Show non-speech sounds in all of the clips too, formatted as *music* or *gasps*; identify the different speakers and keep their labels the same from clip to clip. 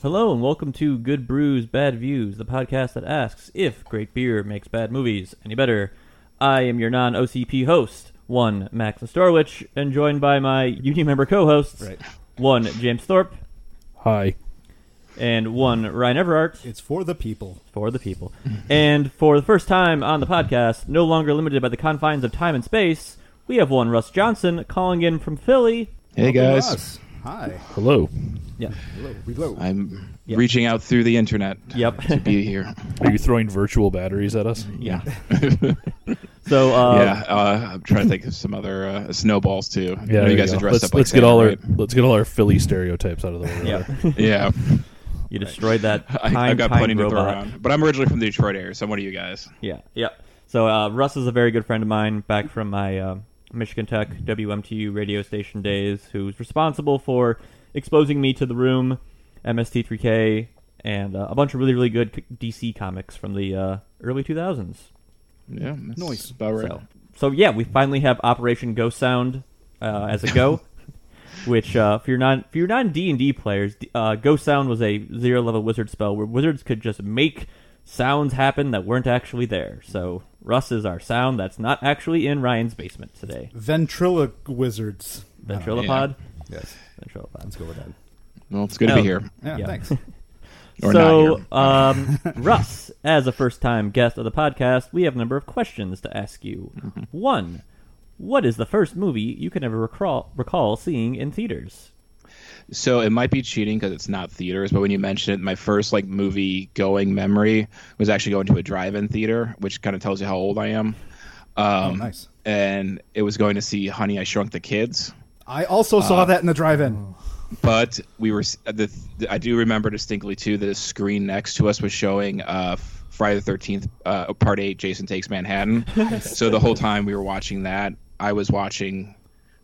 Speaker 1: Hello and welcome to Good Brews, Bad Views, the podcast that asks if great beer makes bad movies any better. I am your non OCP host, one Max Storwich, and joined by my union member co-hosts,
Speaker 2: Right.
Speaker 1: one James Thorpe
Speaker 3: Hi.
Speaker 1: and one Ryan Everhart.
Speaker 2: It's for the people.
Speaker 1: for the people. *laughs* and for the first time on the podcast, no longer limited by the confines of time and space, we have one Russ Johnson calling in from Philly.
Speaker 4: Hey guys,
Speaker 2: Us. Hi.
Speaker 3: Hello.
Speaker 1: Yeah.
Speaker 2: Hello. Hello.
Speaker 4: I'm
Speaker 1: Yeah.
Speaker 4: reaching out through the internet
Speaker 1: Yep.
Speaker 4: to be here.
Speaker 3: Are you throwing virtual batteries at us?
Speaker 4: *laughs* Yeah,
Speaker 1: so uh,
Speaker 4: yeah. Uh, I'm trying to think of some other uh, snowballs too. I know
Speaker 3: there
Speaker 4: you guys
Speaker 3: go.
Speaker 4: are dressed
Speaker 3: let's,
Speaker 4: up like
Speaker 3: let's
Speaker 4: that,
Speaker 3: get all
Speaker 4: right?
Speaker 3: *laughs* our let's get all our Philly stereotypes out of the way.
Speaker 1: yeah.
Speaker 4: yeah.
Speaker 1: you destroyed that. Time,
Speaker 4: I, I've got
Speaker 1: time
Speaker 4: plenty
Speaker 1: robot.
Speaker 4: to throw around, but I'm originally from the Detroit area, so I'm one of you guys.
Speaker 1: Yeah, yeah. So uh, Russ is a very good friend of mine back from my uh, Michigan Tech WMTU radio station days, who's responsible for exposing me to the room, MST3K, and uh, a bunch of really, really good c- DC comics from the uh, early 2000s.
Speaker 4: Yeah, that's
Speaker 2: Nice.
Speaker 4: about right.
Speaker 1: So, so yeah, we finally have Operation Ghost Sound uh, as a go. Which uh, for your non for your non D and D players, d- uh, Ghost Sound was a zero level wizard spell where wizards could just make sounds happen that weren't actually there. So Russ is our sound that's not actually in Ryan's basement today.
Speaker 2: Ventriloquist wizards.
Speaker 1: Ventrillopod,
Speaker 2: Yes.
Speaker 1: Ventrillopod.
Speaker 2: Let's go with that.
Speaker 4: Well, it's good to
Speaker 1: Oh.
Speaker 4: be here.
Speaker 2: Yeah,
Speaker 1: Yeah.
Speaker 2: thanks.
Speaker 4: Or
Speaker 1: so,
Speaker 4: not
Speaker 1: *laughs* um, Russ, as a first time guest of the podcast, we have a number of questions to ask you.
Speaker 2: Mm-hmm.
Speaker 1: One, what is the first movie you can ever recall, recall seeing in theaters?
Speaker 4: So it might be cheating because it's not theaters, but when you mention it, my first like movie going memory was actually going to a drive-in theater, which kind of tells you how old I am. Um,
Speaker 2: Oh, nice.
Speaker 4: And it was going to see Honey, I Shrunk the Kids,
Speaker 2: I also saw that in the drive-in.
Speaker 4: but we were s- the, the- I do remember distinctly too that the screen next to us was showing uh, Friday the Thirteenth uh, Part Eight: Jason Takes
Speaker 2: *laughs*
Speaker 4: Manhattan. so the whole time we were watching that, I was watching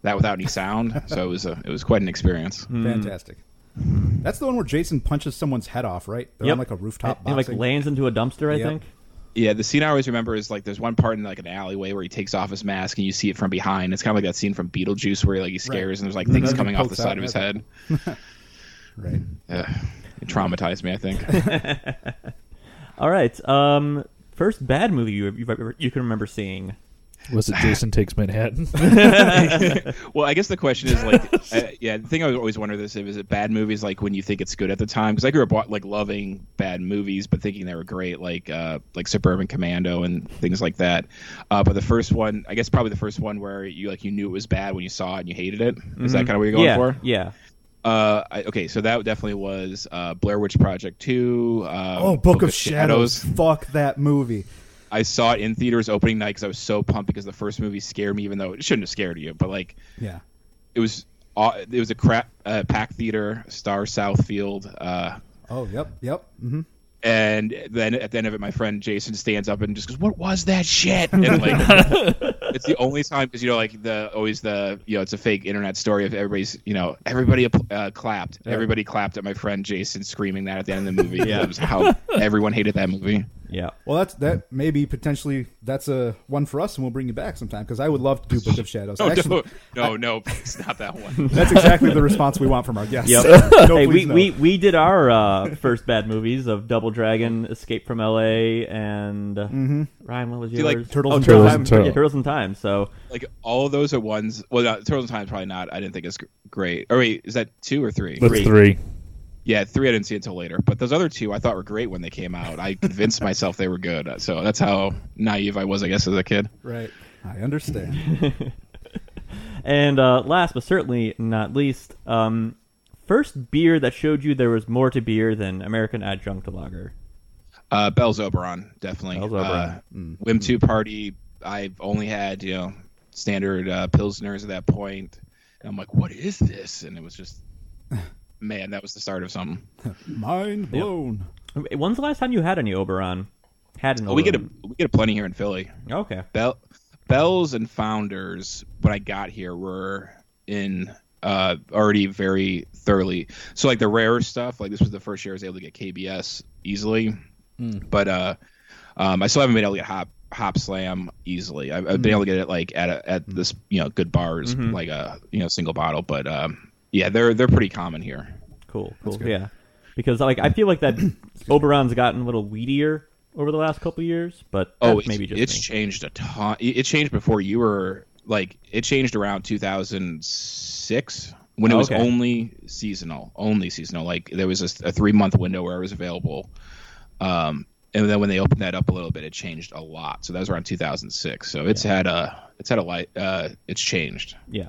Speaker 4: that without
Speaker 2: *laughs*
Speaker 4: any sound. so it was a, it was quite an experience.
Speaker 2: Hmm. Fantastic. That's the one where Jason punches someone's head off, right? They're
Speaker 1: Yep.
Speaker 2: on like a rooftop
Speaker 1: It, it, like
Speaker 2: boxing.
Speaker 1: lands into a dumpster, I
Speaker 2: Yep.
Speaker 1: think.
Speaker 4: Yeah, the scene I always remember is like there's one part in like an alleyway where he takes off his mask and you see it from behind. It's kind of like that scene from Beetlejuice where like he scares and there's like
Speaker 2: *laughs*
Speaker 4: things
Speaker 2: Nothing
Speaker 4: coming off the
Speaker 2: pokes
Speaker 4: side
Speaker 2: out,
Speaker 4: of his
Speaker 2: nothing.
Speaker 4: head.
Speaker 2: right.
Speaker 4: Ugh, it traumatized me,
Speaker 2: *laughs*
Speaker 4: I think.
Speaker 1: All right. Um, first bad movie you, you've ever, you can remember seeing.
Speaker 3: Was it Jason Takes Manhattan?
Speaker 4: *laughs* well, I guess the question
Speaker 2: *laughs*
Speaker 4: is like, uh, yeah, the thing I always wonder this if is it bad movies like when you think it's good at the time? Because I grew up wa- like loving bad movies but thinking they were great, like uh, like Suburban Commando and things like that. Uh, but the first one, I guess, probably the first one where you like you knew it was bad when you saw it and you hated it. Is that kind of what you're going
Speaker 1: Mm-hmm. yeah, yeah.
Speaker 4: for? Uh, I, okay, so that definitely was uh, Blair Witch Project Two. Uh,
Speaker 2: Oh, Book, of Shadows. Fuck that movie.
Speaker 4: I saw it in theaters opening night because I was so pumped because the first movie scared me, even though it shouldn't have scared you. But like,
Speaker 2: Yeah.
Speaker 4: it was aw- it was a crap uh, pack theater, Star Southfield. Uh,
Speaker 2: Oh, yep, yep. hmm
Speaker 4: and then at the end of it, my friend Jason stands up and just goes, "What was that shit?" And like, it's the only time because you know, like the always the you know, it's a fake internet story of everybody's you know, everybody uh, clapped, everybody clapped at my friend Jason screaming that at the end of the movie. yeah, it was how everyone hated that movie.
Speaker 1: Yeah.
Speaker 2: Well, that's that. Maybe potentially that's a one for us, and we'll bring you back sometime because I would love to do Book of
Speaker 4: *laughs*
Speaker 2: Shadows.
Speaker 4: *laughs* No,
Speaker 2: Actually,
Speaker 4: Oh, no, no, no, it's not that one.
Speaker 2: that's exactly the response we want from our guests.
Speaker 1: Yep.
Speaker 2: *laughs* No,
Speaker 1: hey, we,
Speaker 2: please, no.
Speaker 1: we we did our uh, first bad movies of Double Dragon, Escape from L.A., and
Speaker 2: Mm-hmm.
Speaker 1: Ryan. What was yours?
Speaker 4: you like
Speaker 2: Turtles
Speaker 1: oh,
Speaker 2: in
Speaker 1: Turtles
Speaker 3: Time?
Speaker 1: in
Speaker 3: Turtles.
Speaker 1: Yeah, Turtles in Time. So
Speaker 4: Like all of those are ones. Well, no, Turtles in Time probably not. I didn't think it's great. Or wait, is that two or three?
Speaker 3: That's three.
Speaker 4: Yeah, three I didn't see until later. But those other two I thought were great when they came out.
Speaker 1: *laughs*
Speaker 4: I convinced myself they were good. So that's how naive I was, I guess, as a kid.
Speaker 2: Right. I understand.
Speaker 1: and uh, last but certainly not least, um, first beer that showed you there was more to beer than American Adjunct Lager.
Speaker 4: Uh, Bell's Oberon, definitely.
Speaker 1: Bell's Oberon. Mm.
Speaker 4: Uh, Wim 2 Party, I've only had, you know, standard uh, Pilsners at that point. And I'm like, what is this? And it was
Speaker 1: *sighs*
Speaker 4: just, man, that was the start of something.
Speaker 2: Mind blown.
Speaker 1: When's the last time you had any Oberon? Had an
Speaker 4: Oh, we get a
Speaker 1: Oberon.
Speaker 4: we get a plenty here in Philly.
Speaker 1: okay.
Speaker 4: Bell, Bells and Founders, when I got here, were in uh, already very thoroughly. So like the rarer stuff, like this was the first year I was able to get KBS easily, but uh, um, I still haven't been able to get Hop Hop Slam easily. I've, I've been able to get it like at a, at this you know good bars uh, like a you know single bottle, but um, yeah, they're they're pretty common here.
Speaker 1: Cool. Cool. Yeah. because like I feel like
Speaker 4: *coughs*
Speaker 1: that Oberon's gotten a little weedier over the last couple years, but
Speaker 4: Oh,
Speaker 1: that's
Speaker 4: it's,
Speaker 1: maybe just
Speaker 4: it's
Speaker 1: me.
Speaker 4: changed a ton. It it changed before you were like it changed around 2006 when it was
Speaker 1: Okay.
Speaker 4: only seasonal, only seasonal. Like there was a, s- a three month window where it was available, um, and then when they opened that up a little bit, it changed a lot. So that was around 2006. So it's had a it's had a light. Uh, it's changed.
Speaker 1: Yeah.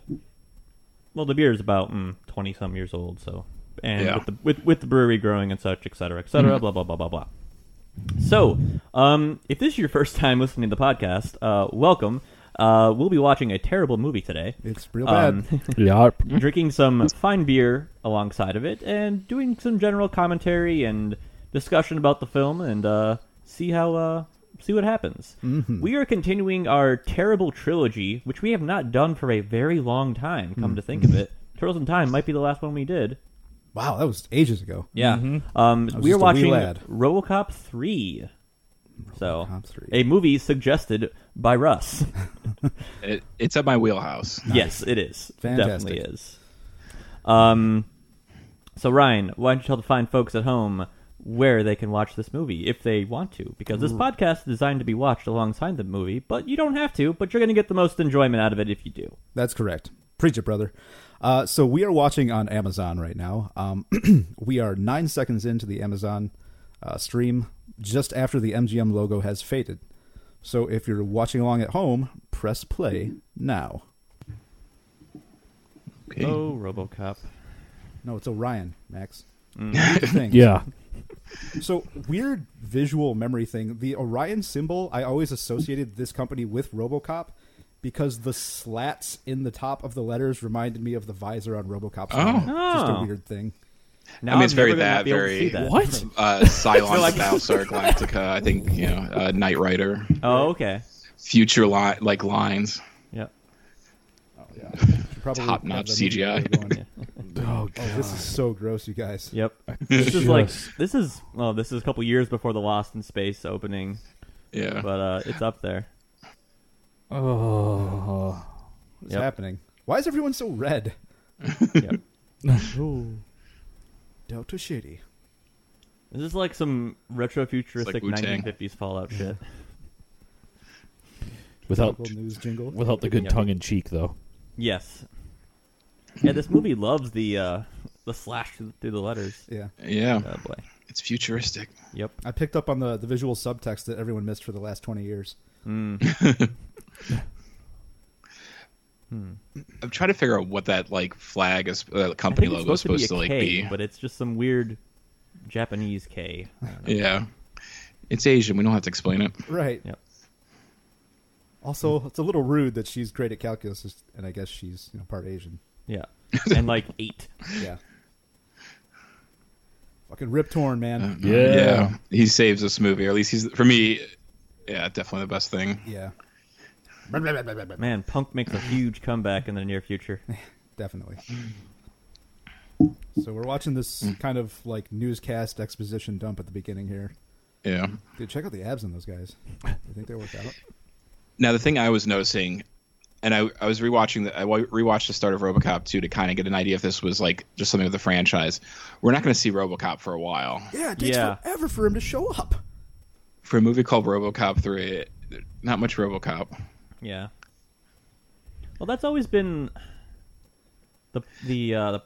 Speaker 1: Well, the beer is about twenty some years old, so and
Speaker 4: Yeah.
Speaker 1: with, the, with with the brewery growing and such, et cetera, et cetera, blah blah blah blah blah. So, um, if this is your *laughs* first time listening to the podcast, uh, welcome. Uh, we'll be watching a terrible movie today,
Speaker 2: It's real bad.
Speaker 1: Um, *laughs*
Speaker 3: Yeah.
Speaker 1: drinking some fine beer alongside of it, and doing some general commentary and discussion about the film, and uh, see how uh, see what happens.
Speaker 2: Mm-hmm.
Speaker 1: We are continuing our terrible trilogy, which we have not done for a very long time. Come to think of it,
Speaker 2: Mm-hmm.
Speaker 1: Turtles in Time might be the last one we did.
Speaker 2: wow, that was ages ago.
Speaker 1: Yeah, um, we
Speaker 2: Mm-hmm. just a
Speaker 1: are
Speaker 2: wee
Speaker 1: watching
Speaker 2: lad.
Speaker 1: RoboCop three. So,
Speaker 2: RoboCop 3.
Speaker 1: a movie suggested by Russ. *laughs*
Speaker 4: It, it's at my wheelhouse.
Speaker 1: Yes, it is.
Speaker 2: Fantastic.
Speaker 1: Definitely is. Um, so Ryan, why don't you tell the fine folks at home where they can watch this movie if they want to? Because this podcast is designed to be watched alongside the movie, but you don't have to. But you're going to get the most enjoyment out of it if you do.
Speaker 2: That's correct. Preach it, brother. Uh, so we are watching on Amazon right now. Um, *clears throat* we are nine seconds into the Amazon uh, stream, just after the MGM logo has faded. So if you're watching along at home, press play now.
Speaker 4: Okay.
Speaker 1: Oh, RoboCop.
Speaker 2: No, it's Orion, Max. Read the thing.
Speaker 3: *laughs* Yeah.
Speaker 2: So weird visual memory thing. The Orion symbol, I always associated this company with RoboCop because the slats in the top of the letters reminded me of the visor on RoboCop's helmet. Just a
Speaker 1: Oh.
Speaker 2: weird thing.
Speaker 1: Now
Speaker 4: I mean, it's
Speaker 1: I'm
Speaker 4: very
Speaker 1: never gonna
Speaker 4: that,
Speaker 1: be able to
Speaker 4: very-
Speaker 1: see that. *laughs*
Speaker 3: What?
Speaker 4: Uh, Cylon,
Speaker 1: like- *laughs*
Speaker 4: Battlestar Galactica. I think you know, uh, Knight Rider,
Speaker 1: Oh, okay.
Speaker 4: future line like lines.
Speaker 1: Yeah.
Speaker 2: Should probably
Speaker 4: Top-notch
Speaker 2: have the
Speaker 4: CGI.
Speaker 2: movie
Speaker 1: *laughs*
Speaker 2: going.
Speaker 3: Oh,
Speaker 2: Oh, this is so gross, you guys.
Speaker 1: Yep. This is like
Speaker 3: Yes.
Speaker 1: this is well, this is a couple years before the Lost in Space opening,
Speaker 4: Yeah.
Speaker 1: but uh, it's up there.
Speaker 3: Oh.
Speaker 2: What's
Speaker 1: Yep.
Speaker 2: happening? Why is everyone so red? *laughs* Oh.
Speaker 1: Yep.
Speaker 2: Delta shitty.
Speaker 1: This is like some retro futuristic
Speaker 4: Wu-Tang.
Speaker 1: 1950s Fallout shit.
Speaker 3: Without
Speaker 2: Local news jingle.
Speaker 3: without the good
Speaker 1: Yep.
Speaker 3: tongue in cheek though.
Speaker 1: Yes. Yeah, this movie loves the uh, the slash through the letters.
Speaker 2: Yeah,
Speaker 4: yeah.
Speaker 1: Oh boy.
Speaker 4: It's futuristic.
Speaker 1: Yep.
Speaker 2: I picked up on the the visual subtext that everyone missed for the last twenty years.
Speaker 4: I'm trying to figure out what that like flag is uh,
Speaker 1: I
Speaker 4: company
Speaker 1: think it's
Speaker 4: logo is
Speaker 1: supposed to be
Speaker 4: supposed
Speaker 1: a
Speaker 4: to, like
Speaker 1: K,
Speaker 4: be.
Speaker 1: but it's just some weird Japanese K.
Speaker 4: Yeah. It's Asian. We don't have to explain it.
Speaker 2: Right.
Speaker 1: Yep.
Speaker 2: Also, it's a little rude that she's great at calculus, and I guess she's you know part Asian.
Speaker 4: *laughs*
Speaker 1: Yeah. And like eight.
Speaker 2: *laughs* Yeah. Fucking Rip Torn, man.
Speaker 3: Yeah.
Speaker 4: He saves this movie, or at least he's for me. Yeah, definitely the best thing.
Speaker 2: Yeah,
Speaker 1: Man, Punk makes a huge comeback in the near future.
Speaker 2: definitely. So we're watching this kind of like newscast exposition dump at the beginning here.
Speaker 4: Yeah.
Speaker 2: Dude, check out the abs on those guys. I think they worked out.
Speaker 4: Now the thing I was noticing, and I, I was rewatching the I wa- rewatched the start of RoboCop 2 to kind of get an idea if this was like just something with the franchise. We're not going to see RoboCop for a while.
Speaker 2: *laughs* Yeah, it
Speaker 1: takes Yeah.
Speaker 2: forever for him to show up.
Speaker 4: For a movie called RoboCop 3, not much RoboCop.
Speaker 1: Yeah. Well, that's always been the the uh, the,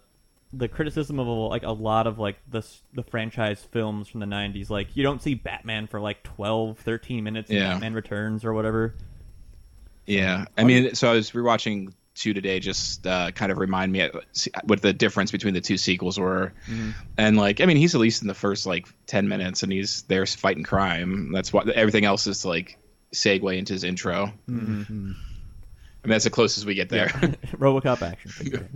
Speaker 1: the criticism of like a lot of like the s- the franchise films from the 90s like you don't see Batman for like 12 13 minutes in
Speaker 4: Yeah.
Speaker 1: Batman Returns or whatever. Um,
Speaker 4: Yeah, I mean, so I was rewatching two today, just uh, kind of remind me uh, see- what the difference between the two sequels were,
Speaker 1: Mm-hmm.
Speaker 4: and like, I mean, he's at least in the first like ten minutes, and he's there fighting crime. That's why everything else is like segue into his intro. Mm-hmm. I mean, that's the closest we get
Speaker 1: *laughs*
Speaker 4: there.
Speaker 1: RoboCop action figure.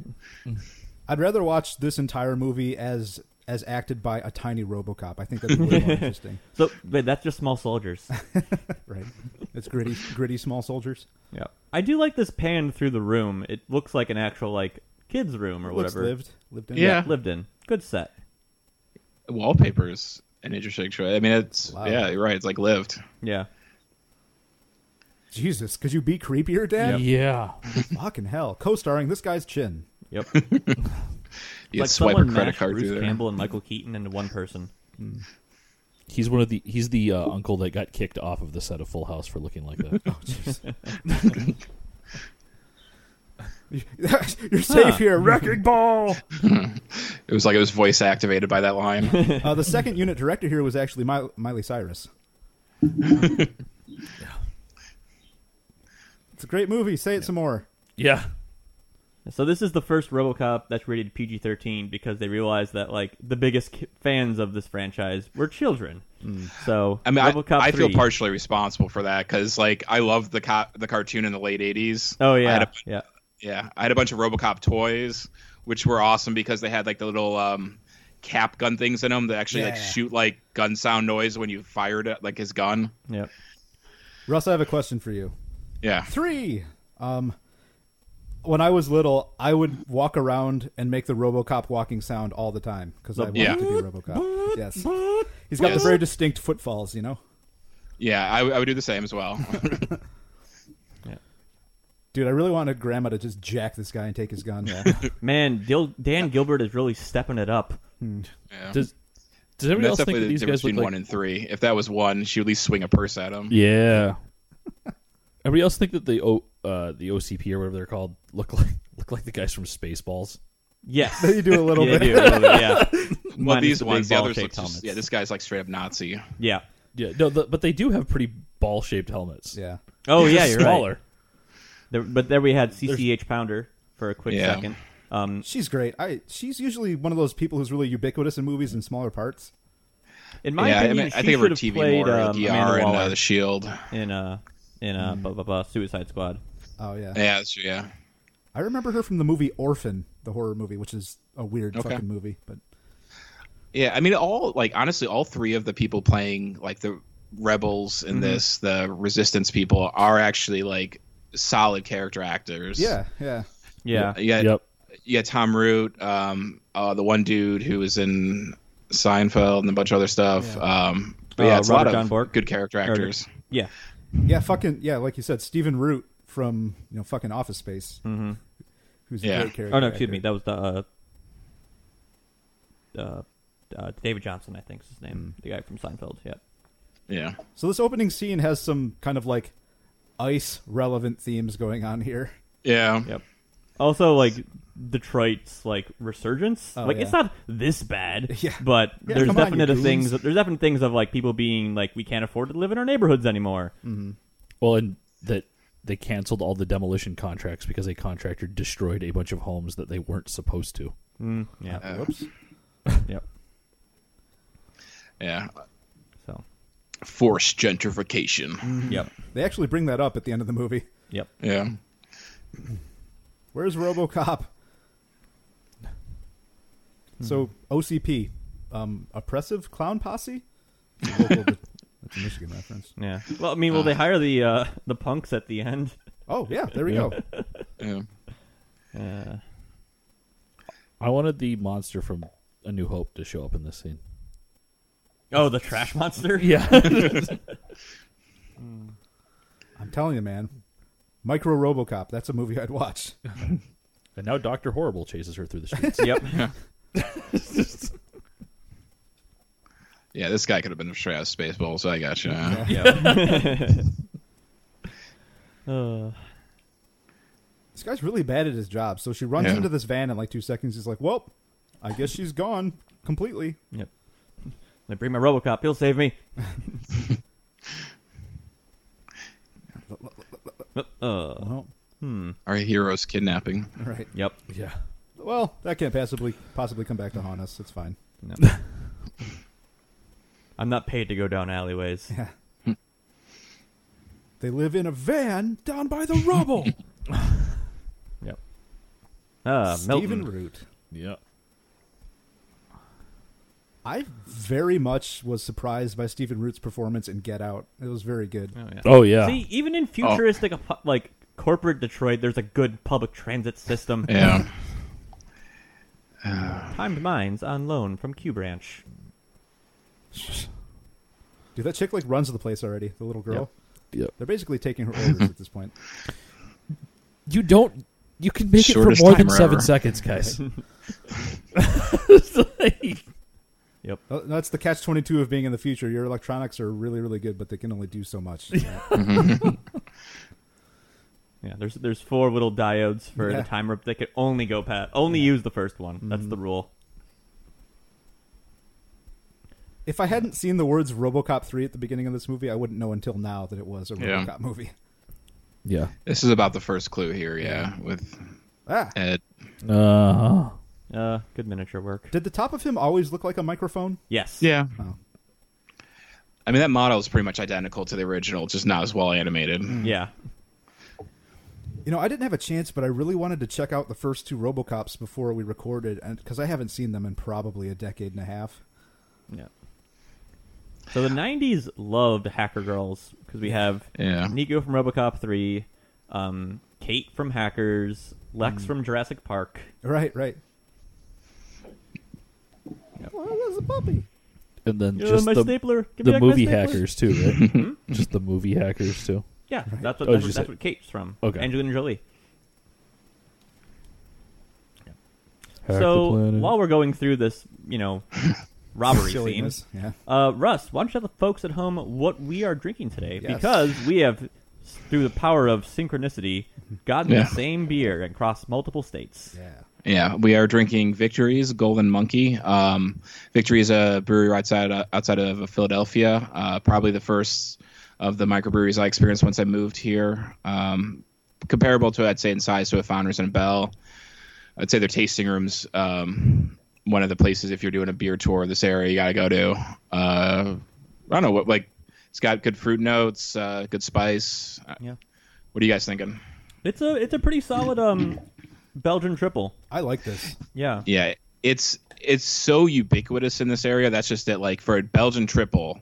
Speaker 2: I'd rather watch this entire movie as as acted by a tiny RoboCop. I think that's *laughs* way more interesting.
Speaker 1: So but that's just small
Speaker 4: *laughs*
Speaker 1: soldiers.
Speaker 2: Right? It's gritty, gritty small soldiers.
Speaker 1: yeah. I do like this pan through the room. It looks like an actual like kids room or
Speaker 2: Looks
Speaker 1: whatever.
Speaker 2: lived, lived in.
Speaker 4: Yeah.
Speaker 1: Lived in. Good set.
Speaker 4: *laughs* Wallpapers, an interesting choice. I mean, it's
Speaker 2: Wow.
Speaker 4: yeah, you're right. It's like lived.
Speaker 1: Yeah.
Speaker 2: Jesus, could you be creepier, Dad?
Speaker 3: Yeah.
Speaker 4: *laughs*
Speaker 2: Fucking hell. Co-starring this guy's chin.
Speaker 1: Yep.
Speaker 4: you
Speaker 1: like
Speaker 4: swipe a
Speaker 1: someone
Speaker 4: credit
Speaker 1: mashed
Speaker 4: card
Speaker 1: Bruce
Speaker 4: through there.
Speaker 1: Campbell and Michael Keaton into one person.
Speaker 3: He's one of the he's the uh, uncle that got kicked off of the set of Full House for looking like that.
Speaker 2: Oh, *laughs* You're safe here, wrecking ball.
Speaker 4: It was like it was voice activated by that
Speaker 1: *laughs*
Speaker 4: line.
Speaker 2: Uh, the second unit director here was actually Mi- Miley Cyrus. It's a great movie. Say it some more.
Speaker 3: *laughs* yeah.
Speaker 1: So this is the first RoboCop that's rated PG-13 because they realized that like the biggest ki- fans of this franchise were children. So
Speaker 4: Mm. I mean,
Speaker 1: RoboCop
Speaker 4: I, I
Speaker 1: 3,
Speaker 4: feel partially responsible for that because, like, I loved the co- the cartoon in the late '80s.
Speaker 1: Oh
Speaker 4: I
Speaker 1: yeah,
Speaker 4: had a,
Speaker 1: yeah.
Speaker 4: yeah. I had a bunch of RoboCop toys, which were awesome because they had like the little um, cap gun things in them that actually like
Speaker 2: Yeah.
Speaker 4: shoot like gun sound noise when you fired it, like his gun.
Speaker 1: Yep.
Speaker 2: Russ, I have a question for you.
Speaker 4: Yeah,
Speaker 2: Three. Um, when I was little, I would walk around and make the RoboCop walking sound all the time because I wanted
Speaker 4: Yeah.
Speaker 2: to be RoboCop. Yes, he's got the very distinct footfalls. You know,
Speaker 4: yeah. I, I would do the same as well.
Speaker 2: dude, I really want a grandma to just jack this guy and take his gun. *laughs*
Speaker 1: Man, Dil- Dan Gilbert is really stepping it up.
Speaker 4: yeah.
Speaker 3: Does does anybody
Speaker 4: That's
Speaker 3: else think
Speaker 4: definitely
Speaker 3: that
Speaker 4: the
Speaker 3: these
Speaker 4: difference
Speaker 3: guys look
Speaker 4: between
Speaker 3: like
Speaker 4: one and three. If that was one, she would at least swing a purse at him.
Speaker 3: Yeah. *laughs* Everybody else think that the o, uh, the OCP or whatever they're called look like *laughs* look like the guys from Spaceballs.
Speaker 2: *laughs*
Speaker 1: Yes.
Speaker 2: you do a little
Speaker 1: Yeah,
Speaker 2: bit.
Speaker 1: they do, a little bit,
Speaker 4: *laughs*
Speaker 1: yeah.
Speaker 4: Well,
Speaker 1: Minus
Speaker 4: these
Speaker 1: the big
Speaker 4: ones, the others look
Speaker 1: ball-shaped
Speaker 4: just,
Speaker 1: helmets.
Speaker 4: yeah. This guy's like straight up Nazi.
Speaker 1: Yeah.
Speaker 3: Yeah, no, the, but they do have pretty ball shaped helmets.
Speaker 2: Yeah.
Speaker 1: Oh yeah,
Speaker 3: Just
Speaker 1: you're
Speaker 3: smaller.
Speaker 1: right. There, but there we had CCH Pounder for a quick
Speaker 4: Yeah.
Speaker 1: second. Um,
Speaker 2: She's great. I she's usually one of those people who's really ubiquitous in movies in smaller parts.
Speaker 1: in my
Speaker 4: yeah,
Speaker 1: opinion,
Speaker 4: I, mean, I
Speaker 1: she
Speaker 4: think of her
Speaker 1: should have
Speaker 4: TV
Speaker 1: played
Speaker 4: more,
Speaker 1: um,
Speaker 4: like ER
Speaker 1: Amanda
Speaker 4: and
Speaker 1: Waller
Speaker 4: uh, the Shield.
Speaker 1: in uh, in uh, blah, blah, blah, Suicide Squad.
Speaker 2: Oh yeah.
Speaker 4: Yeah, that's true, yeah.
Speaker 2: I remember her from the movie Orphan, the horror movie, which is a weird
Speaker 4: Okay.
Speaker 2: fucking movie, but
Speaker 4: Yeah, I mean, all like honestly, all three of the people playing like the rebels in this, the resistance people, are actually like solid character actors.
Speaker 2: yeah, yeah.
Speaker 1: Yeah.
Speaker 4: yeah,
Speaker 3: Yep.
Speaker 4: yeah. Tom Root, um, uh, the one dude who was in Seinfeld and a bunch of other stuff. Um, but yeah,
Speaker 1: Uh,
Speaker 4: it's a lot
Speaker 1: Robert
Speaker 4: of
Speaker 1: John Bork.
Speaker 4: good character actors.
Speaker 1: Yeah.
Speaker 2: Yeah, fucking yeah, like you said, Stephen Root from you know fucking Office Space. Mm-hmm. Who's a
Speaker 4: Yeah.
Speaker 2: great character.
Speaker 1: Oh no, excuse
Speaker 2: actor.
Speaker 1: me. That was the uh, uh, uh, David Johnson, I think is his name, the guy from Seinfeld. Yeah.
Speaker 4: Yeah,
Speaker 2: So this opening scene has some kind of like ice relevant themes going on here.
Speaker 4: yeah,
Speaker 1: Yep. Also, like Detroit's like resurgence.
Speaker 2: Oh,
Speaker 1: like
Speaker 2: yeah.
Speaker 1: it's not this bad,
Speaker 2: *laughs* Yeah.
Speaker 1: but
Speaker 2: Yeah,
Speaker 1: there's
Speaker 2: come on, you
Speaker 1: definite
Speaker 2: goons.
Speaker 1: things. There's definite things of like people being like we can't afford to live in our neighborhoods anymore.
Speaker 2: Mm,
Speaker 3: Well, and that they canceled all the demolition contracts because a contractor destroyed a bunch of homes that they weren't supposed to.
Speaker 1: Yeah.
Speaker 4: Uh.
Speaker 2: Whoops.
Speaker 1: Yep.
Speaker 4: yeah.
Speaker 1: So.
Speaker 4: Forced gentrification.
Speaker 2: Mm-hmm.
Speaker 1: Yep.
Speaker 2: They actually bring that up at the end of the movie.
Speaker 1: Yep.
Speaker 4: Yeah.
Speaker 2: Where's RoboCop?
Speaker 4: Hmm.
Speaker 2: So OCP, um, oppressive clown posse. Local- That's a Michigan reference.
Speaker 1: Yeah. Well, I mean, will they hire the uh, the punks at the end?
Speaker 2: Oh yeah, there we
Speaker 4: *laughs*
Speaker 3: Yeah.
Speaker 2: go.
Speaker 4: Yeah.
Speaker 1: Uh,
Speaker 3: I wanted the monster from A New Hope to show up in this scene.
Speaker 1: *laughs* oh, the trash
Speaker 2: *laughs*
Speaker 1: monster.
Speaker 3: Yeah.
Speaker 2: I'm telling you, man. Micro RoboCop. That's a movie I'd watch.
Speaker 3: and now Doctor Horrible chases her through the streets.
Speaker 1: *laughs*
Speaker 2: *laughs*
Speaker 1: yep.
Speaker 4: Yeah, this guy could have been straight out of Spaceballs. I got you.
Speaker 1: Yep. uh,
Speaker 2: This guy's really bad at his job. So she runs
Speaker 4: Yeah.
Speaker 2: into this van in like two seconds. He's like, "Well, I guess she's gone completely."
Speaker 1: yep. They bring my RoboCop. He'll save me. uh,
Speaker 2: Well,
Speaker 4: Our heroes kidnapping.
Speaker 2: all right.
Speaker 1: yep.
Speaker 3: *laughs* yeah.
Speaker 2: Well, that can't possibly possibly come back to haunt us. It's fine.
Speaker 1: No. I'm not paid to go down
Speaker 2: *laughs*
Speaker 1: alleyways.
Speaker 2: Yeah. they live in a van down by the rubble.
Speaker 1: Yep. Uh,
Speaker 2: Stephen
Speaker 1: Milton.
Speaker 2: Root.
Speaker 3: Yeah.
Speaker 2: I very much was surprised by Stephen Root's performance in Get Out. It was very good.
Speaker 1: Oh, yeah.
Speaker 3: Oh yeah.
Speaker 1: See, even in futuristic, apo- like corporate Detroit, there's a good public transit system.
Speaker 2: *laughs*
Speaker 4: Yeah.
Speaker 1: Timed mines on loan from Q Branch.
Speaker 2: Dude, that chick like runs the place already. The little girl.
Speaker 3: Yep. Yep.
Speaker 2: They're basically taking her orders at this point.
Speaker 3: You don't You can make it
Speaker 4: Shortest
Speaker 3: for more than
Speaker 4: timer
Speaker 3: seven
Speaker 4: ever.
Speaker 3: seconds, guys. It's like-
Speaker 2: Uh, That's the catch twenty two of being in the future. Your electronics are really, really good, but they can only do so much.
Speaker 1: Yeah, there's there's four little diodes for
Speaker 2: Yeah.
Speaker 1: the timer that could only go past, only use the first one. That's
Speaker 3: Mm-hmm.
Speaker 1: the rule.
Speaker 2: if I hadn't seen the words RoboCop three at the beginning of this movie, I wouldn't know until now that it was a
Speaker 4: Yeah.
Speaker 2: RoboCop movie.
Speaker 3: *laughs* yeah.
Speaker 4: This is about the first clue here, yeah, with
Speaker 2: Ah,
Speaker 4: Ed.
Speaker 3: Uh-huh.
Speaker 1: Uh, good miniature work.
Speaker 2: did the top of him always look like a microphone?
Speaker 1: Yes.
Speaker 4: Yeah.
Speaker 2: Oh.
Speaker 4: I mean, that model is pretty much identical to the original, just not as well animated.
Speaker 1: Yeah.
Speaker 2: You know, I didn't have a chance, but I really wanted to check out the first two RoboCops before we recorded, and because I haven't seen them in probably a decade and a half.
Speaker 1: Yeah. So the '90s loved Hacker Girls because we have
Speaker 4: Yeah.
Speaker 1: Nico from RoboCop 3, um, Kate from Hackers, Lex
Speaker 3: Mm.
Speaker 1: from Jurassic Park.
Speaker 2: Right, right. Well, that's a puppy.
Speaker 3: And then
Speaker 1: Uh,
Speaker 3: just
Speaker 1: my
Speaker 3: the,
Speaker 1: stapler. Give me
Speaker 3: the
Speaker 1: back my
Speaker 3: movie
Speaker 1: stapler.
Speaker 3: hackers too,
Speaker 4: *laughs* Hmm?
Speaker 3: right? just the movie hackers too.
Speaker 1: Yeah, that's what
Speaker 3: Oh,
Speaker 1: that's,
Speaker 3: you
Speaker 1: what- that's
Speaker 3: said-
Speaker 1: what Kate's from.
Speaker 3: Okay.
Speaker 1: Angelina Jolie.
Speaker 3: Hack the
Speaker 1: so
Speaker 3: planet.
Speaker 1: while we're going through this, you know, robbery scene,
Speaker 2: Silliness. Yeah.
Speaker 1: uh, Russ, why don't you tell the folks at home what we are drinking today?
Speaker 2: Yes.
Speaker 1: Because we have, through the power of synchronicity, gotten
Speaker 4: Yeah.
Speaker 1: the same beer and crossed multiple states.
Speaker 2: Yeah.
Speaker 4: Yeah, we are drinking Victories Golden Monkey. Um, Victory is a brewery right outside outside of Philadelphia. Uh, probably the first of the microbreweries I experienced once I moved here. Um, comparable to I'd say in size to a Founders and Bell. I'd say their tasting rooms. Um, one of the places if you're doing a beer tour of this area, you gotta go to. Uh, I don't know what like. It's got good fruit notes, uh, good spice. Uh,
Speaker 1: Yeah.
Speaker 4: What are you guys thinking?
Speaker 1: It's a it's a pretty solid um, Belgian triple.
Speaker 2: I like this.
Speaker 1: Yeah.
Speaker 4: Yeah, it's it's so ubiquitous in this area. That's just it. Like for a Belgian triple,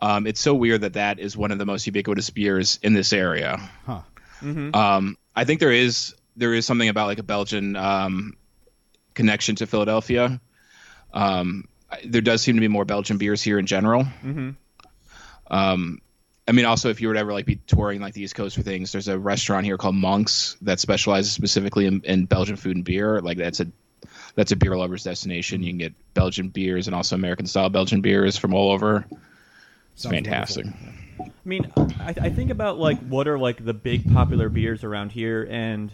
Speaker 4: um, it's so weird that that is one of the most ubiquitous beers in this area.
Speaker 2: Huh.
Speaker 4: Um, I think there is there is something about like a Belgian um, connection to Philadelphia. Um, I- there does seem to be more Belgian beers here in general. Mm-hmm. Um, I mean, also if you were to ever like be touring like the East Coast for things, there's a restaurant here called Monks that specializes specifically in, in Belgian food and beer. Like that's a that's a beer lovers destination. You can get Belgian beers and also American style Belgian beers from all over. It's
Speaker 2: Sounds
Speaker 4: fantastic.
Speaker 1: I mean, I, I think about like what are like the big popular beers around here, and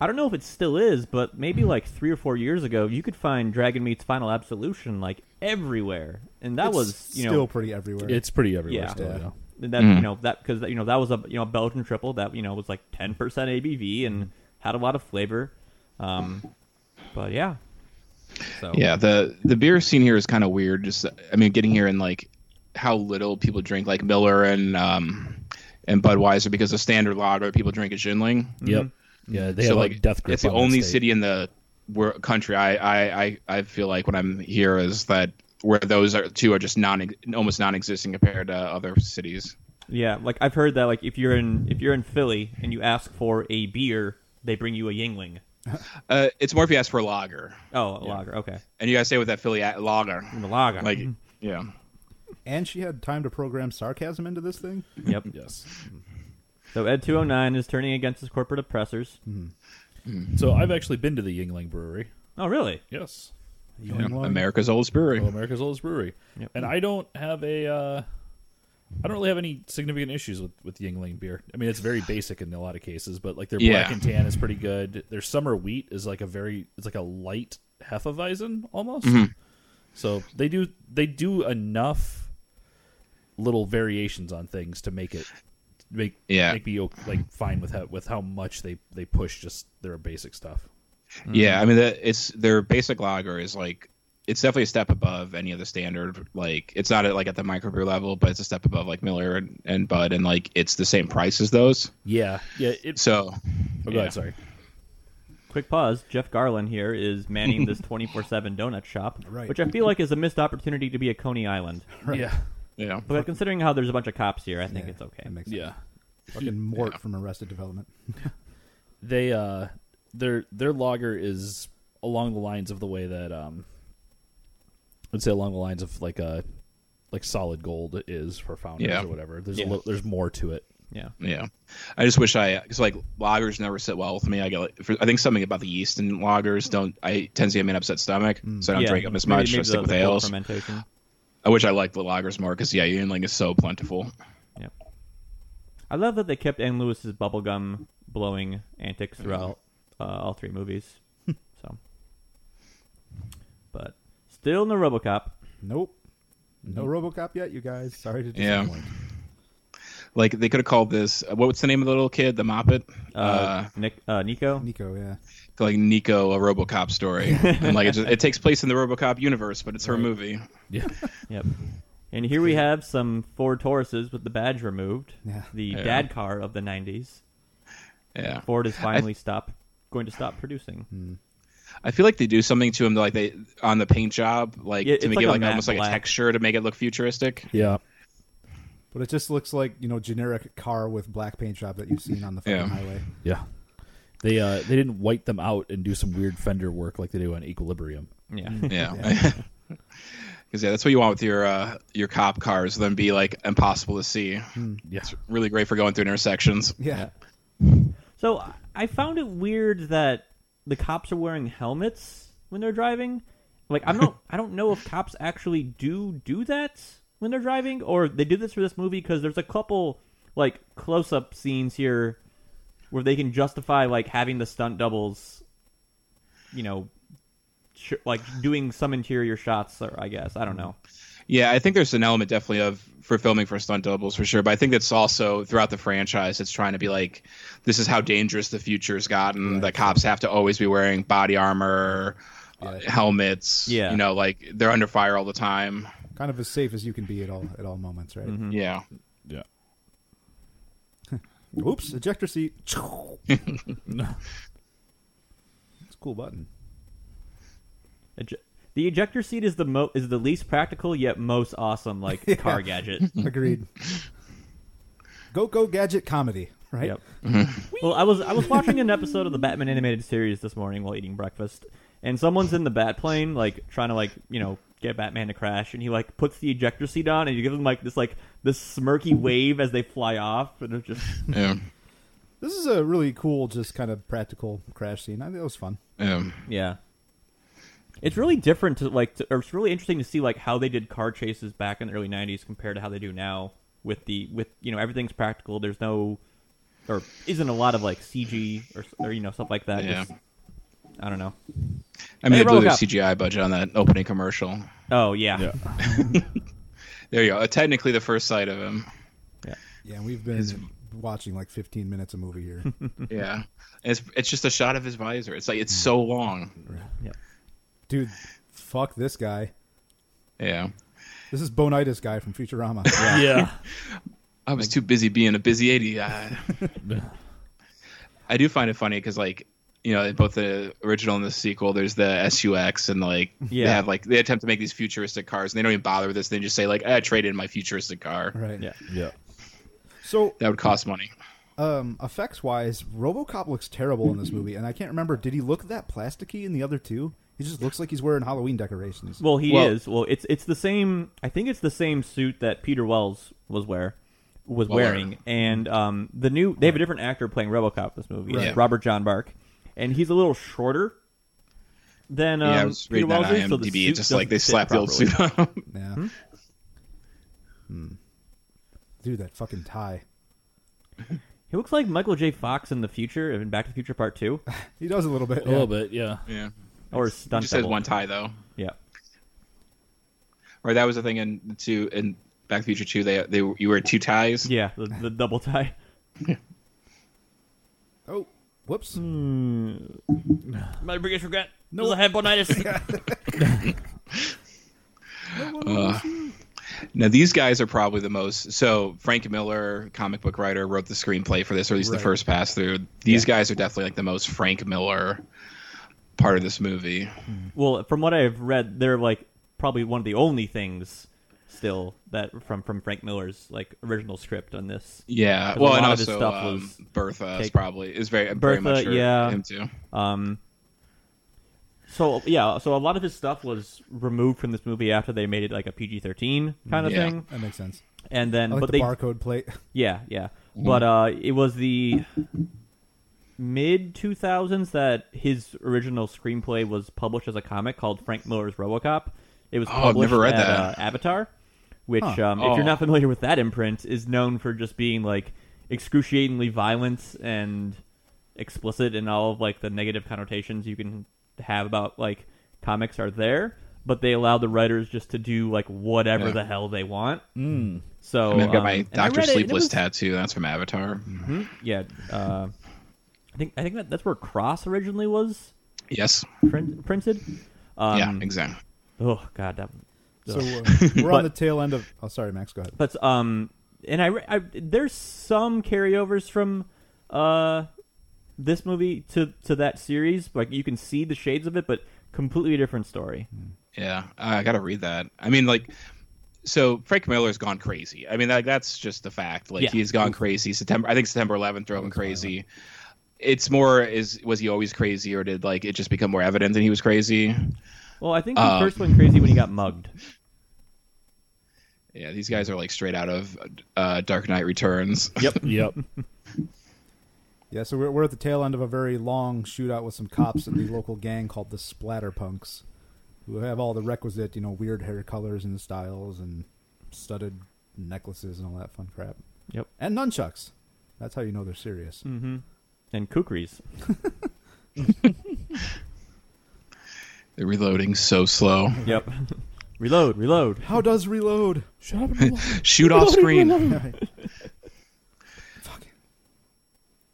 Speaker 1: I don't know if it still is, but maybe like three or four years ago, you could find Dragon Meat's Final Absolution like everywhere, and that
Speaker 2: It's
Speaker 1: was you
Speaker 2: still
Speaker 1: know
Speaker 2: pretty everywhere.
Speaker 3: it's pretty everywhere
Speaker 1: Yeah.
Speaker 3: still,
Speaker 2: Yeah.
Speaker 3: yeah.
Speaker 4: Mm-hmm.
Speaker 1: that you know that because you know that was a you know Belgian triple that you know was like ten percent ABV and had a lot of flavor, um, but yeah, so
Speaker 4: Yeah, the the beer scene here is kind of weird. Just I mean, getting here and like how little people drink like Miller and um and Budweiser because the standard lager people drink is Yinling.
Speaker 3: Yep. Yeah, they
Speaker 4: so
Speaker 3: have
Speaker 4: like
Speaker 3: like death grip.
Speaker 4: it's the
Speaker 3: on that
Speaker 4: only
Speaker 3: state.
Speaker 4: city in the wor country I, I I I feel like when I'm here is that where those are two are just non almost non-existent compared to other cities.
Speaker 1: yeah. Like I've heard that like if you're in if you're in Philly and you ask for a beer, they bring you a Yingling.
Speaker 4: Uh, it's more if you ask for a lager,
Speaker 1: Oh, a lager. Okay.
Speaker 4: and you guys say with that Philly a- lager,
Speaker 1: The lager.
Speaker 4: like yeah.
Speaker 2: and she had time to program sarcasm into this thing.
Speaker 1: yep.
Speaker 3: Yes.
Speaker 1: So Ed 209 is turning against his corporate oppressors.
Speaker 3: So I've actually been to the Yingling Brewery.
Speaker 1: Oh, really?
Speaker 3: Yes.
Speaker 4: Yeah.
Speaker 2: Yingling.
Speaker 4: America's oldest brewery.
Speaker 3: Well, Oh, America's oldest brewery.
Speaker 1: Yep.
Speaker 3: And I don't have a, uh, I don't really have any significant issues with with Yingling beer. I mean, it's very basic in a lot of cases, but like their black
Speaker 4: Yeah.
Speaker 3: and tan is pretty good. Their summer wheat is like a very, it's like a light hefeweizen almost.
Speaker 4: Mm-hmm.
Speaker 3: So they do they do enough little variations on things to make it make
Speaker 4: Yeah.
Speaker 3: make me o- like fine with how with how much they they push just their basic stuff.
Speaker 4: Yeah,
Speaker 1: Mm-hmm.
Speaker 4: I mean, the, it's their basic lager is like it's definitely a step above any of the standard. Like it's not at, like at the microbrew level, but it's a step above like Miller and, and Bud, and like it's the same price as those.
Speaker 3: Yeah, yeah. It's
Speaker 4: So
Speaker 3: oh, go
Speaker 4: yeah.
Speaker 3: ahead, sorry.
Speaker 1: Quick pause. Jeff Garland here is manning this 24 7 donut shop,
Speaker 2: Right.
Speaker 1: which I feel like is a missed opportunity to be a Coney Island.
Speaker 3: Yeah,
Speaker 4: yeah,
Speaker 1: But considering how there's a bunch of cops here, I think
Speaker 2: Yeah,
Speaker 1: it's okay.
Speaker 2: That makes sense.
Speaker 3: yeah.
Speaker 4: *laughs*
Speaker 2: Fucking Mort from Arrested Development.
Speaker 3: they uh their their logger is along the lines of the way that um I'd say along the lines of uh, like a like solid gold is for founders
Speaker 4: Yeah.
Speaker 3: or whatever. There's
Speaker 1: Yeah.
Speaker 3: a little, there's more to it.
Speaker 1: Yeah.
Speaker 4: Yeah, I just wish I because like lagers never sit well with me. I get like for, I think something about the yeast in lagers don't. I tend to get me an upset stomach, so I don't
Speaker 1: Mm. yeah,
Speaker 4: drink them as
Speaker 1: maybe-
Speaker 4: much.
Speaker 1: maybe
Speaker 4: I stick
Speaker 1: the-
Speaker 4: with
Speaker 1: the cold
Speaker 4: ales.
Speaker 1: fermentation.
Speaker 4: I wish I liked the lagers more because yeah, Yingling is so plentiful.
Speaker 1: I love that they kept Anne Lewis's bubblegum blowing antics throughout uh, all three movies. so, but still no RoboCop.
Speaker 2: Nope. No RoboCop yet, you guys. Sorry to
Speaker 4: Yeah.
Speaker 2: disappoint.
Speaker 4: Like they could have called this uh, what's the name of the little kid, the Moppet,
Speaker 1: Uh, Nick, uh, Nico.
Speaker 2: Nico, yeah.
Speaker 4: like Nico, a
Speaker 1: *laughs*
Speaker 4: RoboCop story, and like it, just, it takes place in the RoboCop universe, but it's her movie.
Speaker 3: Yeah.
Speaker 1: Yep. And here we have some Ford Tauruses with the badge removed.
Speaker 2: Yeah.
Speaker 1: The dad car of the '90s.
Speaker 4: Yeah,
Speaker 1: Ford is finally stop going to stop producing.
Speaker 4: I feel like they do something to him like they on the paint job, like
Speaker 1: Yeah, it's
Speaker 4: to make
Speaker 1: like
Speaker 4: it
Speaker 1: a
Speaker 4: like
Speaker 1: matte
Speaker 4: almost like
Speaker 1: black.
Speaker 4: a texture to make it
Speaker 1: *laughs*
Speaker 4: look futuristic.
Speaker 3: Yeah.
Speaker 2: But it just looks like, you know, generic car with black paint job that you've seen on the fucking
Speaker 4: Yeah.
Speaker 2: highway. *laughs*
Speaker 3: Yeah. They uh they didn't white them out and do some weird fender work like they do on Equilibrium.
Speaker 1: Yeah.
Speaker 4: Yeah. *laughs* Because yeah, that's what you want with your uh, your cop cars. Them be like impossible to see.
Speaker 1: Hmm.
Speaker 3: Yeah.
Speaker 4: It's really great for going through intersections.
Speaker 2: Yeah.
Speaker 1: so I- I found it weird that the cops are wearing helmets when they're driving. Like I'm not I don't know if cops actually do do that when they're driving or they do this for this movie because there's a couple like close-up scenes here where they can justify like having the stunt doubles you know sh- like doing some interior shots or I guess I don't know.
Speaker 4: Yeah, I think there's an element definitely of for filming for stunt doubles for sure. But I think that's also throughout the franchise, it's trying to be like, this is how dangerous the future's gotten. That cops have to always be wearing body armor, uh, helmets.
Speaker 1: Yeah.
Speaker 4: you know, like they're under fire all the time.
Speaker 2: Kind of as safe as you can be at all at all moments, right?
Speaker 4: Yeah,
Speaker 3: Yeah.
Speaker 2: Oops, ejector seat.
Speaker 4: *laughs*
Speaker 2: it's a cool button.
Speaker 1: Ej- the ejector seat is the mo- is the least practical yet most awesome like car gadget.
Speaker 4: Mm-hmm.
Speaker 2: Agreed. go go gadget comedy, right?
Speaker 1: Yep. well, I was I was watching an episode of the Batman animated series this morning while eating breakfast, and someone's in the bat plane like trying to like you know get Batman to crash, and he like puts the ejector seat on, and you give them like this like this smirky wave as they fly off, and it's just
Speaker 4: yeah,
Speaker 2: This is a really cool, just kind of practical crash scene. I think that was fun.
Speaker 4: yeah.
Speaker 1: yeah. It's really different to like, to, or it's really interesting to see like how they did car chases back in the early '90s compared to how they do now. With the with you know everything's practical. There's no, or isn't a lot of like CG or or you know stuff like that.
Speaker 4: Yeah.
Speaker 1: Just- I don't know.
Speaker 4: I mean,
Speaker 1: Hey,
Speaker 4: I believe
Speaker 1: Robocop.
Speaker 4: there's CGI budget on that opening commercial.
Speaker 1: Oh yeah.
Speaker 3: Yeah.
Speaker 4: There you go. Uh, Technically, the first sight of him.
Speaker 2: Yeah, and we've been watching like 15 minutes a movie here.
Speaker 4: Yeah, and it's it's just a shot of his visor. It's like it's so long.
Speaker 2: Dude, fuck this guy.
Speaker 4: Yeah,
Speaker 2: This is Bonitis guy from Futurama.
Speaker 3: Yeah.
Speaker 4: I was too busy being a busy eighty. I, I do find it funny because like you know in both the original and the sequel, there's the SUX and like
Speaker 1: Yeah.
Speaker 4: they have like they attempt to make these futuristic cars and they don't even bother with this. They just say like I traded in my futuristic car.
Speaker 2: Right.
Speaker 1: Yeah.
Speaker 3: *laughs* Yeah.
Speaker 2: So,
Speaker 4: That would cost money.
Speaker 2: um, effects wise, RoboCop looks terrible in this movie, and I can't remember. Did he look that plasticky in the other two? He just looks like he's wearing Halloween decorations.
Speaker 1: Well, he
Speaker 4: Well-
Speaker 1: is. Well, it's it's the same. I think it's the same suit that Peter Wells was wear was
Speaker 4: Well,
Speaker 1: wearing, and um, the new they have a different actor playing RoboCop this movie,
Speaker 4: Right. Yeah.
Speaker 1: Robert John Bark, and he's a little shorter than um,
Speaker 4: yeah, I was
Speaker 1: Peter
Speaker 4: reading that
Speaker 1: Wells
Speaker 4: on
Speaker 1: is. So the
Speaker 4: IMDb.
Speaker 1: suit
Speaker 4: It's just like
Speaker 1: doesn't
Speaker 4: they
Speaker 1: fit
Speaker 4: slapped the old
Speaker 1: properly.
Speaker 4: suit on. *laughs*
Speaker 2: Yeah. Hmm? Dude, that fucking tie.
Speaker 1: He looks like Michael J. Fox in the future, in Back to the Future Part
Speaker 4: *laughs*
Speaker 1: Two,
Speaker 2: He does a little bit.
Speaker 3: A little bit, yeah.
Speaker 4: yeah,
Speaker 1: or
Speaker 4: he
Speaker 1: stunt
Speaker 4: just has
Speaker 1: double.
Speaker 4: one tie though.
Speaker 1: Yeah,
Speaker 4: Or that was the thing in the two in Back to the Future Two. They they you wear two ties.
Speaker 1: yeah, the, the double tie.
Speaker 2: Oh, whoops.
Speaker 1: My biggest regret no. is I had bonitis.
Speaker 4: Now these guys are probably the most. So Frank Miller, comic book writer, wrote the screenplay for this, or at least
Speaker 2: Right.
Speaker 4: the first pass through. These guys are definitely like the most Frank Miller part of this movie.
Speaker 1: Well, from what I've read, they're like probably one of the only things still that from from Frank Miller's like original script on this.
Speaker 4: Yeah.
Speaker 1: 'Cause
Speaker 4: Well,
Speaker 1: a
Speaker 4: and
Speaker 1: lot of his
Speaker 4: also
Speaker 1: stuff
Speaker 4: um,
Speaker 1: was
Speaker 4: Bertha is
Speaker 1: take-
Speaker 4: probably is very very much
Speaker 1: Bertha,
Speaker 4: her,
Speaker 1: yeah.
Speaker 4: him too.
Speaker 1: Um, so yeah, so a lot of his stuff was removed from this movie after they made it like a PG thirteen kind of
Speaker 4: Yeah.
Speaker 1: thing,
Speaker 2: That makes sense.
Speaker 1: and then
Speaker 2: I like
Speaker 1: but
Speaker 2: the
Speaker 1: they
Speaker 2: barcode plate. *laughs*
Speaker 1: yeah yeah,
Speaker 4: Mm-hmm.
Speaker 1: But uh, it was the mid 2000s that his original screenplay was published as a comic called Frank Miller's RoboCop. It was
Speaker 4: Oh, I've
Speaker 1: published
Speaker 4: never read
Speaker 1: at,
Speaker 4: that.
Speaker 1: Uh, Avatar, which um, if
Speaker 4: Oh.
Speaker 1: you're not familiar with that imprint, is known for just being like excruciatingly violent and explicit and all of like the negative connotations you can have about like comics are there, but they allow the writers just to do like whatever
Speaker 4: Yeah. Mm-hmm.
Speaker 1: the hell they want. Mm. So
Speaker 4: I mean, I've got
Speaker 1: um,
Speaker 4: my
Speaker 1: and I
Speaker 4: Doctor
Speaker 1: read it, and it
Speaker 4: Sleepless
Speaker 1: was-
Speaker 4: tattoo. That's from Avatar.
Speaker 1: Mhm, Yeah, uh, I think I think that, that's where Cross originally was
Speaker 4: Yes.
Speaker 1: print, printed. Um,
Speaker 4: yeah. Exactly.
Speaker 1: Oh God, that
Speaker 2: So uh, we're
Speaker 1: But-
Speaker 2: on the tail end of. Oh, sorry, Max. Go ahead.
Speaker 1: But um, and I, re- I there's some carryovers from uh this movie to to that series. Like you can see the shades of it, but completely different story.
Speaker 4: Yeah, I gotta read that. I mean, like, so Frank Miller's gone crazy. I mean, like that's just the fact. Like
Speaker 1: Yeah.
Speaker 4: he's gone crazy. September, I think September 11th drove him crazy. It's more is was he always crazy, or did like it just become more evident that he was crazy?
Speaker 1: Well, I think he
Speaker 4: Uh,
Speaker 1: first went crazy when he got mugged.
Speaker 4: Yeah, these guys are like straight out of uh, Dark Knight Returns.
Speaker 3: *laughs* Yep. yep.
Speaker 2: Yeah, so we're, we're at the tail end of a very long shootout with some cops and the local gang called the Splatterpunks, who have all the requisite, you know, weird hair colors and styles and studded necklaces and all that fun crap.
Speaker 1: Yep. Hmm.
Speaker 2: And nunchucks. That's how you know they're serious.
Speaker 1: Mm-hmm. And
Speaker 4: *laughs*
Speaker 1: Kukri's.
Speaker 4: They're reloading so slow.
Speaker 1: Yep. *laughs* reload, reload.
Speaker 2: How does
Speaker 1: *laughs*
Speaker 2: reload? *laughs*
Speaker 3: Shut up. And
Speaker 4: Shoot off screen.
Speaker 2: Fuck.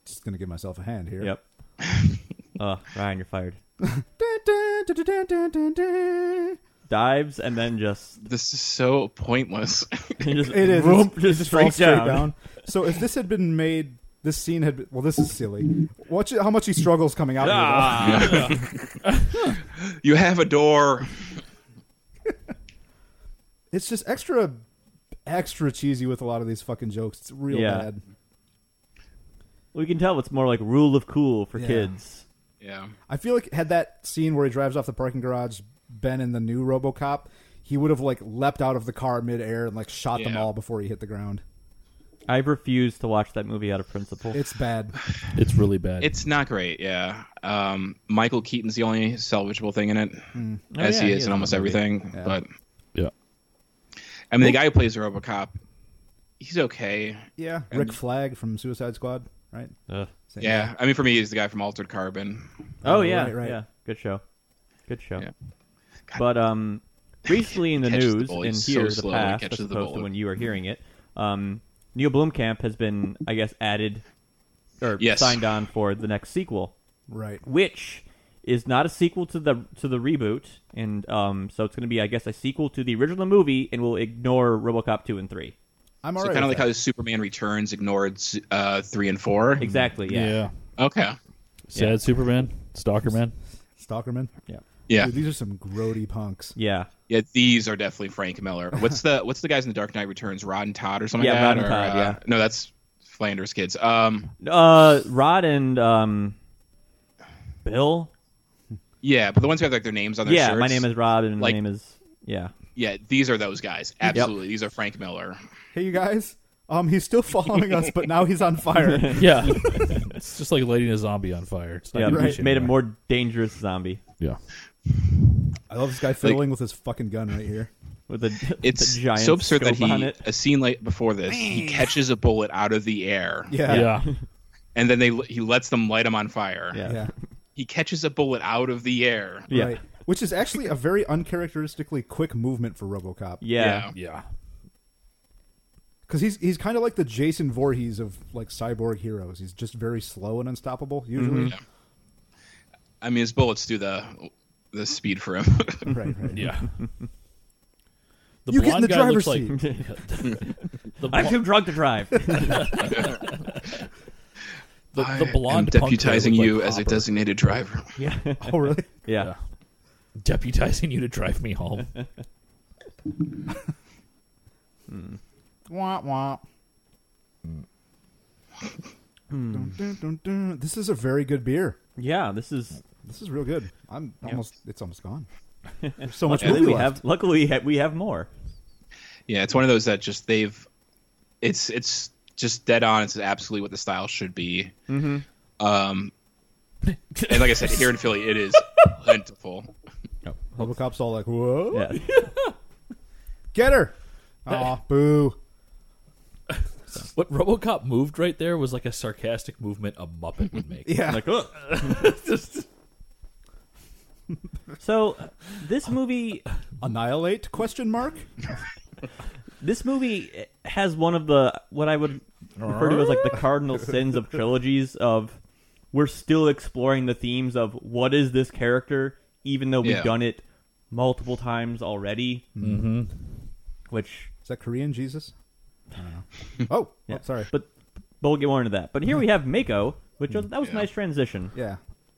Speaker 2: Just gonna give myself a hand here.
Speaker 1: Yep. *laughs* Uh, Ryan, you're fired.
Speaker 2: Dun, dun, dun, dun, dun, dun, dun.
Speaker 1: Dives and then just,
Speaker 4: This is so pointless. *laughs*
Speaker 1: *laughs* just
Speaker 2: It is.
Speaker 1: vroom,
Speaker 2: It's-
Speaker 1: just
Speaker 2: it
Speaker 1: straight
Speaker 2: falls
Speaker 1: down. *laughs*
Speaker 2: So if this had been made, this scene had been, well, this is silly. Watch it- how much he struggles coming out.
Speaker 1: Ah.
Speaker 2: Here,
Speaker 4: you have a door.
Speaker 2: though. it's just extra, extra cheesy with a lot of these fucking jokes. It's real
Speaker 1: Yeah.
Speaker 2: bad.
Speaker 1: We can tell it's more like rule of cool for
Speaker 2: Yeah.
Speaker 1: kids.
Speaker 4: Yeah.
Speaker 2: I feel like had that scene where he drives off the parking garage, Ben in the new RoboCop, he would have like leapt out of the car midair and like shot them
Speaker 4: Yeah.
Speaker 2: all before he hit the ground.
Speaker 1: I've refused to watch that movie out of principle.
Speaker 2: It's
Speaker 4: *sighs*
Speaker 2: bad.
Speaker 3: it's really bad.
Speaker 4: It's not great, yeah. Um, Michael Keaton's the only salvageable thing in it,
Speaker 2: Hmm.
Speaker 1: Oh,
Speaker 4: as
Speaker 1: yeah,
Speaker 4: he
Speaker 1: he
Speaker 4: is
Speaker 1: is
Speaker 4: in
Speaker 1: in
Speaker 4: almost
Speaker 1: the movie.
Speaker 4: everything.
Speaker 2: Yeah.
Speaker 4: But
Speaker 3: yeah.
Speaker 4: I mean, the guy who plays RoboCop, he's okay.
Speaker 2: Yeah, Rick Flag from Suicide Squad, right?
Speaker 1: Ugh.
Speaker 2: Same guy.
Speaker 4: Yeah, I mean, for me, he's the guy from Altered Carbon.
Speaker 1: Oh,
Speaker 2: Oh,
Speaker 1: yeah,
Speaker 2: right, right.
Speaker 1: yeah. Good show, good show.
Speaker 4: Yeah.
Speaker 1: But
Speaker 4: *laughs*
Speaker 1: um, recently in the
Speaker 4: Catches the
Speaker 1: news,
Speaker 4: ball.
Speaker 1: in
Speaker 4: He's so
Speaker 1: here the
Speaker 4: slow. He
Speaker 1: past,
Speaker 4: catches
Speaker 1: as
Speaker 4: the
Speaker 1: opposed to
Speaker 4: ball.
Speaker 1: when you are hearing it, um, Neil Blomkamp has been, I guess, added or
Speaker 4: Yes.
Speaker 1: signed on for the next sequel,
Speaker 2: Right.
Speaker 1: which is not a sequel to the to the reboot, and um, so it's going to be, I guess, a sequel to the original movie, and will ignore RoboCop two and three.
Speaker 2: I'm
Speaker 4: So
Speaker 2: alright.
Speaker 4: kind of
Speaker 2: with
Speaker 4: like
Speaker 2: that.
Speaker 4: how Superman Returns ignored uh, three and four.
Speaker 1: Exactly.
Speaker 3: yeah.
Speaker 1: Yeah.
Speaker 4: Okay.
Speaker 3: Sad
Speaker 1: Yeah.
Speaker 3: Superman. Stalker Man.
Speaker 2: Stalkerman.
Speaker 1: Yeah.
Speaker 4: Yeah,
Speaker 2: Dude, these are some grody punks.
Speaker 1: Yeah.
Speaker 4: yeah. These are definitely Frank Miller. What's the What's the guys in the Dark Knight Returns? Rod and Todd or something
Speaker 1: Yeah,
Speaker 4: like
Speaker 1: Rod
Speaker 4: that.
Speaker 1: and
Speaker 4: or,
Speaker 1: Todd,
Speaker 4: uh,
Speaker 1: yeah.
Speaker 4: No, that's Flanders kids. Um,
Speaker 1: Uh, Rod and um, Bill.
Speaker 4: yeah, but the ones who have like their names on their
Speaker 1: Yeah,
Speaker 4: shirts.
Speaker 1: my name is Rob, and
Speaker 4: Like-
Speaker 1: my name is yeah.
Speaker 4: Yeah, these are those guys. Absolutely, these are Frank Miller.
Speaker 2: Hey, you guys. Um, he's still following us, but now he's on
Speaker 3: *laughs*
Speaker 2: fire.
Speaker 3: Yeah. it's just like lighting a zombie on fire. It's not
Speaker 1: Yeah,
Speaker 3: gonna
Speaker 2: right.
Speaker 3: reach
Speaker 1: made a
Speaker 3: anywhere.
Speaker 1: more dangerous zombie
Speaker 3: Yeah.
Speaker 2: I love this guy fiddling with his fucking gun right here.
Speaker 1: with a, *laughs*
Speaker 4: It's
Speaker 1: a giant
Speaker 4: so absurd that
Speaker 1: scope on
Speaker 4: he
Speaker 1: it.
Speaker 4: a scene like before this he catches a bullet out of the air
Speaker 2: Yeah. *laughs*
Speaker 3: Yeah.
Speaker 4: and then they he lets them light him on fire.
Speaker 1: Yeah.
Speaker 2: Yeah.
Speaker 4: He catches a bullet out of the air.
Speaker 1: Yeah.
Speaker 2: Right. Which is actually a very uncharacteristically quick movement for RoboCop.
Speaker 1: Yeah.
Speaker 3: Yeah.
Speaker 2: Because he's he's kind of like the Jason Voorhees of like cyborg heroes. He's just very slow and unstoppable usually.
Speaker 1: Mm-hmm.
Speaker 4: I mean his bullets do the the speed for him.
Speaker 2: Right. Right.
Speaker 3: Yeah.
Speaker 2: *laughs*
Speaker 3: The
Speaker 2: You get in
Speaker 3: blonde
Speaker 2: the
Speaker 3: guy
Speaker 2: driver's
Speaker 3: looks
Speaker 2: seat.
Speaker 3: like *laughs* the,
Speaker 1: I'm
Speaker 3: blo-
Speaker 1: too drunk to
Speaker 2: *laughs*
Speaker 1: drive.
Speaker 3: the,
Speaker 4: I
Speaker 3: the
Speaker 4: am
Speaker 3: blonde punk guy
Speaker 4: deputizing
Speaker 3: looked
Speaker 4: you
Speaker 3: like
Speaker 4: as a
Speaker 3: Hopper.
Speaker 4: designated driver.
Speaker 1: yeah. *laughs* yeah.
Speaker 2: Oh really?
Speaker 3: *laughs* deputizing you to drive me home.
Speaker 2: *laughs* Womp womp. Dun, dun, dun, dun. Hmm. This is a very good beer.
Speaker 1: Yeah, This is
Speaker 2: This is real good. I'm almost. It's almost gone.
Speaker 1: *laughs*
Speaker 2: There's so much
Speaker 1: luckily
Speaker 2: movie
Speaker 1: we
Speaker 2: left.
Speaker 1: have. Luckily we have, we have more.
Speaker 4: Yeah, it's one of those that just they've it's it's just dead on. It's absolutely what the style should be.
Speaker 1: Mhm.
Speaker 4: Um, and like I said, here in Philly, it is plentiful.
Speaker 2: RoboCop's all like, "Whoa,
Speaker 1: Yeah.
Speaker 2: get her!" Aw, boo.
Speaker 3: What RoboCop moved right there was like a sarcastic movement a Muppet would
Speaker 2: *laughs*
Speaker 3: make.
Speaker 2: Yeah,
Speaker 1: like, "Ugh." so this movie
Speaker 2: annihilate? Question mark.
Speaker 1: this movie has one of the what I would refer to as like the cardinal sins of trilogies of we're still exploring the themes of what is this character even though we've
Speaker 4: Yeah.
Speaker 1: done it multiple times already mm-hmm. which
Speaker 2: Is that Korean Jesus? I don't know. Oh,
Speaker 1: yeah
Speaker 2: oh, sorry.
Speaker 1: but but we'll get more into that but here we have Mako which was, that was a nice transition
Speaker 2: yeah,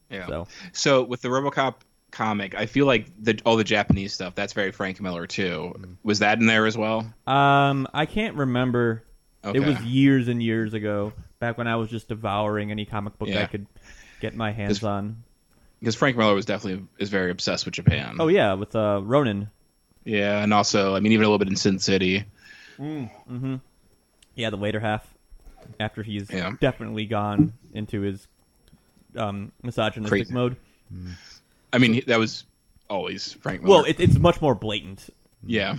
Speaker 4: Yeah.
Speaker 1: so
Speaker 4: So with the RoboCop comic, I feel like the all the Japanese stuff that's very Frank Miller too.
Speaker 1: Mm-hmm.
Speaker 4: Was that in there as well?
Speaker 1: um I can't remember
Speaker 4: Okay.
Speaker 1: it was years and years ago back when I was just devouring any comic book I
Speaker 4: Yeah.
Speaker 1: could get my hands
Speaker 4: This-
Speaker 1: on
Speaker 4: because Frank Miller was definitely is very obsessed with Japan.
Speaker 1: oh yeah with uh Ronin
Speaker 4: yeah, and also I mean even a little bit in Sin City.
Speaker 1: Yeah, the later half, after he's
Speaker 4: Yeah.
Speaker 1: definitely gone into his um, misogynistic
Speaker 4: Crazy.
Speaker 1: mode.
Speaker 4: I mean he- that was always Frank Miller.
Speaker 1: Well, it, it's much more blatant.
Speaker 4: yeah,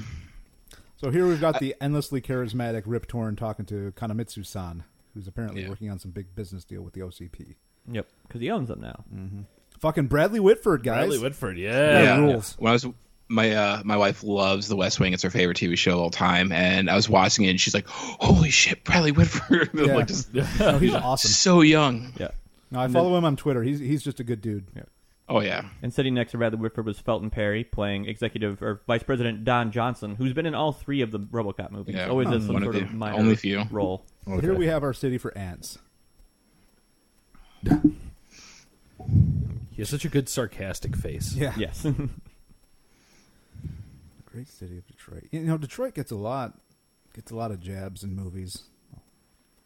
Speaker 2: So here we've got the endlessly charismatic Rip Torn talking to Kanamitsu-san, who's apparently
Speaker 4: Yeah.
Speaker 2: working on some big business deal with the OCP.
Speaker 1: Yep, because he owns them now.
Speaker 4: Mm.
Speaker 2: Fucking Bradley Whitford, guys.
Speaker 3: Bradley Whitford, yeah.
Speaker 4: yeah.
Speaker 2: rules.
Speaker 4: When I was my uh, my wife loves The West Wing. It's her favorite TV show of all time, and I was watching it, and she's like, "Holy shit, Bradley Whitford!" *laughs*
Speaker 2: Yeah.
Speaker 4: like just
Speaker 2: *laughs* No, he's awesome.
Speaker 4: so young.
Speaker 1: Yeah,
Speaker 2: No, I follow him on Twitter. He's he's just a good dude.
Speaker 4: Oh yeah,
Speaker 1: and sitting next to Bradley Whitford was Felton Perry playing executive or Vice President Don Johnson, who's been in all three of the RoboCop movies.
Speaker 4: Yeah, Hmm.
Speaker 1: Always has some
Speaker 4: one of
Speaker 1: sort of
Speaker 4: the-
Speaker 1: minor
Speaker 4: only few.
Speaker 1: role.
Speaker 2: So Here we have our city for ants.
Speaker 3: He has such a good sarcastic face.
Speaker 2: Yeah.
Speaker 1: Yes, *laughs*
Speaker 2: Great city of Detroit. You know, Detroit gets a lot gets a lot of jabs in movies,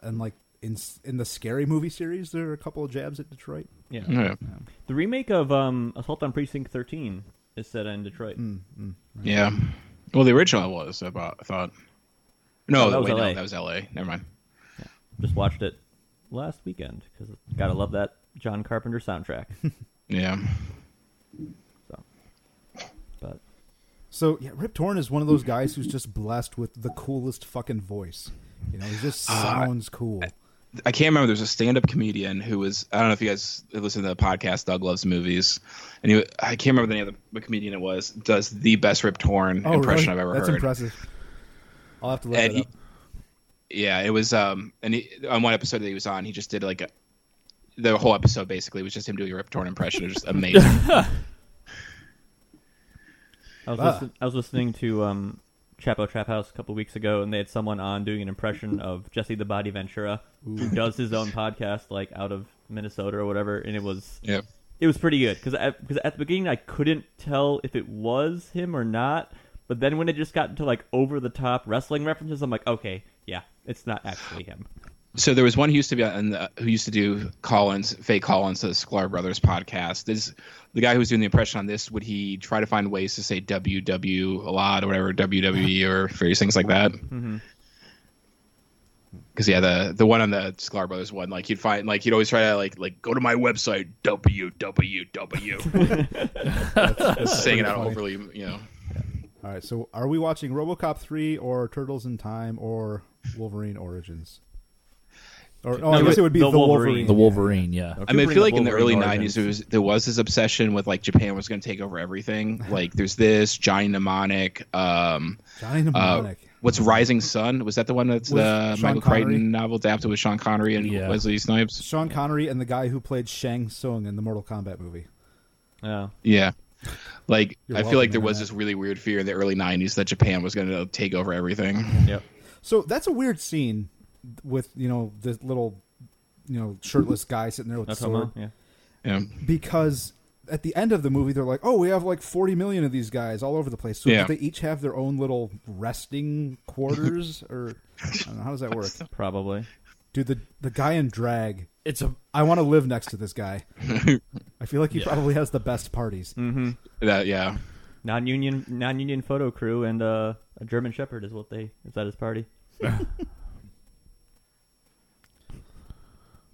Speaker 2: and like in in the scary movie series, there are a couple of jabs at Detroit.
Speaker 1: yeah.
Speaker 4: yeah.
Speaker 1: The remake of um, Assault on Precinct Thirteen is set in Detroit.
Speaker 4: Yeah. Well, the original was about I thought. No,
Speaker 1: Oh, that was
Speaker 4: wait,
Speaker 1: LA.
Speaker 4: no, that was L.A. Never mind.
Speaker 1: Just watched it last weekend because gotta love that John Carpenter soundtrack.
Speaker 4: Yeah.
Speaker 1: so, but
Speaker 2: So yeah, Rip Torn is one of those guys who's just blessed with the coolest fucking voice. You know, he just
Speaker 4: Uh,
Speaker 2: sounds cool.
Speaker 4: I can't remember. There's a stand-up comedian who was I don't know if you guys listen to the podcast Doug Loves Movies, and he I can't remember the name of the comedian it was. Does the best Rip Torn
Speaker 2: Oh,
Speaker 4: impression
Speaker 2: really?
Speaker 4: I've ever
Speaker 2: That's
Speaker 4: heard.
Speaker 2: impressive. I'll have to look
Speaker 4: And
Speaker 2: that
Speaker 4: he,
Speaker 2: up.
Speaker 4: yeah, it was um and he, on one episode that he was on, he just did like a, the whole episode basically was just him doing a Rip Torn impression. It was
Speaker 2: *laughs*
Speaker 4: just amazing.
Speaker 1: I was,
Speaker 2: Ah.
Speaker 1: listen- I was listening to um, Chapo Trap House a couple weeks ago, and they had someone on doing an impression of Jesse the Body Ventura, who does his own podcast, like out of Minnesota or whatever. And it was
Speaker 4: yeah.
Speaker 1: it was pretty good because because at the beginning I couldn't tell if it was him or not, but then when it just got into like over the top wrestling references, I'm like, okay, yeah, it's not actually him.
Speaker 4: So there was one who used to be on the, who used to do Collins, fake Collins, the Sklar Brothers podcast. This the guy who was doing the impression on this. Would he try to find ways to say WW a lot or whatever WWE or various things like that? Because yeah, the the one on the Sklar Brothers one, like he'd find like he'd always try to like like go to my website WWW, Just saying it out
Speaker 2: funny.
Speaker 4: overly, you know.
Speaker 2: All right, so are we watching RoboCop three or Turtles in Time or Wolverine Origins? Or oh, I
Speaker 1: No,
Speaker 2: guess
Speaker 1: the-
Speaker 2: it would be the,
Speaker 1: the
Speaker 2: Wolverine.
Speaker 1: Wolverine.
Speaker 3: The Wolverine, yeah.
Speaker 4: I mean, I
Speaker 1: Bring
Speaker 4: feel
Speaker 1: up
Speaker 4: like in the early
Speaker 1: Wolverine
Speaker 4: '90s, there was, there was this obsession with like Japan was going to take over
Speaker 2: *laughs*
Speaker 4: everything. Like, there's this Johnny Mnemonic. Um,
Speaker 2: Johnny
Speaker 4: uh,
Speaker 2: Mnemonic.
Speaker 4: what's Rising Sun? Was that the one that's
Speaker 2: With
Speaker 4: the
Speaker 2: Sean
Speaker 4: Michael
Speaker 2: Connery?
Speaker 4: Crichton novel adapted with Sean Connery and
Speaker 3: Yeah.
Speaker 4: Wesley Snipes?
Speaker 2: Sean Connery and the guy who played Shang Tsung in the Mortal Kombat movie.
Speaker 1: Yeah,
Speaker 4: Yeah. Like,
Speaker 2: You're
Speaker 4: I feel like
Speaker 2: welcome,
Speaker 4: there was
Speaker 2: Internet.
Speaker 4: this really weird fear in the early '90s that Japan was going to take over everything.
Speaker 2: *laughs*
Speaker 1: yep.
Speaker 2: So that's a weird scene with you know this little you know shirtless guy sitting there with the
Speaker 1: That's
Speaker 2: sword
Speaker 1: him. Yeah.
Speaker 4: Yeah.
Speaker 2: because at the end of the movie they're like, oh, we have like forty million of these guys all over the place. So
Speaker 4: Yeah.
Speaker 2: do they each have their own little resting quarters, or I don't know, how does that work?
Speaker 1: Probably.
Speaker 2: Dude, the the guy in drag.
Speaker 3: It's a
Speaker 2: I want to live next to this guy. I feel like he probably has the best parties.
Speaker 1: Mm-hmm.
Speaker 4: That yeah.
Speaker 1: Non-union, non-union photo crew, and uh, a German Shepherd is what they is that his party.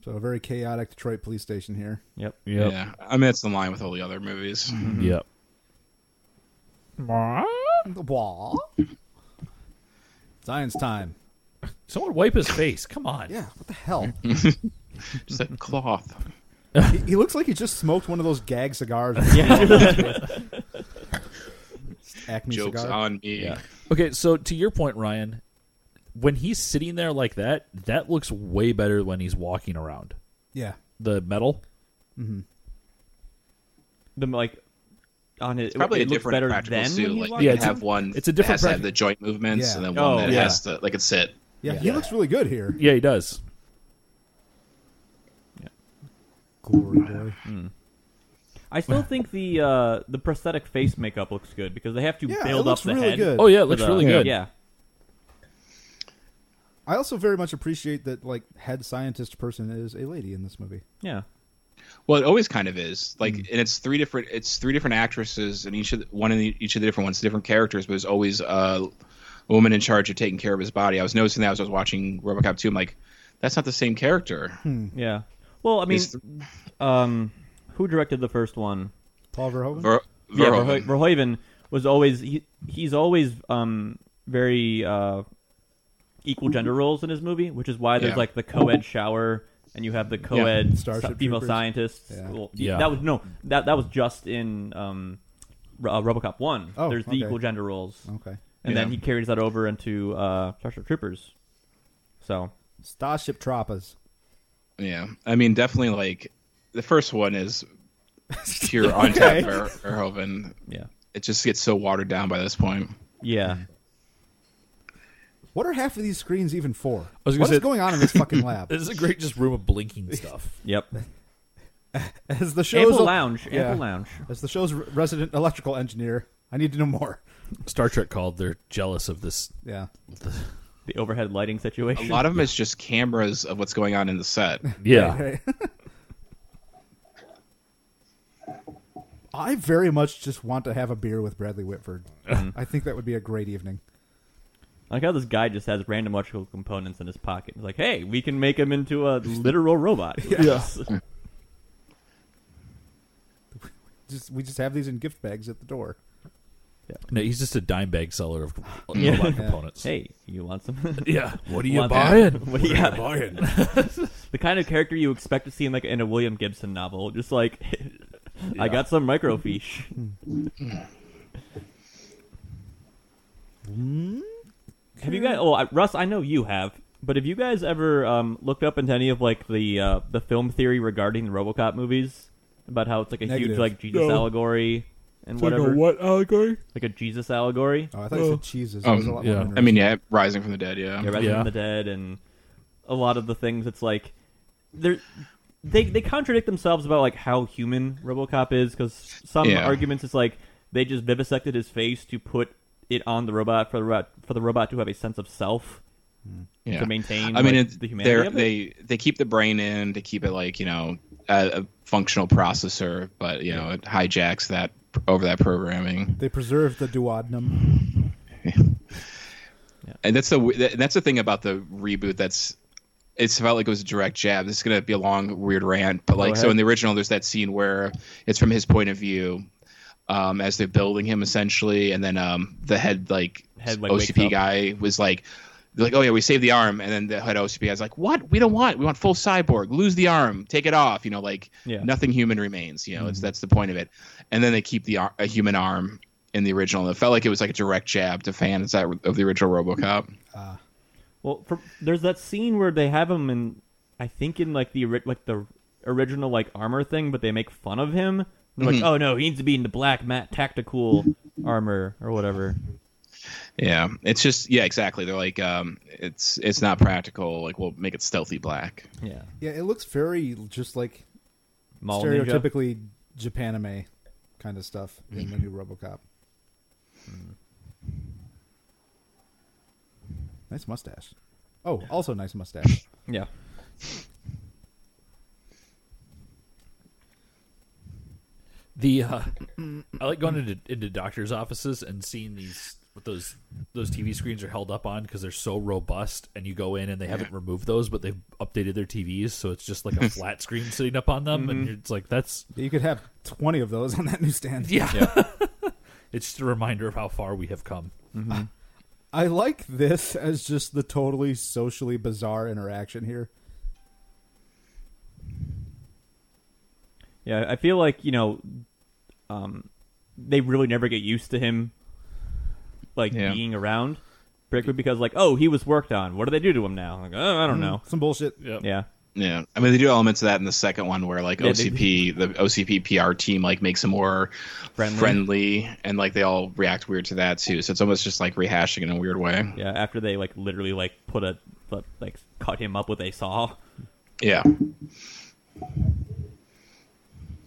Speaker 2: So a very chaotic Detroit police station here.
Speaker 1: Yep.
Speaker 3: Yep.
Speaker 4: Yeah, I mean that's in line with all the other movies.
Speaker 2: Mm-hmm.
Speaker 3: Yep.
Speaker 2: Wah. Science time.
Speaker 3: Someone wipe his face. Come on.
Speaker 2: Yeah, what the
Speaker 4: *laughs*
Speaker 2: hell?
Speaker 4: Just like cloth.
Speaker 2: he, he looks like he just smoked one of those gag cigars. Acme
Speaker 4: Jokes
Speaker 2: cigar.
Speaker 4: on me.
Speaker 3: Okay, so to your point, Ryan, when he's sitting there like that, that looks way better than when he's walking around.
Speaker 2: Yeah.
Speaker 3: The metal.
Speaker 1: The like on his,
Speaker 4: It's probably
Speaker 1: it
Speaker 4: a
Speaker 1: looks
Speaker 4: different
Speaker 1: better
Speaker 4: practical
Speaker 1: then
Speaker 4: suit.
Speaker 1: when he
Speaker 4: Like
Speaker 1: walked
Speaker 4: you
Speaker 3: Yeah,
Speaker 1: in.
Speaker 3: it's a-
Speaker 4: have one.
Speaker 3: it's a
Speaker 4: that
Speaker 3: different
Speaker 4: has to have
Speaker 3: practic-
Speaker 4: the joint movements,
Speaker 2: Yeah.
Speaker 4: and then
Speaker 1: Oh,
Speaker 4: one that
Speaker 1: yeah.
Speaker 4: has to like it's sit.
Speaker 2: Yeah, he looks really good here.
Speaker 3: Yeah, he does.
Speaker 2: Glory boy.
Speaker 1: I still think the uh, the prosthetic face makeup looks good because they have to
Speaker 2: Yeah, it
Speaker 1: build
Speaker 2: looks
Speaker 1: up the
Speaker 2: really
Speaker 1: head.
Speaker 2: good.
Speaker 3: Oh yeah, it
Speaker 1: for
Speaker 3: looks
Speaker 1: the-
Speaker 3: really good.
Speaker 1: Yeah.
Speaker 2: I also very much appreciate that like head scientist person is a lady in this movie.
Speaker 1: Yeah.
Speaker 4: Well, it always kind of is. Like,
Speaker 3: Mm.
Speaker 4: and it's three different. It's three different actresses, and each of the, one in the, each of the different ones, different characters, but it's always uh, a woman in charge of taking care of his body. I was noticing that as I was watching RoboCop 2. I'm like, that's not the same character.
Speaker 3: Hmm.
Speaker 1: Yeah. Well, I mean,
Speaker 4: It's
Speaker 1: um, who directed the first one?
Speaker 2: Paul Verhoeven.
Speaker 4: Ver,
Speaker 1: Yeah, Verho-
Speaker 4: Verhoeven.
Speaker 1: Verhoeven was always he, he's always um very uh equal gender roles in his movie, which is why there's
Speaker 4: Yeah.
Speaker 1: like the co-ed shower and you have the co-ed
Speaker 2: *laughs* Starship
Speaker 1: sci- female
Speaker 2: Troopers.
Speaker 1: scientists.
Speaker 2: Yeah.
Speaker 1: Well,
Speaker 3: Yeah.
Speaker 1: That was no that that was just in um Ro- uh, RoboCop 1.
Speaker 2: Oh,
Speaker 1: there's the
Speaker 2: okay. Oh.
Speaker 1: equal gender roles.
Speaker 2: Okay.
Speaker 1: And then
Speaker 4: Yeah.
Speaker 1: he carries that over into uh Starship Troopers. So,
Speaker 2: Starship Troopers.
Speaker 4: Yeah, I mean, definitely like the first
Speaker 3: *laughs*
Speaker 4: one is pure untapped Ver, Verhoeven.
Speaker 1: yeah.
Speaker 4: It just gets so watered down by this point.
Speaker 1: Yeah.
Speaker 4: Mm-hmm.
Speaker 2: What are half of these screens even for?
Speaker 3: I was gonna
Speaker 2: What is
Speaker 3: say-
Speaker 2: going on in this fucking
Speaker 3: *laughs*
Speaker 2: lab?
Speaker 3: This is a great just room of blinking stuff.
Speaker 1: Yep.
Speaker 2: *laughs* As the show's
Speaker 1: Ample
Speaker 2: a-
Speaker 1: lounge.
Speaker 2: Yeah.
Speaker 1: Ample lounge.
Speaker 2: As the show's re- resident electrical engineer, I need to know more.
Speaker 3: *laughs* Star Trek called. They're jealous of this.
Speaker 2: Yeah.
Speaker 1: The overhead lighting
Speaker 4: A
Speaker 1: situation.
Speaker 4: lot of them is just cameras of what's going on in the set.
Speaker 3: Yeah.
Speaker 2: Okay. *laughs* I very much just want to have a beer with Bradley Whitford. I think that would be a great evening.
Speaker 1: I like how this guy just has random electrical components in his pocket. He's like, hey, we can make him into
Speaker 4: *laughs*
Speaker 1: a literal robot. Yes.
Speaker 2: Just we just have these in gift bags at the door.
Speaker 3: No, he's just a dime bag seller of
Speaker 1: *laughs* Yeah.
Speaker 3: robot components.
Speaker 1: *laughs* hey, you want some? *laughs*
Speaker 3: Yeah. What are you
Speaker 1: Want
Speaker 3: buying?
Speaker 1: that? *laughs* What are you buying? the kind of character you expect to see in like in a William Gibson novel. Just like, *laughs* *laughs* I got some
Speaker 3: *laughs*
Speaker 1: microfiche. Hmm? have you guys? Oh, I- Russ, I know you have. But have you guys ever um, looked up into any of like the uh, the film theory regarding the RoboCop movies about how it's like a
Speaker 2: Negative.
Speaker 1: huge like Jesus
Speaker 3: No.
Speaker 1: allegory and whatever,
Speaker 3: what allegory?
Speaker 1: like a Jesus allegory?
Speaker 2: Oh, I thought you
Speaker 3: Well,
Speaker 2: said cheeses. That was a
Speaker 4: um,
Speaker 2: lot
Speaker 3: yeah.
Speaker 2: more
Speaker 4: I mean, yeah, Rising from the Dead. Yeah,
Speaker 1: yeah, Rising
Speaker 3: Yeah.
Speaker 1: from the Dead, and a lot of the things. It's like they're they they contradict themselves about like how human RoboCop is because some
Speaker 4: Yeah.
Speaker 1: arguments it's like they just vivisected his face to put it on the robot for the robot, for the robot to have a sense of self
Speaker 4: yeah.
Speaker 1: to maintain.
Speaker 4: I mean,
Speaker 1: like,
Speaker 4: it's
Speaker 1: the humanity
Speaker 4: they're-
Speaker 1: of it.
Speaker 4: they they keep the brain in to keep it like you know a, a functional processor, but you know it hijacks that over that programming,
Speaker 2: They preserved the duodenum.
Speaker 4: and that's the that- that's the thing about the reboot. That's it's felt like it was a direct jab. This is gonna be a long weird rant, but like so
Speaker 1: ahead.
Speaker 4: in the original, there's that scene where it's from his point of view. Um, as they're building him essentially, and then um, the head like,
Speaker 1: Head, like, wakes
Speaker 4: OCP
Speaker 1: up.
Speaker 4: guy was like, they're like, oh yeah, we saved the arm, and then the head OCP guy's like, what? We don't want. It. We want full cyborg. Lose the arm. Take it off. You know, like
Speaker 1: Yeah.
Speaker 4: nothing human remains. You know, it's that's the point of it. And then they keep the ar- a human arm in the original. And it felt like it was like a direct jab to fans that, of the original RoboCop.
Speaker 1: Well, for, there's that scene where they have him in, I think in like the ori- like the original like armor thing, but they make fun of him. They're
Speaker 4: Mm-hmm.
Speaker 1: like, oh no, he needs to be in the black mat tactical armor or whatever.
Speaker 4: Yeah, it's just yeah, exactly. They're like, um, it's it's not practical. Like we'll make it stealthy black.
Speaker 1: Yeah,
Speaker 2: Yeah, it looks very just like
Speaker 1: Mall ninja.
Speaker 2: stereotypically Japanime kind of stuff in the new RoboCop. Nice mustache. Oh, also nice mustache.
Speaker 1: Yeah.
Speaker 3: *laughs* The uh, I like going into into doctors' offices and seeing these what those those TV screens are held up on because they're so robust, and you go in and they haven't removed those, but they've updated their TVs, so it's just like *laughs* a flat screen sitting up on them, and it's like that's
Speaker 2: You could have 20 of those on that newsstand.
Speaker 3: yeah. *laughs* it's just a reminder of how far we have come.
Speaker 2: I like this as just the totally socially bizarre interaction here.
Speaker 1: Yeah, I feel like you know, um, they really never get used to him, like
Speaker 4: Yeah.
Speaker 1: being around. Brickwood because like, oh, he was worked on. What do they do to him now? Like, oh, I don't know.
Speaker 2: Some bullshit.
Speaker 3: Yep.
Speaker 1: Yeah,
Speaker 4: Yeah, I mean they do elements of that in the second one where like
Speaker 1: Yeah, they-
Speaker 4: OCP, the OCP PR team like makes them more
Speaker 1: Friendly.
Speaker 4: friendly. and like they all react weird to that too. So it's almost just like rehashing in a weird way.
Speaker 1: yeah. After they like literally like put a put, like cut him up with a saw.
Speaker 4: Yeah,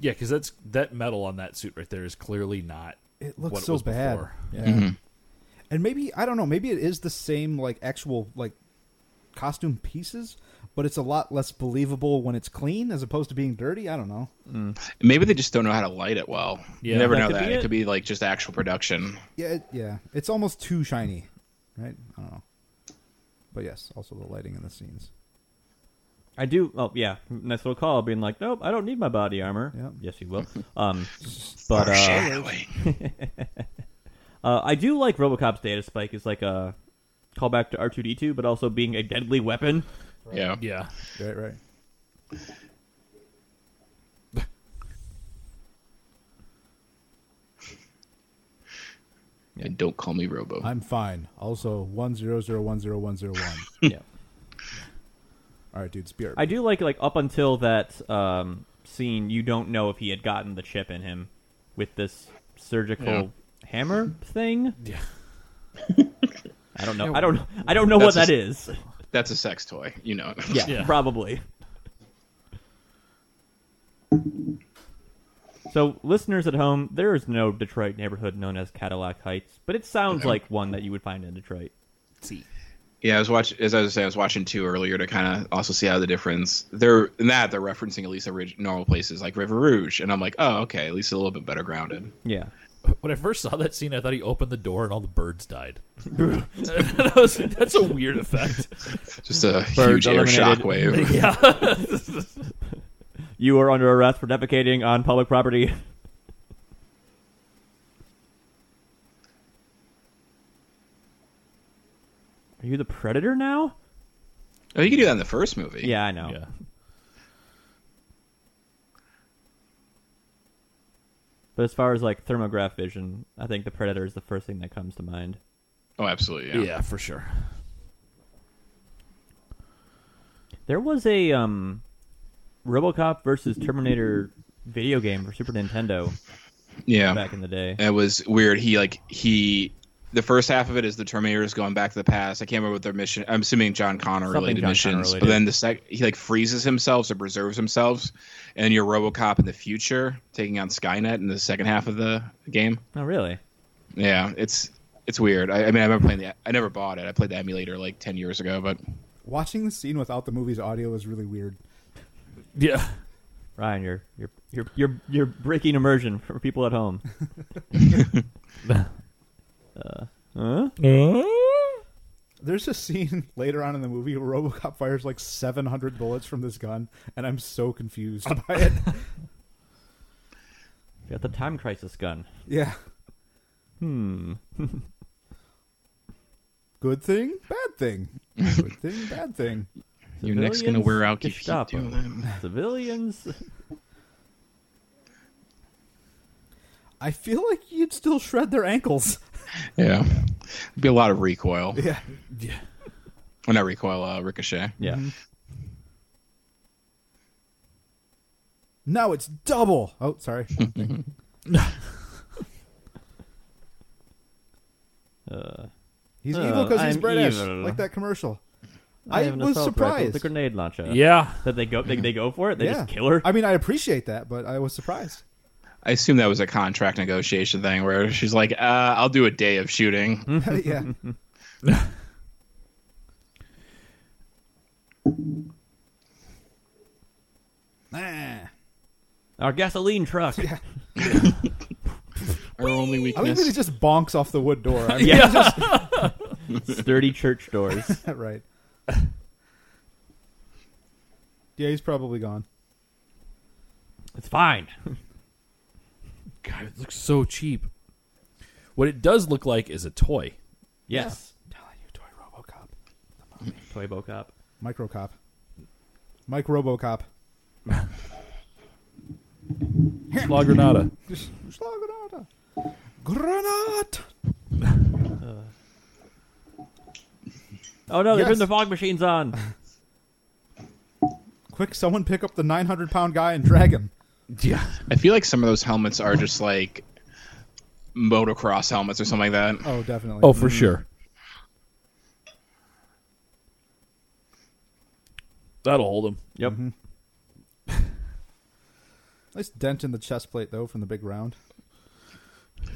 Speaker 3: Yeah, because that's that metal on that suit right there is clearly not.
Speaker 2: It looks
Speaker 3: what
Speaker 2: so
Speaker 3: was
Speaker 2: bad.
Speaker 3: Before.
Speaker 2: Yeah. And maybe I don't know, maybe it is the same like actual like costume pieces, but it's a lot less believable when it's clean as opposed to being dirty. I don't know.
Speaker 4: maybe they just don't know how to light it well.
Speaker 3: Yeah.
Speaker 4: you never
Speaker 1: That
Speaker 4: know
Speaker 1: could
Speaker 4: that.
Speaker 1: be
Speaker 4: It.
Speaker 1: it.
Speaker 4: could be like just actual production.
Speaker 2: Yeah, it, yeah. It's almost too shiny, right? I don't know. But yes, also the lighting in the scenes.
Speaker 1: I do. Oh yeah, nice little call. Being like, nope, I don't need my body armor.
Speaker 2: Yep.
Speaker 1: Yes, you will. Um, but uh,
Speaker 4: Foreshadowing.
Speaker 1: uh, I do like RoboCop's data spike is like a callback to R two D two, but also being a deadly weapon.
Speaker 4: yeah,
Speaker 3: Yeah,
Speaker 2: Right, right.
Speaker 4: And don't call me Robo.
Speaker 2: I'm fine. Also one zero zero one zero one zero one.
Speaker 1: yeah.
Speaker 2: All right, dude, Spear.
Speaker 1: I do like like up until that um, scene, you don't know if he had gotten the chip in him with this surgical
Speaker 4: Yeah.
Speaker 1: hammer thing.
Speaker 3: yeah.
Speaker 1: I don't know. I don't. I don't know what
Speaker 4: That's
Speaker 1: that
Speaker 4: a-
Speaker 1: is.
Speaker 4: *laughs* That's a sex toy. You know. it.
Speaker 1: Yeah,
Speaker 3: Yeah.
Speaker 1: *laughs* probably. So, listeners at home, there is no Detroit neighborhood known as Cadillac Heights, but it sounds like one that you would find in Detroit.
Speaker 3: See,
Speaker 4: *laughs* Yeah, I was watching. As I was saying, I was watching two earlier to kind of also see how the difference. They're in that they're referencing at least orig- normal places like River Rouge, and I'm like, oh, okay, at least a little bit better grounded.
Speaker 1: Yeah.
Speaker 3: when I first saw that scene, I thought he opened the door and all the birds *laughs* died. That was- that's a weird effect.
Speaker 4: Just a
Speaker 1: Birds
Speaker 4: huge air
Speaker 1: eliminated.
Speaker 4: shockwave.
Speaker 1: *laughs* You are under arrest for defecating on public property. *laughs* Are you the predator now?
Speaker 4: Oh, you can do that in the first movie.
Speaker 1: Yeah, I know.
Speaker 3: Yeah,
Speaker 1: But as far as like thermograph vision, I think the predator is the first thing that comes to mind.
Speaker 4: Oh, absolutely.
Speaker 3: yeah,
Speaker 4: Yeah.
Speaker 3: for sure.
Speaker 1: There was a um, RoboCop versus Terminator video game for Super Nintendo
Speaker 4: Yeah.
Speaker 1: back in the day.
Speaker 4: It was weird. He like he. The first half of it is the Terminators going back to the past. I can't remember what their mission. I'm assuming John Connor
Speaker 1: Something
Speaker 4: related
Speaker 1: John Connor
Speaker 4: missions.
Speaker 1: related.
Speaker 4: But then the sec, he like freezes himself or preserves himself, and you're RoboCop in the future taking on Skynet in the second half of the game.
Speaker 1: Oh, really?
Speaker 4: Yeah, it's it's weird. I, I mean, I remember playing the. I never bought it. I played the emulator like ten years ago, but
Speaker 2: Watching the scene without the movie's audio is really weird.
Speaker 3: Yeah,
Speaker 1: Ryan, you're you're you're you're, you're breaking immersion for people at home. *laughs* uh, huh?
Speaker 2: There's a scene *laughs* later on in the movie where RoboCop fires like 700 bullets from this gun, and I'm so confused by it.
Speaker 1: Got the time crisis gun.
Speaker 2: Yeah. Hmm. Good thing, bad thing. Good thing, bad thing.
Speaker 4: you're next gonna
Speaker 1: Civilians,
Speaker 4: wear out. Keep, keep
Speaker 1: Gestapo.
Speaker 4: doing
Speaker 1: *laughs*
Speaker 4: that.
Speaker 1: Civilians.
Speaker 2: I feel like you'd still shred their ankles.
Speaker 4: Yeah, There'd be a lot of recoil.
Speaker 2: Yeah.
Speaker 3: yeah.
Speaker 4: Well, not recoil. Uh, ricochet.
Speaker 1: Yeah.
Speaker 2: Now it's double. Oh, sorry. Wrong thing.
Speaker 1: Uh,
Speaker 2: He's
Speaker 1: Oh,
Speaker 2: evil because he's
Speaker 1: I'm
Speaker 2: British,
Speaker 1: evil.
Speaker 2: like that commercial.
Speaker 1: I,
Speaker 2: I
Speaker 1: have an
Speaker 2: was
Speaker 1: assault rifle with
Speaker 2: surprised.
Speaker 1: a grenade launcher.
Speaker 3: yeah.
Speaker 1: That they go they, they go for it. They
Speaker 2: yeah.
Speaker 1: just kill her.
Speaker 2: I mean, I appreciate that, but I
Speaker 1: *laughs*
Speaker 2: was surprised. *laughs*
Speaker 4: I assume that was a contract negotiation thing where she's like, uh, "I'll do a day of
Speaker 1: Hmm.
Speaker 4: shooting."
Speaker 2: yeah. nah.
Speaker 1: Our gasoline truck.
Speaker 4: Our only
Speaker 2: I think
Speaker 4: weakness.
Speaker 2: that he just bonks off the wood door. I mean,
Speaker 1: Yeah.
Speaker 2: *laughs*
Speaker 1: *laughs* Sturdy church doors. *laughs*
Speaker 2: right. Yeah, he's probably gone.
Speaker 1: It's fine.
Speaker 3: God, it looks so cheap. What it does look like is a toy.
Speaker 1: Yes.
Speaker 2: telling you, toy RoboCop,
Speaker 1: Toy Bocop.
Speaker 2: MicroCop, Mike RoboCop,
Speaker 3: La Granada.
Speaker 2: Schlagenada, Granat.
Speaker 1: Oh no, they
Speaker 2: Yes.
Speaker 1: turned the fog machines
Speaker 2: *laughs*
Speaker 1: on.
Speaker 2: Quick, someone pick up the 900 pound guy and drag him.
Speaker 3: Yeah.
Speaker 4: I feel like some of those helmets are just like motocross helmets or something like that.
Speaker 2: Oh, definitely.
Speaker 3: Oh, for sure. That'll hold him.
Speaker 1: Yep.
Speaker 2: Nice dent in the chest plate, though, from the big round.
Speaker 4: A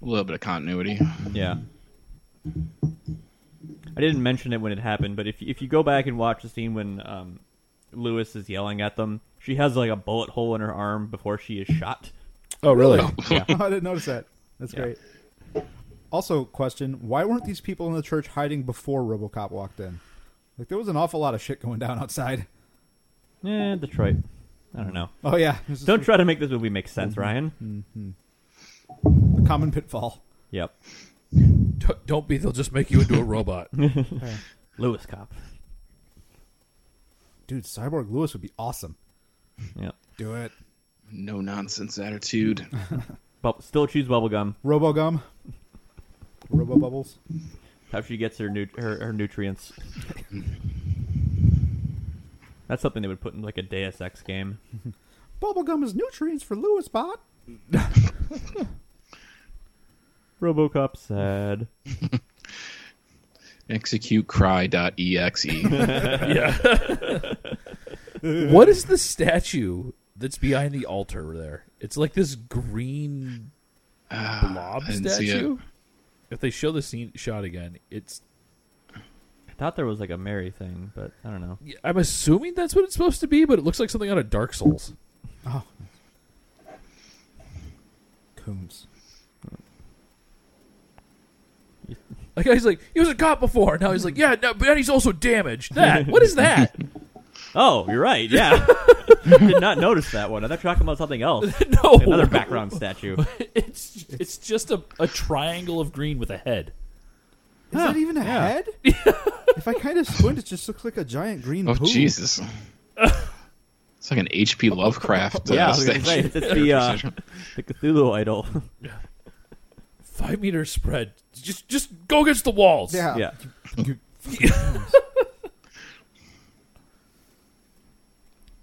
Speaker 4: little bit of continuity.
Speaker 1: Yeah. I didn't mention it when it happened, but if if you go back and watch the scene when um, Lewis is yelling at them, she has like a bullet hole in her arm before she is shot.
Speaker 3: Oh, really?
Speaker 1: Yeah.
Speaker 2: Oh, *laughs* I didn't notice that. That's great. Also, question: Why weren't these people in the church hiding before RoboCop walked in? Like there was an awful lot of shit going down outside.
Speaker 1: Eh, Detroit. I don't know.
Speaker 2: Oh yeah, this is
Speaker 1: Don't try to make this movie make sense, Ryan.
Speaker 2: a common pitfall.
Speaker 1: Yep.
Speaker 3: D- don't be. They'll just make you into a robot.
Speaker 1: Lewis cop.
Speaker 2: Dude, Cyborg Lewis would be awesome.
Speaker 1: Yep.
Speaker 2: Do it,
Speaker 4: No
Speaker 1: *laughs*
Speaker 4: nonsense attitude.
Speaker 1: But still choose bubblegum.
Speaker 2: RoboGum, Robo Bubbles.
Speaker 1: How she gets her nu- her, her nutrients. That's something they would put in like a Deus Ex game.
Speaker 2: Bubblegum is nutrients for Lewis Bot.
Speaker 1: RoboCop sad.
Speaker 4: Execute E cry.exe.
Speaker 1: *laughs*
Speaker 3: what is the statue that's behind the altar there? It's like this green blob
Speaker 4: Uh, Ah, I didn't see
Speaker 3: statue. If they show the scene shot again, it's.
Speaker 1: I thought there was like a Mary thing, but I don't know.
Speaker 3: I'm assuming that's what it's supposed to be, but it looks like something out of Dark Souls.
Speaker 2: Oh, Coons.
Speaker 3: Like he's like he was a cop before. Now he's like yeah, no, but he's also damaged. That what is that? *laughs*
Speaker 1: Oh, you're right. Yeah, did not notice that one. I thought you were talking about something else.
Speaker 3: no,
Speaker 1: Another background statue.
Speaker 3: *laughs* It's it's just a, a triangle of green with a head.
Speaker 2: Is that even a
Speaker 1: *laughs*
Speaker 2: head? if I kind of squint, it just looks like a giant green.
Speaker 4: Oh
Speaker 2: poo.
Speaker 1: *laughs*
Speaker 4: Jesus! it's like an H.P. Lovecraft. Uh,
Speaker 1: Yeah, I was gonna say,
Speaker 4: statue.
Speaker 1: it's the uh, the Cthulhu idol.
Speaker 3: Five meter spread. Just just go against the walls.
Speaker 2: Yeah.
Speaker 1: yeah,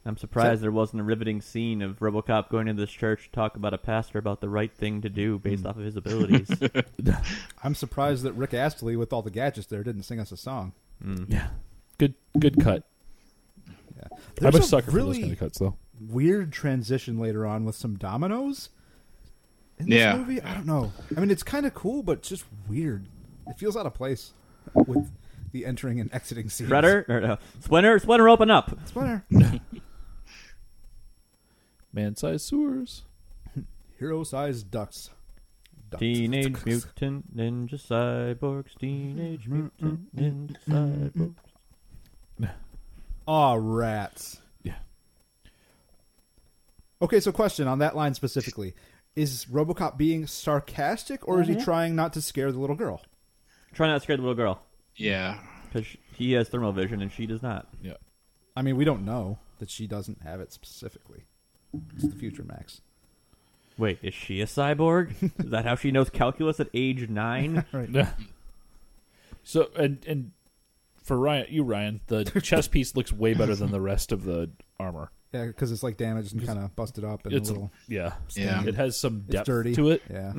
Speaker 1: I'm surprised there wasn't a riveting scene of RoboCop going into this church to talk about a pastor about the right thing to do based off of his *laughs* abilities.
Speaker 2: I'm surprised that Rick Astley, with all the gadgets there, didn't sing us a song.
Speaker 3: yeah. Good good cut.
Speaker 2: There's
Speaker 3: I'm
Speaker 2: a
Speaker 3: a sucker for
Speaker 2: really
Speaker 3: those kind of cuts though.
Speaker 2: weird transition later on with some dominoes. In this
Speaker 4: Yeah.
Speaker 2: movie, I don't know. I mean, it's kind of cool, but it's just weird. It feels out of place with the entering and exiting scenes.
Speaker 1: Shredder, or no, Splinter, Splinter, open up.
Speaker 2: Splinter,
Speaker 3: Man sized sewers.
Speaker 2: hero-sized ducks.
Speaker 1: *laughs*
Speaker 2: Ducks.
Speaker 1: Teenage Mutant Ninja Cyborgs. Teenage Mutant Ninja Cyborgs.
Speaker 2: Aw, rats.
Speaker 3: Yeah.
Speaker 2: Okay, so question on that line specifically: Is RoboCop being sarcastic, or is he trying not to scare the little girl?
Speaker 1: Try not to scare the little girl
Speaker 4: yeah.
Speaker 1: because he has thermal vision and she does not.
Speaker 3: Yeah.
Speaker 2: I mean, we don't know that she doesn't have it specifically. It's the future, Max.
Speaker 1: Wait, is she a cyborg? *laughs* is that how she knows calculus at age *laughs* nine?
Speaker 3: *laughs* so and and for Ryan you Ryan, the chest piece looks way better than the rest of the armor.
Speaker 2: Yeah, because it's like damaged and kind of busted up and
Speaker 3: It's
Speaker 2: a little
Speaker 3: yeah.
Speaker 4: Yeah.
Speaker 3: It has some
Speaker 2: it's
Speaker 3: depth
Speaker 2: dirty
Speaker 3: to it.
Speaker 2: Yeah,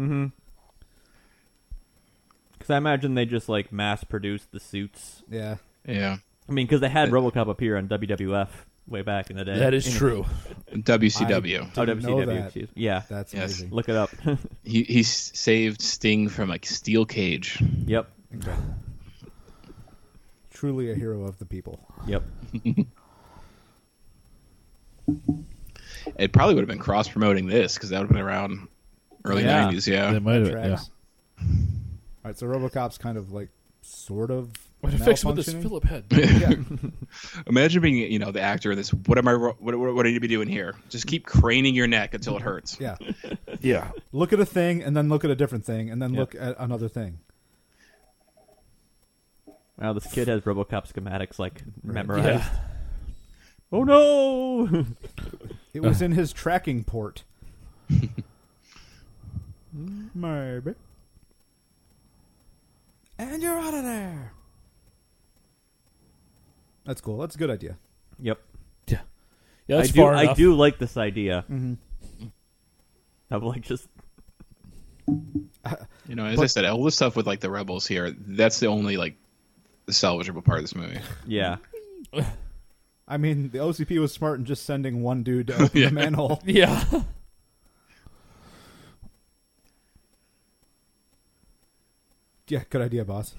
Speaker 1: Because I imagine they just like mass produced the suits.
Speaker 2: yeah.
Speaker 4: Yeah.
Speaker 1: I mean, because they had RoboCop appear on WWF way back in the day.
Speaker 3: That is true.
Speaker 4: WCW.
Speaker 1: Oh,
Speaker 2: Didn't know
Speaker 1: WCW.
Speaker 2: that.
Speaker 1: excuse- Yeah,
Speaker 2: That's
Speaker 4: Yes.
Speaker 2: amazing.
Speaker 1: look it up. *laughs*
Speaker 4: He he s- saved Sting from a steel cage.
Speaker 1: yep,
Speaker 2: Incredible. Truly a hero of the people.
Speaker 1: yep.
Speaker 4: It probably would have been cross promoting this because that would have been around early
Speaker 1: Yeah.
Speaker 4: 90s. Yeah. *laughs*
Speaker 5: They might have. Yeah.
Speaker 2: tracks. All right, so RoboCop's kind of like sort of
Speaker 5: What affects with this Philip head?
Speaker 4: *laughs*
Speaker 2: malfunctioning.
Speaker 4: Imagine being, you know, the actor in this. What am I? What, what, what do I need to be doing here? Just keep craning your neck until it hurts.
Speaker 2: Yeah, yeah.
Speaker 3: *laughs*
Speaker 5: Yeah.
Speaker 2: Look at a thing, and then look at a different thing, and then
Speaker 1: Yeah.
Speaker 2: look at another thing.
Speaker 1: Wow, this kid has RoboCop schematics like memorized. Oh no! *laughs*
Speaker 2: It was in his tracking port. Maybe. And you're out of there. That's cool. That's a good idea.
Speaker 1: yep.
Speaker 3: Yeah, that's
Speaker 1: I do.
Speaker 3: far
Speaker 1: I
Speaker 3: enough.
Speaker 1: do like this idea.
Speaker 2: Mm-hmm.
Speaker 1: Of like just
Speaker 4: You know, as I said, all this stuff with like the rebels here. That's the only like salvageable part of this movie.
Speaker 1: yeah.
Speaker 2: I mean, the OCP was smart in just sending one dude to open
Speaker 4: Yeah.
Speaker 2: the manhole.
Speaker 3: *laughs* Yeah.
Speaker 2: Yeah, good idea, boss.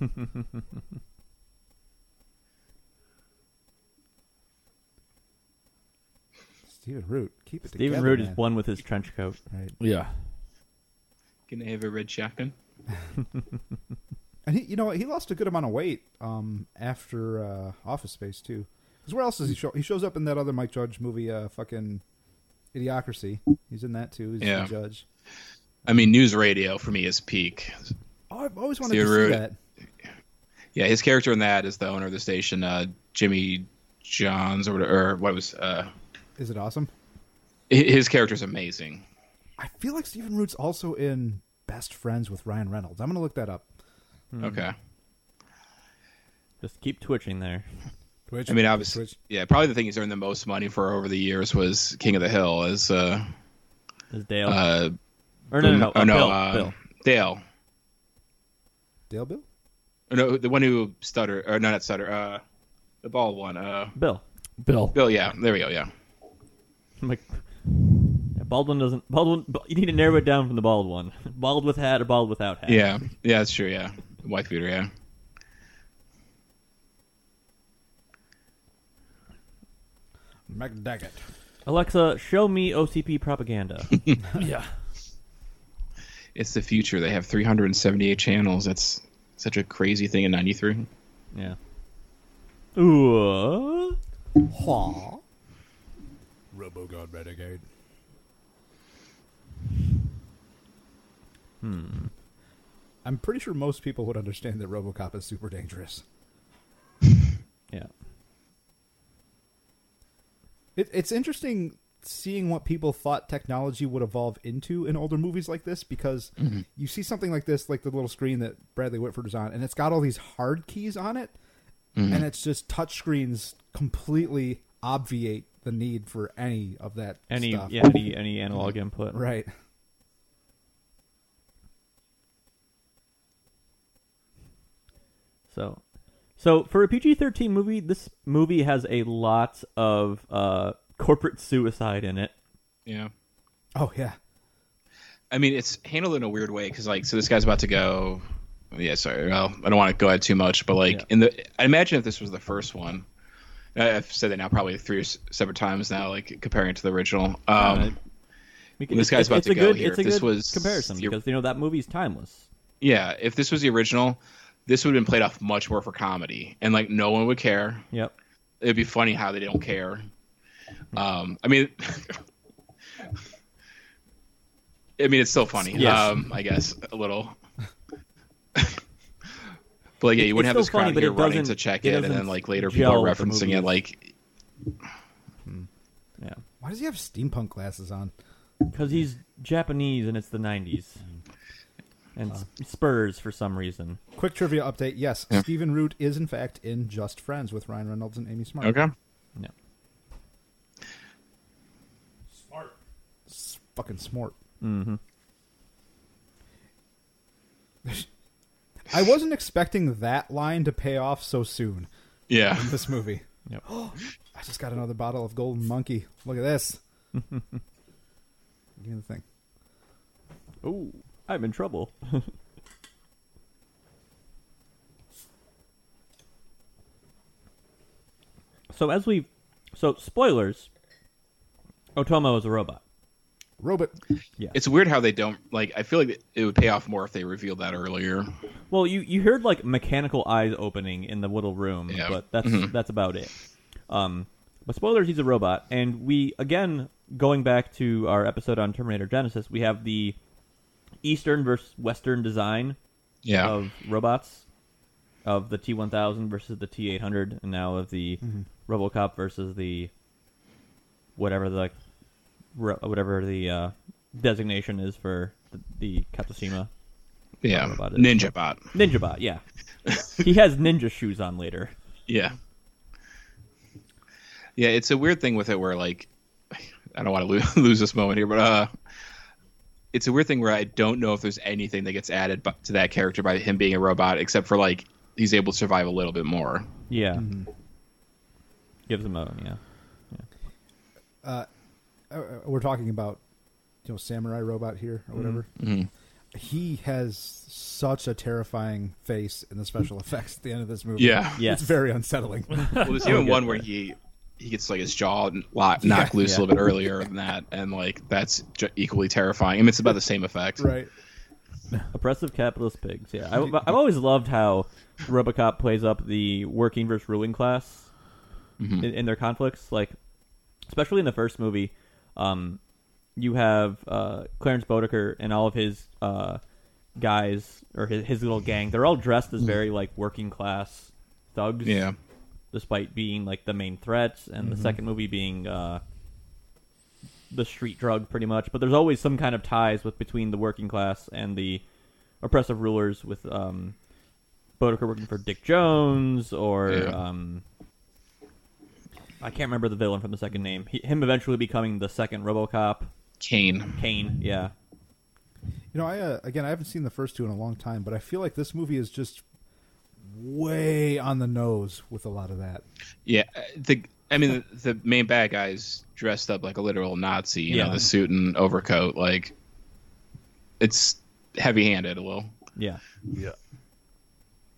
Speaker 2: Steven Root, keep it
Speaker 1: Steven
Speaker 2: together.
Speaker 1: Root is
Speaker 2: man.
Speaker 1: one with his trench coat.
Speaker 2: Right.
Speaker 5: Yeah.
Speaker 4: Can I have a red shotgun?
Speaker 2: And he, you know, what? he lost a good amount of weight um, after uh, Office Space too. Because where else does he show? He shows up in that other Mike Judge movie, uh, fucking Idiocracy. He's in that too. He's the
Speaker 4: Yeah.
Speaker 2: judge.
Speaker 4: I mean, news radio for me is peak.
Speaker 2: Oh, I've always wanted
Speaker 4: Steven
Speaker 2: to see
Speaker 4: Root.
Speaker 2: that.
Speaker 4: Yeah, his character in that is the owner of the station, uh, Jimmy Johns, or, whatever, or what was. Uh,
Speaker 2: Is it awesome?
Speaker 4: hi- his character's amazing.
Speaker 2: I feel like Steven Root's also in Best Friends with Ryan Reynolds. I'm gonna look that up.
Speaker 1: Hmm.
Speaker 4: Okay.
Speaker 1: Just keep twitching there.
Speaker 2: Twitch.
Speaker 4: I mean, obviously,
Speaker 2: Twitch.
Speaker 4: yeah. Probably the thing he's earned the most money for over the years was King of the Hill, as uh,
Speaker 1: Is Dale?
Speaker 4: uh,
Speaker 1: or no, no, no,
Speaker 4: oh,
Speaker 1: uh, Bill,
Speaker 4: uh,
Speaker 1: Bill.
Speaker 4: Dale.
Speaker 2: Dale Bill.
Speaker 4: Or no, the one who stutter, or no, not stutter, uh, the bald one, uh,
Speaker 1: Bill.
Speaker 4: *laughs*
Speaker 3: Bill.
Speaker 4: Bill. Yeah, there we go. Yeah,
Speaker 1: I'm like, yeah, Baldwin doesn't. Baldwin. You need to narrow it down from the bald one. Bald with hat or bald without hat.
Speaker 4: yeah, yeah. That's true. Yeah, white beater. Yeah.
Speaker 2: McDaggett.
Speaker 1: Alexa, show me OCP propaganda.
Speaker 3: Yeah.
Speaker 4: It's the future. They have 378 channels. That's such a crazy thing in '93.
Speaker 1: yeah. Ooh. uh,
Speaker 2: Haw.
Speaker 5: RoboGod Renegade.
Speaker 2: Hmm. I'm pretty sure most people would understand that RoboCop is super dangerous.
Speaker 1: Yeah.
Speaker 2: It, it's interesting seeing what people thought technology would evolve into in older movies like this because you see something like this, like the little screen that Bradley Whitford is on, and it's got all these hard keys on it, and it's just touch screens completely obviate the need for any of that
Speaker 1: Any
Speaker 2: stuff. Mm-hmm.
Speaker 1: yeah any any analog input.
Speaker 2: Right.
Speaker 1: So, so for a PG thirteen movie, this movie has a lot of uh, corporate suicide in it.
Speaker 4: Yeah.
Speaker 2: Oh yeah.
Speaker 4: I mean, it's handled in a weird way because, like, so this guy's about to go. Yeah, sorry. Well, I don't want to go ahead too much, but like
Speaker 1: Yeah.
Speaker 4: in the, I imagine if this was the first one, I- I've said that now probably three or s- separate times now, like comparing it to the original. Um,
Speaker 1: We
Speaker 4: This guy's
Speaker 1: it's,
Speaker 4: about
Speaker 1: it's
Speaker 4: to
Speaker 1: a
Speaker 4: go
Speaker 1: good,
Speaker 4: here.
Speaker 1: It's a
Speaker 4: This
Speaker 1: good
Speaker 4: was
Speaker 1: comparison
Speaker 4: your-
Speaker 1: because you know that movie's timeless.
Speaker 4: Yeah, if this was the original, this would have been played off much more for comedy, and like no one would care.
Speaker 1: Yep.
Speaker 4: It'd be funny how they don't care. Um, I mean, *laughs* I mean, it's still funny.
Speaker 1: Yes.
Speaker 4: Um, I guess a little. *laughs* but like, yeah,
Speaker 1: It's
Speaker 4: you wouldn't have
Speaker 1: still
Speaker 4: this crowd
Speaker 1: funny, but
Speaker 4: here
Speaker 1: it
Speaker 4: running
Speaker 1: doesn't-
Speaker 4: to check
Speaker 1: it
Speaker 4: it, and
Speaker 1: doesn't
Speaker 4: then like later people
Speaker 1: gel
Speaker 4: are
Speaker 1: with the
Speaker 4: referencing
Speaker 1: movies.
Speaker 4: it. Like,
Speaker 1: Yeah.
Speaker 2: Why does he have steampunk glasses on?
Speaker 1: Because he's Japanese and it's the '90s,
Speaker 2: Mm-hmm.
Speaker 1: and s- Spurs for some reason.
Speaker 2: Quick trivia update. Yes, Stephen Root is in fact in Just Friends with Ryan Reynolds and Amy Smart.
Speaker 4: okay,
Speaker 1: Yeah.
Speaker 2: It's fucking smart. Mm-hmm. *laughs* I wasn't expecting that line to pay off so soon
Speaker 4: yeah,
Speaker 2: in this movie.
Speaker 1: Yep.
Speaker 2: *gasps* I just got another bottle of Golden Monkey. Look at this. Give me the thing.
Speaker 1: Oh, I'm in trouble. *laughs* so as we, so spoilers. Otomo is a robot.
Speaker 2: Robot.
Speaker 4: It's weird how they don't like. I feel like it would pay off more if they revealed that earlier.
Speaker 1: Well, you you heard like mechanical eyes opening in the little room,
Speaker 4: Yeah.
Speaker 1: but that's that's about it. Um, but spoilers, he's a robot, and we again going back to our episode on Terminator Genesis, we have the Eastern versus Western design
Speaker 4: Yeah,
Speaker 1: of robots, of the T1000 versus the T800, and now of the RoboCop versus the whatever the ro- whatever the uh, designation is for the, the Katsuma.
Speaker 4: yeah,
Speaker 1: about it.
Speaker 4: Ninja Bot.
Speaker 1: Ninja bot, yeah. he has ninja shoes on later.
Speaker 4: Yeah. Yeah, it's a weird thing with it where like I don't want to lose, *laughs* lose this moment here, but uh it's a weird thing where I don't know if there's anything that gets added bu- to that character by him being a robot except for like he's able to survive a little bit more.
Speaker 1: Yeah. Gives him a yeah.
Speaker 2: Uh, We're talking about you know samurai robot here or whatever.
Speaker 4: Mm-hmm.
Speaker 2: He has such a terrifying face in the special effects at the end of this movie.
Speaker 4: Yeah.
Speaker 1: Yes.
Speaker 2: it's very unsettling.
Speaker 4: Well, there's even one where he he gets like his jaw kn- lo- knocked loose a little bit earlier than that and like that's ju- equally terrifying. I mean, it's about the same effect.
Speaker 2: right.
Speaker 1: Oppressive capitalist pigs. Yeah, I, I've always loved how RoboCop plays up the working versus ruling class in, in their conflicts. Like, especially in the first movie, um, you have uh, Clarence Bodeker and all of his uh, guys or his, his little gang. They're all dressed as very like working class thugs.
Speaker 4: Yeah.
Speaker 1: despite being like the main threats, and the second movie being uh, the street drug, pretty much. But there's always some kind of ties with between the working class and the oppressive rulers, with um, Boudicca working for Dick Jones or
Speaker 4: Yeah.
Speaker 1: um, I can't remember the villain from the second name. He, him eventually becoming the second RoboCop,
Speaker 4: Kane.
Speaker 1: Kane. Yeah,
Speaker 2: You know, I uh, again, I haven't seen the first two in a long time, but I feel like this movie is just way on the nose with a lot of that.
Speaker 4: Yeah, uh, the I mean the, the main bad guy's dressed up like a literal Nazi, you
Speaker 1: Yeah.
Speaker 4: know, the suit and overcoat. Like, it's heavy-handed a little.
Speaker 1: yeah.
Speaker 3: Yeah.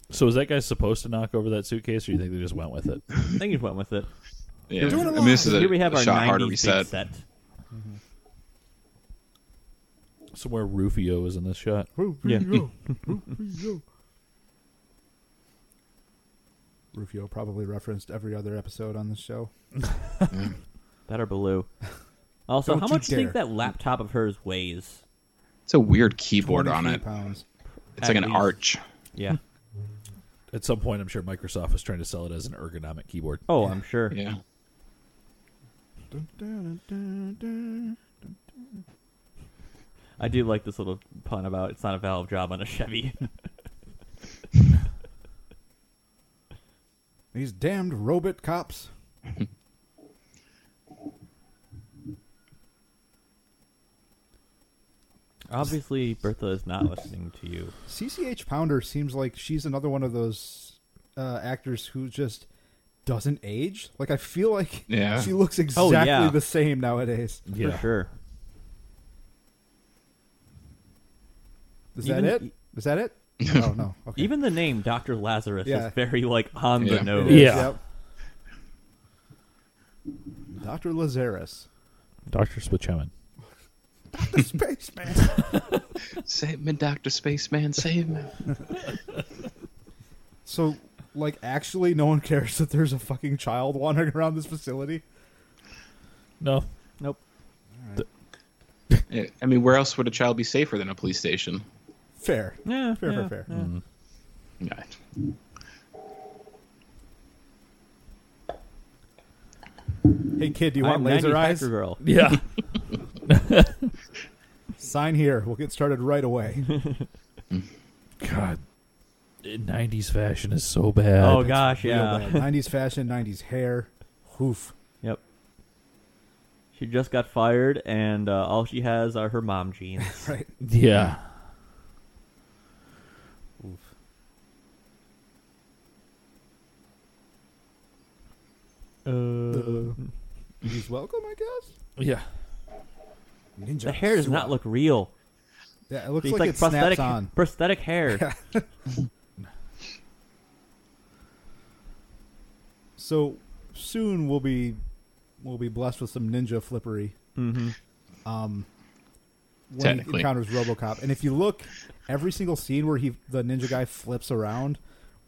Speaker 3: So is that guy supposed to knock over that suitcase, or you think they just went with it?
Speaker 1: I think he went with it.
Speaker 4: Yeah,
Speaker 2: doing a
Speaker 4: I
Speaker 2: lot.
Speaker 4: mean this is a,
Speaker 1: Here we have
Speaker 4: a
Speaker 1: our
Speaker 4: shot hard to
Speaker 1: 90s big
Speaker 4: reset.
Speaker 1: set.
Speaker 3: Somewhere Rufio is in this shot.
Speaker 1: Yeah.
Speaker 2: Rufio probably referenced every other episode on this show.
Speaker 1: That or
Speaker 2: *laughs*
Speaker 1: Baloo. Also,
Speaker 2: Don't
Speaker 1: how
Speaker 2: you
Speaker 1: much do you think
Speaker 2: dare.
Speaker 1: that laptop of hers weighs?
Speaker 4: It's a weird keyboard on
Speaker 2: 23
Speaker 4: it.
Speaker 2: Pounds.
Speaker 4: It's like
Speaker 1: At
Speaker 4: an
Speaker 1: least.
Speaker 4: arch.
Speaker 1: Yeah.
Speaker 3: At some point, I'm sure Microsoft is trying to sell it as an ergonomic keyboard.
Speaker 1: *laughs* Oh, I'm sure.
Speaker 4: Yeah.
Speaker 2: Dun, dun, dun, dun,
Speaker 1: I do like this little pun about it's not a valve job on a Chevy. *laughs*
Speaker 2: dun. These damned robot cops.
Speaker 1: Obviously, Bertha is not listening to you.
Speaker 2: CCH Pounder seems like she's another one of those uh, actors who just doesn't age. Like I feel like
Speaker 4: Yeah.
Speaker 2: she looks
Speaker 1: Oh,
Speaker 2: exactly
Speaker 1: yeah.
Speaker 2: the same nowadays.
Speaker 1: For sure.
Speaker 2: Is
Speaker 1: Even-
Speaker 2: that it? Is that it? oh no. Okay.
Speaker 1: Even the name Dr. Lazarus
Speaker 2: Yeah.
Speaker 1: is very, like, on
Speaker 4: Yeah.
Speaker 1: the nose.
Speaker 2: It is,
Speaker 3: Yeah.
Speaker 2: yep. Dr. Lazarus. *laughs*
Speaker 3: Doctor Spachemin.
Speaker 2: The spaceman.
Speaker 4: Save me, Doctor Spaceman. Save me.
Speaker 2: so like actually no one cares that there's a fucking child wandering around this facility.
Speaker 3: No, *laughs*
Speaker 1: Nope.
Speaker 4: Yeah, I mean, where else would a child be safer than a police station?
Speaker 2: Fair.
Speaker 1: Yeah.
Speaker 2: Fair,
Speaker 1: yeah,
Speaker 2: fair, Mm-hmm. fair.
Speaker 1: yeah.
Speaker 4: Yeah.
Speaker 2: Hey kid, do you
Speaker 1: I'm
Speaker 2: want laser eyes?
Speaker 1: manufacturer Girl.
Speaker 3: Yeah.
Speaker 2: Sign here. We'll get started right away.
Speaker 3: God. Nineties fashion is so bad.
Speaker 1: Oh, gosh,
Speaker 2: Real
Speaker 1: yeah. *laughs*
Speaker 2: bad. 90s fashion, 90s hair. Hoof.
Speaker 1: Yep. She just got fired, and uh, all she has are her mom jeans.
Speaker 2: *laughs* Right.
Speaker 3: Yeah.
Speaker 1: Uh,
Speaker 2: Uh, he's welcome, I guess.
Speaker 3: Yeah.
Speaker 2: Ninja.
Speaker 1: the hair does not
Speaker 2: Suwa.
Speaker 1: look real.
Speaker 2: Yeah, it looks
Speaker 1: It's
Speaker 2: like,
Speaker 1: like,
Speaker 2: it
Speaker 1: prosthetic,
Speaker 2: snaps on.
Speaker 1: prosthetic
Speaker 2: *laughs*
Speaker 1: hair.
Speaker 2: So
Speaker 1: Mm-hmm.
Speaker 2: soon we'll be we'll be blessed with some ninja flippery.
Speaker 1: hmm
Speaker 2: Um, when he
Speaker 4: Technically.
Speaker 2: encounters RoboCop. And if you look, every single scene where he the ninja guy flips around,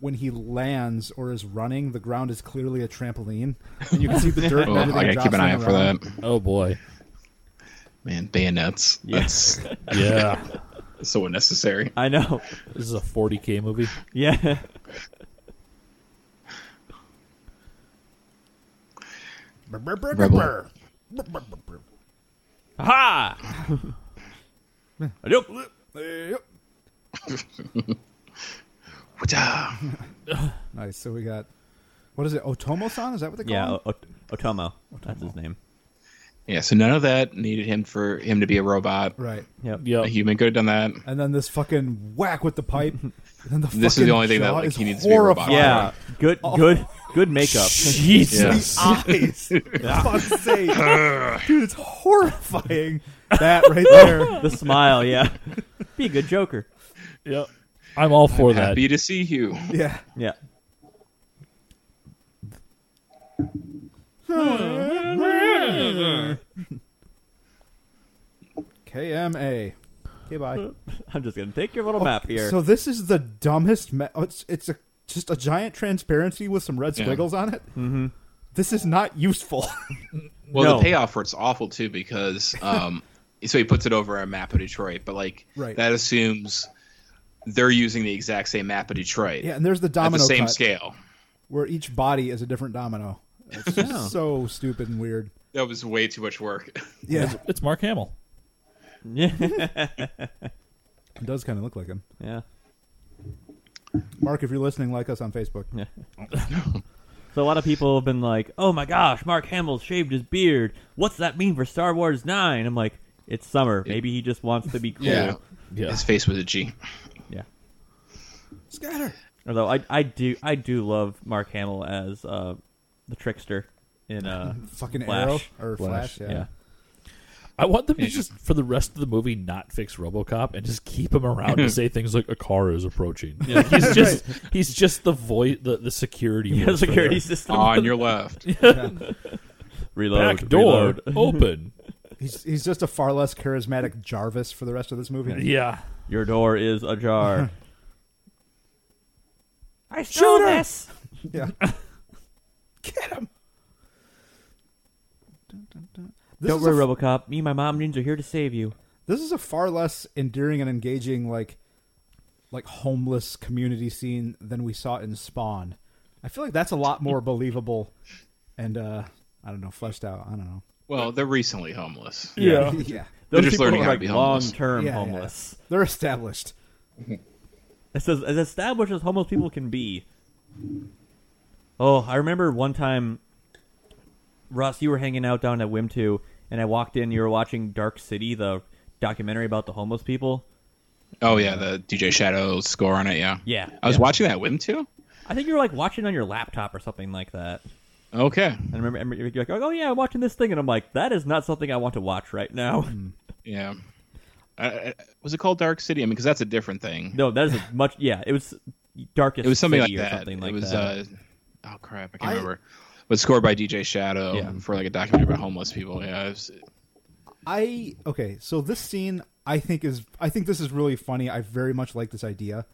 Speaker 2: when he lands or is running, the ground is clearly a trampoline, and you can see the
Speaker 4: *laughs*
Speaker 2: dirt.
Speaker 4: Oh,
Speaker 2: and
Speaker 4: I
Speaker 2: everything
Speaker 4: gotta keep an eye out
Speaker 2: dropping
Speaker 4: for that.
Speaker 2: around.
Speaker 3: Oh boy.
Speaker 4: Man, bayonets. That's
Speaker 3: Yeah.
Speaker 4: so unnecessary. *laughs*
Speaker 1: I know.
Speaker 3: *laughs*
Speaker 1: *laughs*
Speaker 3: this is a 40k movie.
Speaker 1: Yeah.
Speaker 2: Brr, brr, brr,
Speaker 4: Rebel.
Speaker 2: brr. Brr, brr, brr, brr.
Speaker 1: ha! Nope.
Speaker 2: Yep.
Speaker 4: Wata.
Speaker 2: Nice. So we got what is it? Otomo-san? Is that what they call
Speaker 1: Yeah,
Speaker 2: him?
Speaker 1: o- O- Otomo. That's his name.
Speaker 4: Yeah, so none of that needed him for him to be a robot.
Speaker 2: Right.
Speaker 1: Yep.
Speaker 3: Yeah.
Speaker 4: A human could have done that.
Speaker 2: And then this fucking whack with the
Speaker 4: *laughs*
Speaker 2: pipe. And then the
Speaker 4: This is the
Speaker 2: fucking
Speaker 4: only thing that,
Speaker 2: jaw
Speaker 4: like,
Speaker 2: is
Speaker 4: he needs to be a
Speaker 2: *laughs*
Speaker 4: robot.
Speaker 1: Yeah. Good. Good. Good makeup.
Speaker 3: *laughs* Jesus.
Speaker 2: eyes. Fuck's sake.
Speaker 4: *laughs*
Speaker 2: Dude, it's horrifying. That right there.
Speaker 1: the smile. Yeah. Be a good Joker.
Speaker 3: Yeah. I'm all for that.
Speaker 4: Happy to see you.
Speaker 2: Yeah.
Speaker 1: Yeah.
Speaker 2: KMA. Okay, bye.
Speaker 1: I'm just gonna take your little map here.
Speaker 2: So this is the dumbest. Ma- oh, it's it's a, just a giant transparency with some red
Speaker 4: Yeah.
Speaker 2: squiggles on it. Mm-hmm. This is not useful. *laughs*
Speaker 4: Well,
Speaker 1: No.
Speaker 4: the payoff for it's awful too because um, *laughs* so he puts it over a map of Detroit, but like
Speaker 2: Right.
Speaker 4: that assumes they're using the exact same map of Detroit
Speaker 2: yeah, and there's the
Speaker 4: at
Speaker 2: domino
Speaker 4: the same
Speaker 2: cut
Speaker 4: scale.
Speaker 2: where each body is a different domino. It's
Speaker 1: Yeah.
Speaker 2: just so stupid and weird.
Speaker 4: That was way too much work.
Speaker 2: Yeah,
Speaker 3: It's Mark Hamill.
Speaker 1: *laughs* yeah.
Speaker 2: it does kind of look like him.
Speaker 1: Yeah.
Speaker 2: Mark, if you're listening, like us on Facebook.
Speaker 1: So a lot of people have been like, "Oh my gosh, Mark Hamill shaved his beard. What's that mean for Star Wars 9? I'm like, "It's summer. Maybe he just wants to be cool."
Speaker 4: *laughs* Yeah.
Speaker 3: Yeah.
Speaker 4: His face was a G.
Speaker 1: Yeah.
Speaker 2: Scatter.
Speaker 1: Although I, I do I do love Mark Hamill as uh, the trickster in uh,
Speaker 2: Fucking
Speaker 1: Flash.
Speaker 2: arrow or flash.
Speaker 3: Flash,
Speaker 2: *laughs* yeah.
Speaker 1: yeah. *laughs*
Speaker 3: I want them to just for the rest of the movie not fix RoboCop and just keep him around to say things like a car is approaching. Like, he's just he's just the voice the, the security
Speaker 1: Yeah,
Speaker 3: voice for
Speaker 1: security
Speaker 3: them.
Speaker 1: system.
Speaker 4: On your left.
Speaker 1: *laughs* reload
Speaker 3: back door
Speaker 1: reload.
Speaker 3: open.
Speaker 2: He's he's just a far less charismatic Jarvis for the rest of this movie.
Speaker 3: Yeah.
Speaker 1: Your door is
Speaker 2: *laughs*
Speaker 1: ajar. I
Speaker 2: Shoot
Speaker 1: stole
Speaker 2: her!
Speaker 1: this.
Speaker 2: Yeah. Get him. This
Speaker 1: Don't
Speaker 2: is, a,
Speaker 1: worry, RoboCop. Me and my mom jeans are here to save you.
Speaker 2: this is a far less endearing and engaging, like, like homeless community scene than we saw in Spawn. I feel like that's a lot more believable, and uh I don't know, fleshed out. I don't know.
Speaker 4: Well, they're recently homeless.
Speaker 3: Yeah.
Speaker 2: *laughs* yeah,
Speaker 1: Those
Speaker 4: just
Speaker 1: people
Speaker 4: learning
Speaker 1: are
Speaker 4: how to
Speaker 1: like
Speaker 4: be homeless.
Speaker 1: long-term
Speaker 2: Yeah, yeah.
Speaker 1: homeless.
Speaker 2: they're established.
Speaker 1: It's as, as established as homeless people can be. Oh, I remember one time, Ross, you were hanging out down at Wim2, and I walked in. You were watching Dark City, the documentary about the homeless people.
Speaker 4: Oh yeah, the DJ Shadow score on it. Yeah.
Speaker 1: Yeah,
Speaker 4: I was
Speaker 1: yeah.
Speaker 4: watching that whim too.
Speaker 1: I think you were like watching on your laptop or something like that.
Speaker 4: Okay.
Speaker 1: And I remember- I remember you're like, "Oh yeah, I'm watching this thing," and I'm like, "That is not something I want to watch right now."
Speaker 4: Yeah. Uh, Uh, was it called Dark City? I mean, because that's a different thing.
Speaker 1: *laughs* no, that is a much. Yeah, it was darkest.
Speaker 4: it was something like
Speaker 1: City or
Speaker 4: that.
Speaker 1: Something like
Speaker 4: it was
Speaker 1: that.
Speaker 4: uh oh crap, I can't remember. But scored by DJ Shadow
Speaker 1: Yeah.
Speaker 4: for like a documentary about homeless people. Yeah, it was-
Speaker 2: I okay, so this scene I think is I think this is really funny. I very much like this idea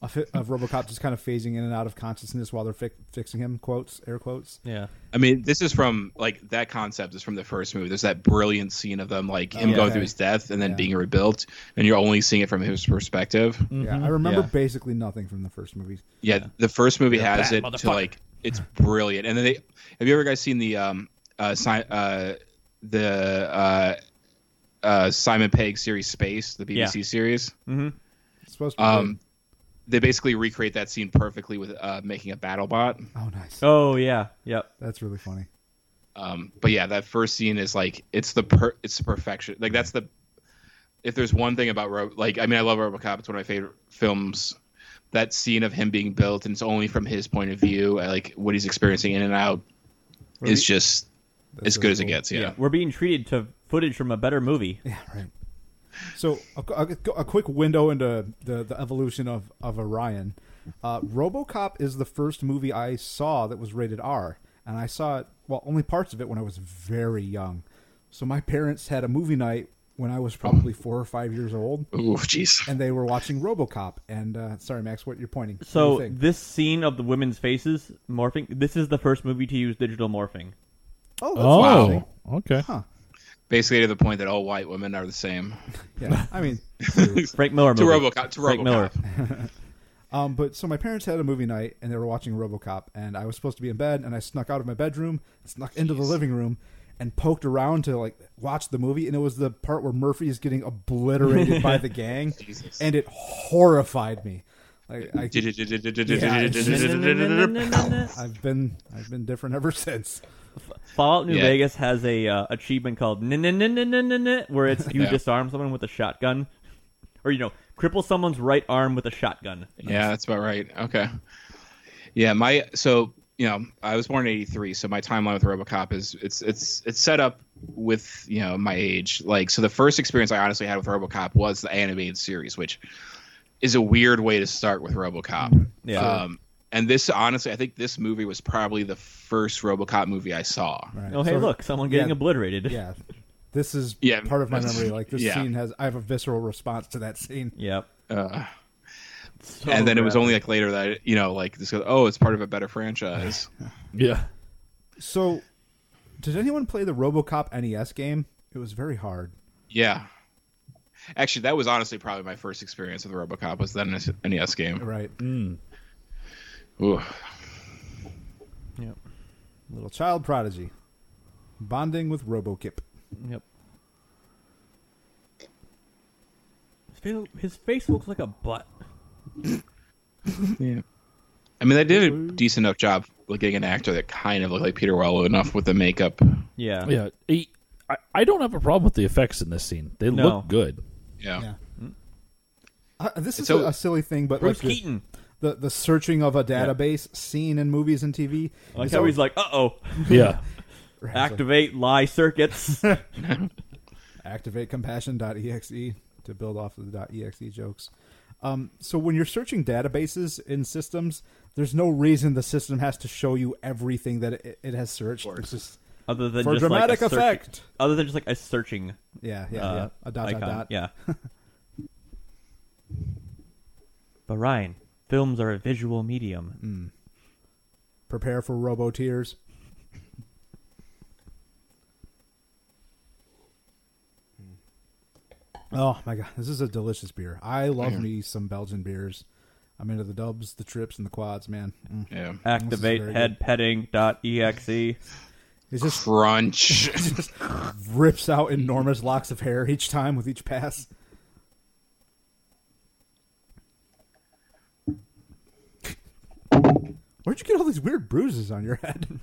Speaker 2: of, it- of RoboCop just kind of phasing in and out of consciousness while they're fi- fixing him. Quotes, air quotes.
Speaker 1: yeah,
Speaker 4: I mean, this is from like that concept is from the first movie. There's that brilliant scene of them like him
Speaker 2: Oh,
Speaker 4: going
Speaker 2: okay.
Speaker 4: through his death and then
Speaker 2: Yeah.
Speaker 4: being rebuilt, and you're only seeing it from his perspective.
Speaker 1: Mm.
Speaker 2: Yeah, I remember
Speaker 4: Mm-hmm. Yeah.
Speaker 2: basically nothing from the first movie.
Speaker 4: Yeah, the first movie has
Speaker 3: bad
Speaker 4: it to like it's brilliant, and then they have you ever guys seen the um uh, si- uh the uh uh Simon Pegg series Space, the BBC series.
Speaker 2: It's supposed to be
Speaker 4: Um, they basically recreate that scene perfectly with uh, making a battle bot.
Speaker 2: good. Oh, nice.
Speaker 1: Oh yeah, yep.
Speaker 2: That's really funny.
Speaker 4: Um, but yeah, that first scene is like it's the per- it's the perfection. Like that's the if there's one thing about Ro- like I mean I love RoboCop. It's one of my favorite films. That scene of him being built and it's only from his point of view, uh, like what he's experiencing in and out, is just
Speaker 2: That's
Speaker 4: as
Speaker 2: really
Speaker 4: good as it
Speaker 2: cool.
Speaker 4: gets. Yeah.
Speaker 1: We're being treated to footage from a better movie.
Speaker 2: Yeah, right. So a, a- a quick window into the, the evolution of, of Orion. Uh, RoboCop is the first movie I saw that was rated R, and I saw it well only parts of it when I was very young. So my parents had a movie night when I was probably four or five years old,
Speaker 4: Ooh, jeez.
Speaker 2: and they were watching RoboCop. And uh, sorry, Max, what you're pointing? What do you
Speaker 1: So
Speaker 2: think?
Speaker 1: this scene of the women's faces morphing. This is the first movie to use digital morphing.
Speaker 2: oh, that's
Speaker 6: Oh,
Speaker 2: interesting.
Speaker 6: okay.
Speaker 2: Huh.
Speaker 4: Basically, to the point that all white women are the same.
Speaker 2: yeah. I mean,
Speaker 1: Frank Miller
Speaker 4: To
Speaker 1: movie.
Speaker 4: RoboCop. To
Speaker 1: Frank Miller.
Speaker 4: *laughs* RoboCop.
Speaker 2: Um, but so my parents had a movie night and they were watching RoboCop, and I was supposed to be in bed, and I snuck out of my bedroom, snuck into the living room, and poked around to like watch the movie, and it was the part where Murphy is getting obliterated by
Speaker 4: *laughs*
Speaker 2: the gang,
Speaker 4: Jesus.
Speaker 2: and it horrified me. Like I, I've been I've been different ever since.
Speaker 1: Fallout New
Speaker 4: Yeah.
Speaker 1: Vegas has a uh, achievement called "N-n-n-n-n-n-n," where it's you
Speaker 4: Yeah.
Speaker 1: disarm someone with a shotgun, or you know, cripple someone's right arm with a shotgun.
Speaker 4: Yeah, that's about right. Okay. Yeah, my so you know I was born in '83, so my timeline with RoboCop is it's it's it's set up with you know my age. Like, so the first experience I honestly had with RoboCop was the animated series, which is a weird way to start with RoboCop.
Speaker 1: Yeah.
Speaker 4: Um, and this honestly, I think this movie was probably the first RoboCop movie I saw.
Speaker 2: Right.
Speaker 1: Oh hey,
Speaker 2: So-
Speaker 1: look, someone getting
Speaker 2: yeah.
Speaker 1: obliterated.
Speaker 2: Yeah, this is
Speaker 4: Yeah,
Speaker 2: part of my
Speaker 4: that's-
Speaker 2: memory. Like this
Speaker 4: yeah.
Speaker 2: scene has I have a visceral response to that scene.
Speaker 1: Yep.
Speaker 4: Uh,
Speaker 1: So
Speaker 4: and then it was
Speaker 1: graphic.
Speaker 4: only like later that you know like this goes, oh it's part of a better franchise.
Speaker 3: Yeah.
Speaker 2: So, did anyone play the RoboCop NES game? It was very hard.
Speaker 4: Yeah. Actually, that was honestly probably my first experience with RoboCop was that E NES NES game.
Speaker 2: Right.
Speaker 4: Ooh.
Speaker 1: Yep.
Speaker 2: Little child prodigy. Bonding with RoboKip.
Speaker 1: Yep. His face, his face looks like a butt.
Speaker 4: Yeah. I mean, they did a decent enough job like getting an actor that kind of looked like Peter Weller enough with the makeup.
Speaker 1: Yeah.
Speaker 3: Yeah. He- I, I don't have a problem with the effects in this scene. They
Speaker 1: No.
Speaker 3: look
Speaker 4: *laughs*
Speaker 3: good.
Speaker 1: Oh.
Speaker 4: Yeah.
Speaker 2: Yeah. Uh, this is
Speaker 4: So-
Speaker 2: a, a silly thing, but
Speaker 1: Hmm? Bruce
Speaker 2: like the,
Speaker 1: Keaton.
Speaker 2: the the searching of a database seen in movies and TV.
Speaker 1: I like
Speaker 2: is
Speaker 1: how
Speaker 2: al-
Speaker 1: he's like, uh oh,
Speaker 3: Yeah.
Speaker 2: right, it's like,
Speaker 1: activate lie
Speaker 2: *laughs*
Speaker 1: circuits.
Speaker 2: activate compassion.exe to build off of the .exe jokes. Um, so when you're searching databases in systems, there's no reason the system has to show you everything that it, it has searched. It's just
Speaker 1: other than
Speaker 2: For
Speaker 1: just
Speaker 2: dramatic
Speaker 1: like a search-
Speaker 2: effect.
Speaker 1: Other than just like a searching.
Speaker 2: yeah, yeah,
Speaker 1: uh,
Speaker 2: yeah. A dot,
Speaker 1: icon.
Speaker 2: dot, dot. *laughs*
Speaker 1: Yeah. but Ryan, films are a visual
Speaker 2: Mm,
Speaker 1: medium.
Speaker 2: Prepare for robo tears. Oh my god, this is a delicious beer. I love me some Belgian beers. I'm into the dubs, the trips, and the quads, man. Mm.
Speaker 4: Yeah.
Speaker 1: Activate
Speaker 2: very
Speaker 1: head petting dot exe.
Speaker 2: It just *laughs*
Speaker 4: Crunch.
Speaker 2: rips out enormous locks of hair each time with each pass. *laughs* Where'd you get all these weird bruises on your head?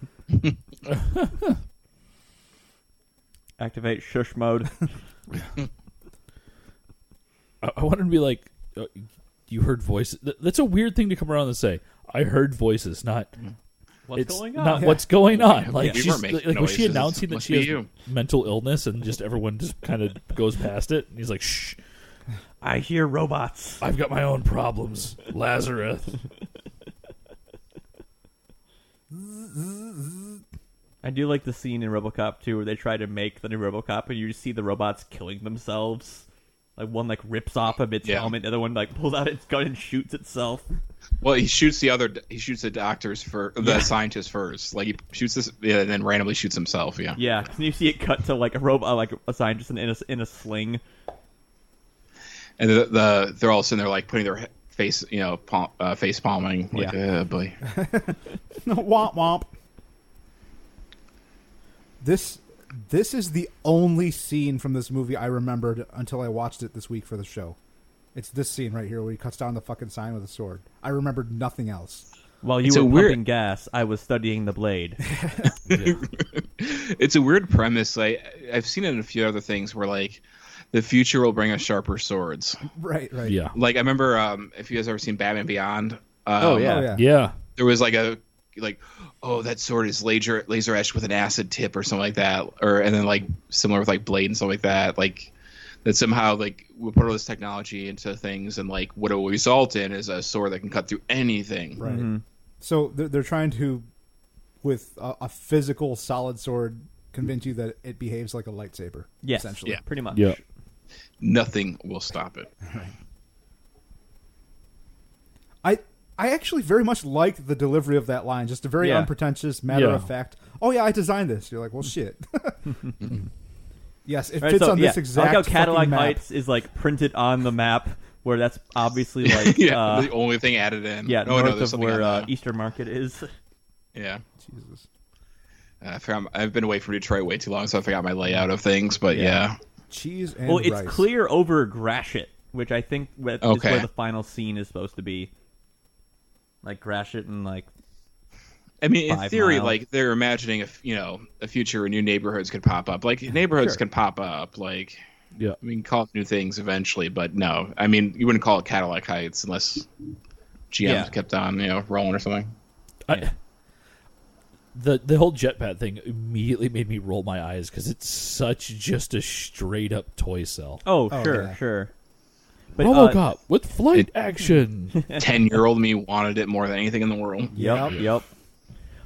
Speaker 1: Activate shush
Speaker 2: *laughs*
Speaker 1: mode.
Speaker 3: I, I wanted to be like, uh, you heard voices. Th- that's a weird thing to come around and say. I heard voices, not
Speaker 1: What's
Speaker 3: it's
Speaker 1: going on?
Speaker 3: not what's going on. Like
Speaker 4: We
Speaker 3: she's
Speaker 4: weren't making
Speaker 3: like, was she
Speaker 4: noises.
Speaker 3: announcing that
Speaker 4: Must
Speaker 3: she
Speaker 4: be
Speaker 3: has
Speaker 4: you.
Speaker 3: mental illness and just everyone just kind of goes past it. And he's like, "Shh,
Speaker 1: I hear robots.
Speaker 3: I've got my own problems,
Speaker 4: *laughs*
Speaker 3: Lazarus."
Speaker 1: I do like the scene in RoboCop 2 where they try to make the new RoboCop and you just see the robots killing themselves. Like one like rips off of its
Speaker 4: Yeah.
Speaker 1: helmet, the other one like pulls out its gun and shoots itself.
Speaker 4: well, he shoots the other. He shoots the doctors for the scientist first. Like he shoots this, yeah, and then randomly shoots himself. Yeah.
Speaker 1: Yeah, and you see it cut to like a robot, like a scientist in a, in a sling.
Speaker 4: And the, the they're all sitting there like putting their he- face, you know, palm, uh, face palming. Like,
Speaker 1: Yeah.
Speaker 4: "Uh, boy.
Speaker 2: *laughs* womp womp. This this is the only scene from this movie I remembered until I watched it this week for the show. It's this scene right here where he cuts down the fucking sign with a sword. I remembered nothing else. *laughs*
Speaker 1: While you
Speaker 4: It's a
Speaker 1: were
Speaker 4: weird-
Speaker 1: pumping gas, I was studying the
Speaker 4: *laughs*
Speaker 1: blade.
Speaker 4: it's a weird premise. Like I've seen it in a few other things where like the future will bring us sharper swords.
Speaker 2: Right, right.
Speaker 3: yeah,
Speaker 4: Like I remember um, if you guys ever seen Batman Beyond. Um,
Speaker 1: Oh, yeah.
Speaker 2: Oh yeah.
Speaker 3: yeah.
Speaker 4: There was like a like oh that sword is laser laser etched with an acid tip or something like that, or and then like similar with like blade and stuff like that. Like that somehow like we put all this technology into things and like what it will result in is a sword that can cut through anything.
Speaker 2: Right. So they're, they're trying to, with a, a physical solid sword, convince you that it behaves like a lightsaber.
Speaker 1: Yes,
Speaker 2: essentially.
Speaker 4: Yeah.
Speaker 1: pretty much.
Speaker 3: Yeah.
Speaker 4: Nothing will stop it. *laughs*
Speaker 2: I I actually very much liked the delivery of that line. Just a very
Speaker 1: Yeah.
Speaker 2: unpretentious, matter
Speaker 3: Yeah.
Speaker 2: of fact. Oh yeah, I designed this. You're like, well, shit. *laughs* yes, it
Speaker 1: Right,
Speaker 2: fits
Speaker 1: so,
Speaker 2: on
Speaker 1: yeah,
Speaker 2: this exact.
Speaker 1: I like how
Speaker 2: fucking
Speaker 1: Catalog
Speaker 2: map.
Speaker 1: Heights is like printed on the map, where that's
Speaker 4: *laughs*
Speaker 1: obviously like
Speaker 4: yeah,
Speaker 1: uh,
Speaker 4: the only thing added in. Oh,
Speaker 1: yeah,
Speaker 4: no, no,
Speaker 1: north
Speaker 4: there's
Speaker 1: of
Speaker 4: something
Speaker 1: where
Speaker 4: on
Speaker 1: uh,
Speaker 4: that.
Speaker 1: Easter Market
Speaker 2: *laughs*
Speaker 1: is.
Speaker 4: yeah.
Speaker 2: Jesus.
Speaker 4: Uh, I forgot, I've been away from Detroit way too long, so I forgot my layout of things. But yeah,
Speaker 2: Cheese and
Speaker 1: Well, it's
Speaker 2: rice.
Speaker 1: clear over Gratiot, which I think that is
Speaker 4: Okay.
Speaker 1: where the final scene is supposed to be. Like Gratiot and like
Speaker 4: I mean, in
Speaker 1: Five
Speaker 4: theory,
Speaker 1: miles.
Speaker 4: like they're imagining if you know a future where new neighborhoods could pop up. Like neighborhoods
Speaker 2: Sure.
Speaker 4: can pop up. Like
Speaker 3: Yeah.
Speaker 4: I mean, call it new things eventually, but no. I mean, you wouldn't call it Cadillac Heights unless GM
Speaker 1: Yeah.
Speaker 4: kept on, you know, rolling or something.
Speaker 3: I, the the whole jetpad thing immediately made me roll my eyes because it's such just a straight up toy cell.
Speaker 1: oh,
Speaker 2: Oh,
Speaker 1: sure
Speaker 2: yeah.
Speaker 1: sure. But, uh,
Speaker 3: RoboCop with
Speaker 4: *laughs*
Speaker 3: flight action.
Speaker 4: Ten year old me wanted it more than anything in the world.
Speaker 1: Yep,
Speaker 2: Yep.
Speaker 1: yep.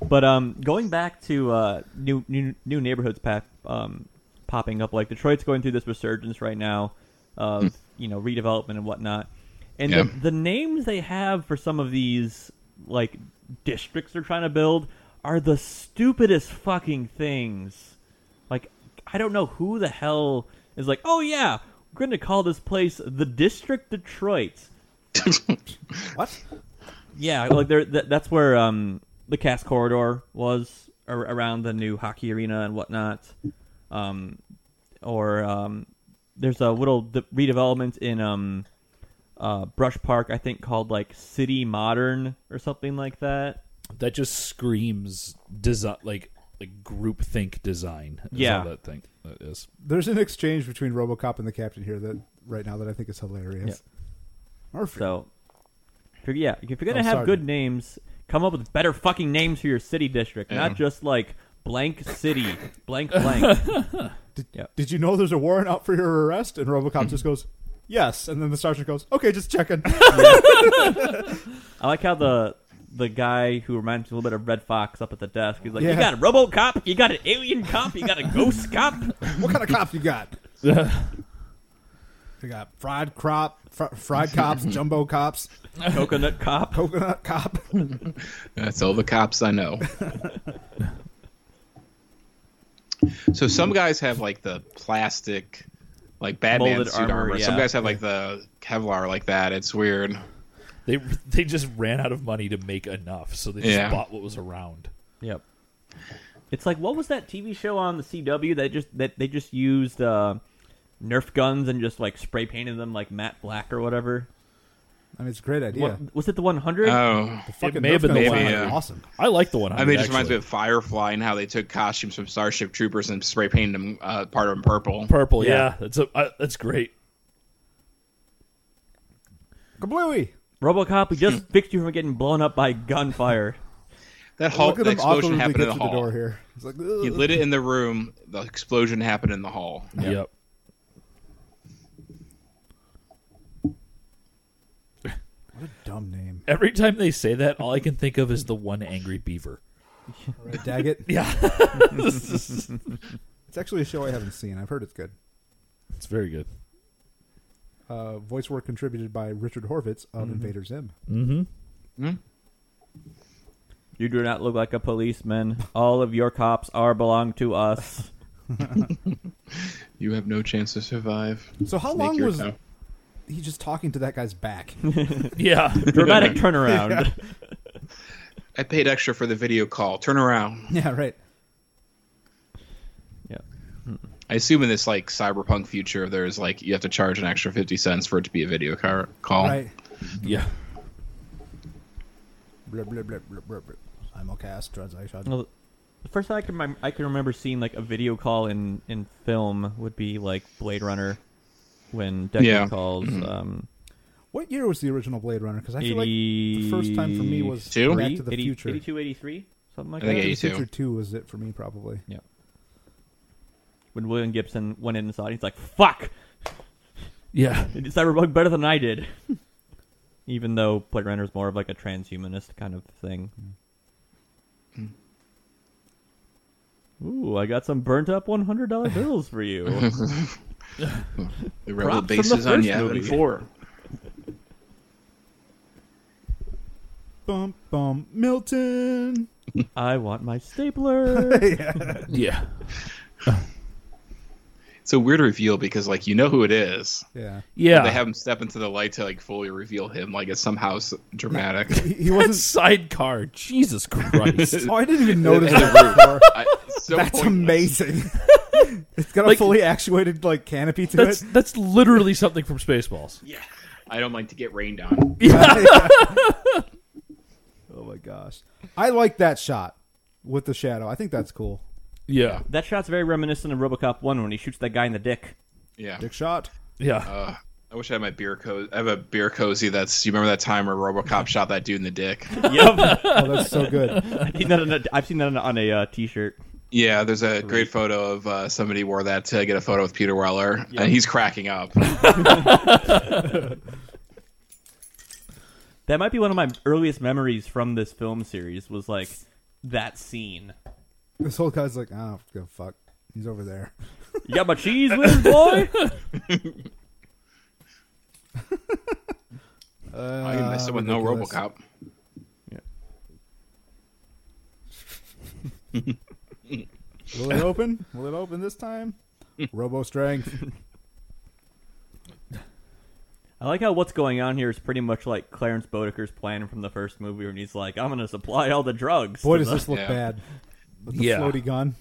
Speaker 1: But um, going back to uh, new new new neighborhoods pop, um, popping up, like Detroit's going through this resurgence right now of you know redevelopment and whatnot, and
Speaker 4: Yeah.
Speaker 1: the, the names they have for some of these like districts they're trying to build are the stupidest fucking things. Like I don't know who the hell is like, oh yeah, we're going to call this place the District Detroit.
Speaker 2: What?
Speaker 1: Yeah, like there. That, that's where um, the cast corridor was ar- around the new hockey arena and whatnot. Um, or um, there's a little de- redevelopment in um, uh, Brush Park, I think, called like City Modern or something like that.
Speaker 3: that just screams design like like group think design. is
Speaker 1: Yeah.
Speaker 3: all that thing that is.
Speaker 2: There's an exchange between RoboCop and the captain here that right now that I think is hilarious. Murphy.
Speaker 1: So, if you're- yeah, if you're gonna
Speaker 2: Oh,
Speaker 1: have good
Speaker 2: Sergeant.
Speaker 1: names, come up with better fucking names for your city district,
Speaker 4: Yeah.
Speaker 1: not just like blank city, blank blank.
Speaker 2: Did,
Speaker 1: Yep.
Speaker 2: did you know there's a warrant out for your arrest? And RoboCop just goes, "Yes," and then the sergeant goes, "Okay, just checking." *laughs*
Speaker 1: I like how the the guy who reminds me a little bit of Red Fox up at the desk. He's like,
Speaker 2: Yeah.
Speaker 1: "You got a RoboCop, you got an alien cop, you got a ghost *laughs* cop."
Speaker 2: what kind of cop you
Speaker 3: *laughs*
Speaker 2: got? We got fried crop, fr-
Speaker 3: *laughs*
Speaker 2: fried cops, jumbo cops,
Speaker 1: Coconut cop.
Speaker 2: coconut cop.
Speaker 4: That's all the cops
Speaker 2: *laughs*
Speaker 4: I know. so some guys have like the plastic, like Batman
Speaker 1: Molded
Speaker 4: suit armor.
Speaker 1: armor,
Speaker 4: Some
Speaker 1: yeah.
Speaker 4: guys have like the Kevlar like that. It's weird.
Speaker 3: They they just ran out of money to make enough, so they just
Speaker 4: Yeah.
Speaker 3: bought what was around.
Speaker 1: Yep. It's like what was that TV show on the CW that just that they just used uh, Nerf guns and just like spray painted them like matte black or whatever.
Speaker 2: I mean, it's a great idea.
Speaker 1: What, was it the 100?
Speaker 4: Oh,
Speaker 2: The fucking
Speaker 3: may have
Speaker 2: Nerf
Speaker 3: been the
Speaker 2: guns
Speaker 4: one-
Speaker 2: are
Speaker 4: Maybe, yeah.
Speaker 2: Awesome.
Speaker 3: I like the one.
Speaker 4: I mean, it just reminds me of Firefly and how they took costumes from Starship Troopers and spray painted them uh, part of them purple.
Speaker 3: purple. Yeah,
Speaker 1: Yeah.
Speaker 3: that's a I, that's great.
Speaker 2: Kablooey.
Speaker 1: RoboCop, we *laughs* just fixed you from getting blown up by gunfire.
Speaker 4: That
Speaker 2: Look
Speaker 4: Hulk
Speaker 2: at
Speaker 4: the
Speaker 2: him
Speaker 4: explosion
Speaker 2: awkwardly
Speaker 4: happened
Speaker 2: get
Speaker 4: in the
Speaker 2: to the
Speaker 4: hall.
Speaker 2: door here. It's like, "Ugh."
Speaker 4: He lit it in the room. The explosion happened in the hall.
Speaker 3: Yep.
Speaker 2: what a dumb name.
Speaker 3: Every time they say that, all I can think of is the one angry beaver.
Speaker 2: Right, Daggett.
Speaker 3: *laughs*
Speaker 4: *laughs*
Speaker 3: Yeah,
Speaker 2: It's actually a show I haven't seen. I've heard it's good.
Speaker 3: it's very good.
Speaker 2: Uh, voice work contributed by Richard Horvitz of
Speaker 3: Mm-hmm.
Speaker 2: Invader Zim.
Speaker 1: You do not look like a policeman. All of your cops are belong to us.
Speaker 4: You have no chance to survive.
Speaker 2: So how
Speaker 4: Snake
Speaker 2: long
Speaker 4: your
Speaker 2: was
Speaker 4: toe.
Speaker 2: he just talking to that guy's back? *laughs*
Speaker 3: Yeah,
Speaker 1: Dramatic turnaround.
Speaker 4: I paid extra for the video call. Turn around.
Speaker 2: yeah, right.
Speaker 1: yeah.
Speaker 4: I assume in this like cyberpunk future, there's like you have to charge an extra fifty cents for it to be a video car- call.
Speaker 2: Right.
Speaker 3: yeah.
Speaker 2: Blah, blah, blah, blah, blah, blah. Simulcast translation.
Speaker 1: Well, the first time I can remem- I can remember seeing like a video call in in film would be like Blade Runner when Deckard
Speaker 4: Yeah. Mm-hmm.
Speaker 1: calls um
Speaker 2: What year was the original Blade Runner? Because I feel like
Speaker 1: eighty
Speaker 2: the first time for me was
Speaker 4: Two?
Speaker 2: Back to the
Speaker 1: 80
Speaker 2: Future.
Speaker 1: 82, 83? something like
Speaker 4: I
Speaker 1: that.
Speaker 4: think
Speaker 2: Back to the
Speaker 4: 82.
Speaker 2: Future Two was it for me probably.
Speaker 1: yeah. When William Gibson went in and saw it, he's like, "Fuck,
Speaker 3: Yeah.
Speaker 1: it did Cyberpunk better than I did." *laughs* Even though Blade Runner is more of like a transhumanist kind of thing.
Speaker 4: Mm-hmm. *laughs*
Speaker 1: Ooh, I got some burnt up one hundred dollar bills for you.
Speaker 4: the
Speaker 6: Prop
Speaker 4: rebel
Speaker 6: from the
Speaker 4: base is on
Speaker 6: first
Speaker 4: Yavin.
Speaker 6: movie four.
Speaker 2: Bum bum Milton.
Speaker 1: I want my stapler.
Speaker 2: *laughs*
Speaker 3: Yeah.
Speaker 4: It's a weird reveal because like you know who it is.
Speaker 2: Yeah.
Speaker 3: Yeah.
Speaker 4: They have him step into the light to like fully reveal him. Like it's somehow s-
Speaker 2: *laughs*
Speaker 4: dramatic.
Speaker 2: He, he
Speaker 3: that
Speaker 2: wasn't
Speaker 3: sidecar. Jesus Christ.
Speaker 2: *laughs* Oh, I didn't even notice
Speaker 4: And
Speaker 2: that
Speaker 4: the roof.
Speaker 2: before.
Speaker 4: I, it's so
Speaker 2: That's
Speaker 4: pointless.
Speaker 2: amazing. *laughs* it's got a
Speaker 3: Like-
Speaker 2: fully actuated like canopy to
Speaker 3: that's
Speaker 2: it. *laughs*
Speaker 3: that's literally something from Spaceballs.
Speaker 4: Yeah. I don't like to get rained on.
Speaker 2: *laughs* Oh my gosh. I like that shot with the shadow. I think that's cool.
Speaker 3: Yeah.
Speaker 1: that shot's very reminiscent of RoboCop One when he shoots that guy in the dick. *laughs*
Speaker 4: Yeah.
Speaker 2: Dick shot.
Speaker 3: Yeah.
Speaker 4: Uh, I wish I had my beer cozy. I have a beer cozy. That's you remember that time where RoboCop shot that dude in
Speaker 2: *laughs*
Speaker 4: the dick.
Speaker 1: Yep,
Speaker 2: Oh, that's so good. *laughs*
Speaker 1: I've seen that on a, I've seen that on a, on a uh, t-shirt.
Speaker 4: Yeah, there's a great photo of uh, somebody wore that to get a photo with Peter Weller, and he's cracking
Speaker 2: *laughs*
Speaker 4: up.
Speaker 1: That might be one of my earliest memories from this film series. Was like that scene.
Speaker 2: This whole guy's like, I don't give a fuck. He's over *laughs* there.
Speaker 1: You got my cheese whiz, boy.
Speaker 2: Uh,
Speaker 4: I can miss it with no
Speaker 2: ridiculous.
Speaker 4: RoboCop.
Speaker 2: Will it open? Will it open this *laughs* time? Robo strength.
Speaker 1: I like how what's going on here is pretty much like Clarence Boudicca's plan from the first movie, when he's like, "I'm going to supply all the drugs."
Speaker 2: Boy,
Speaker 1: to
Speaker 2: does
Speaker 1: the-
Speaker 2: this look
Speaker 4: Yeah.
Speaker 2: bad. With the
Speaker 3: Yeah.
Speaker 2: floaty gun.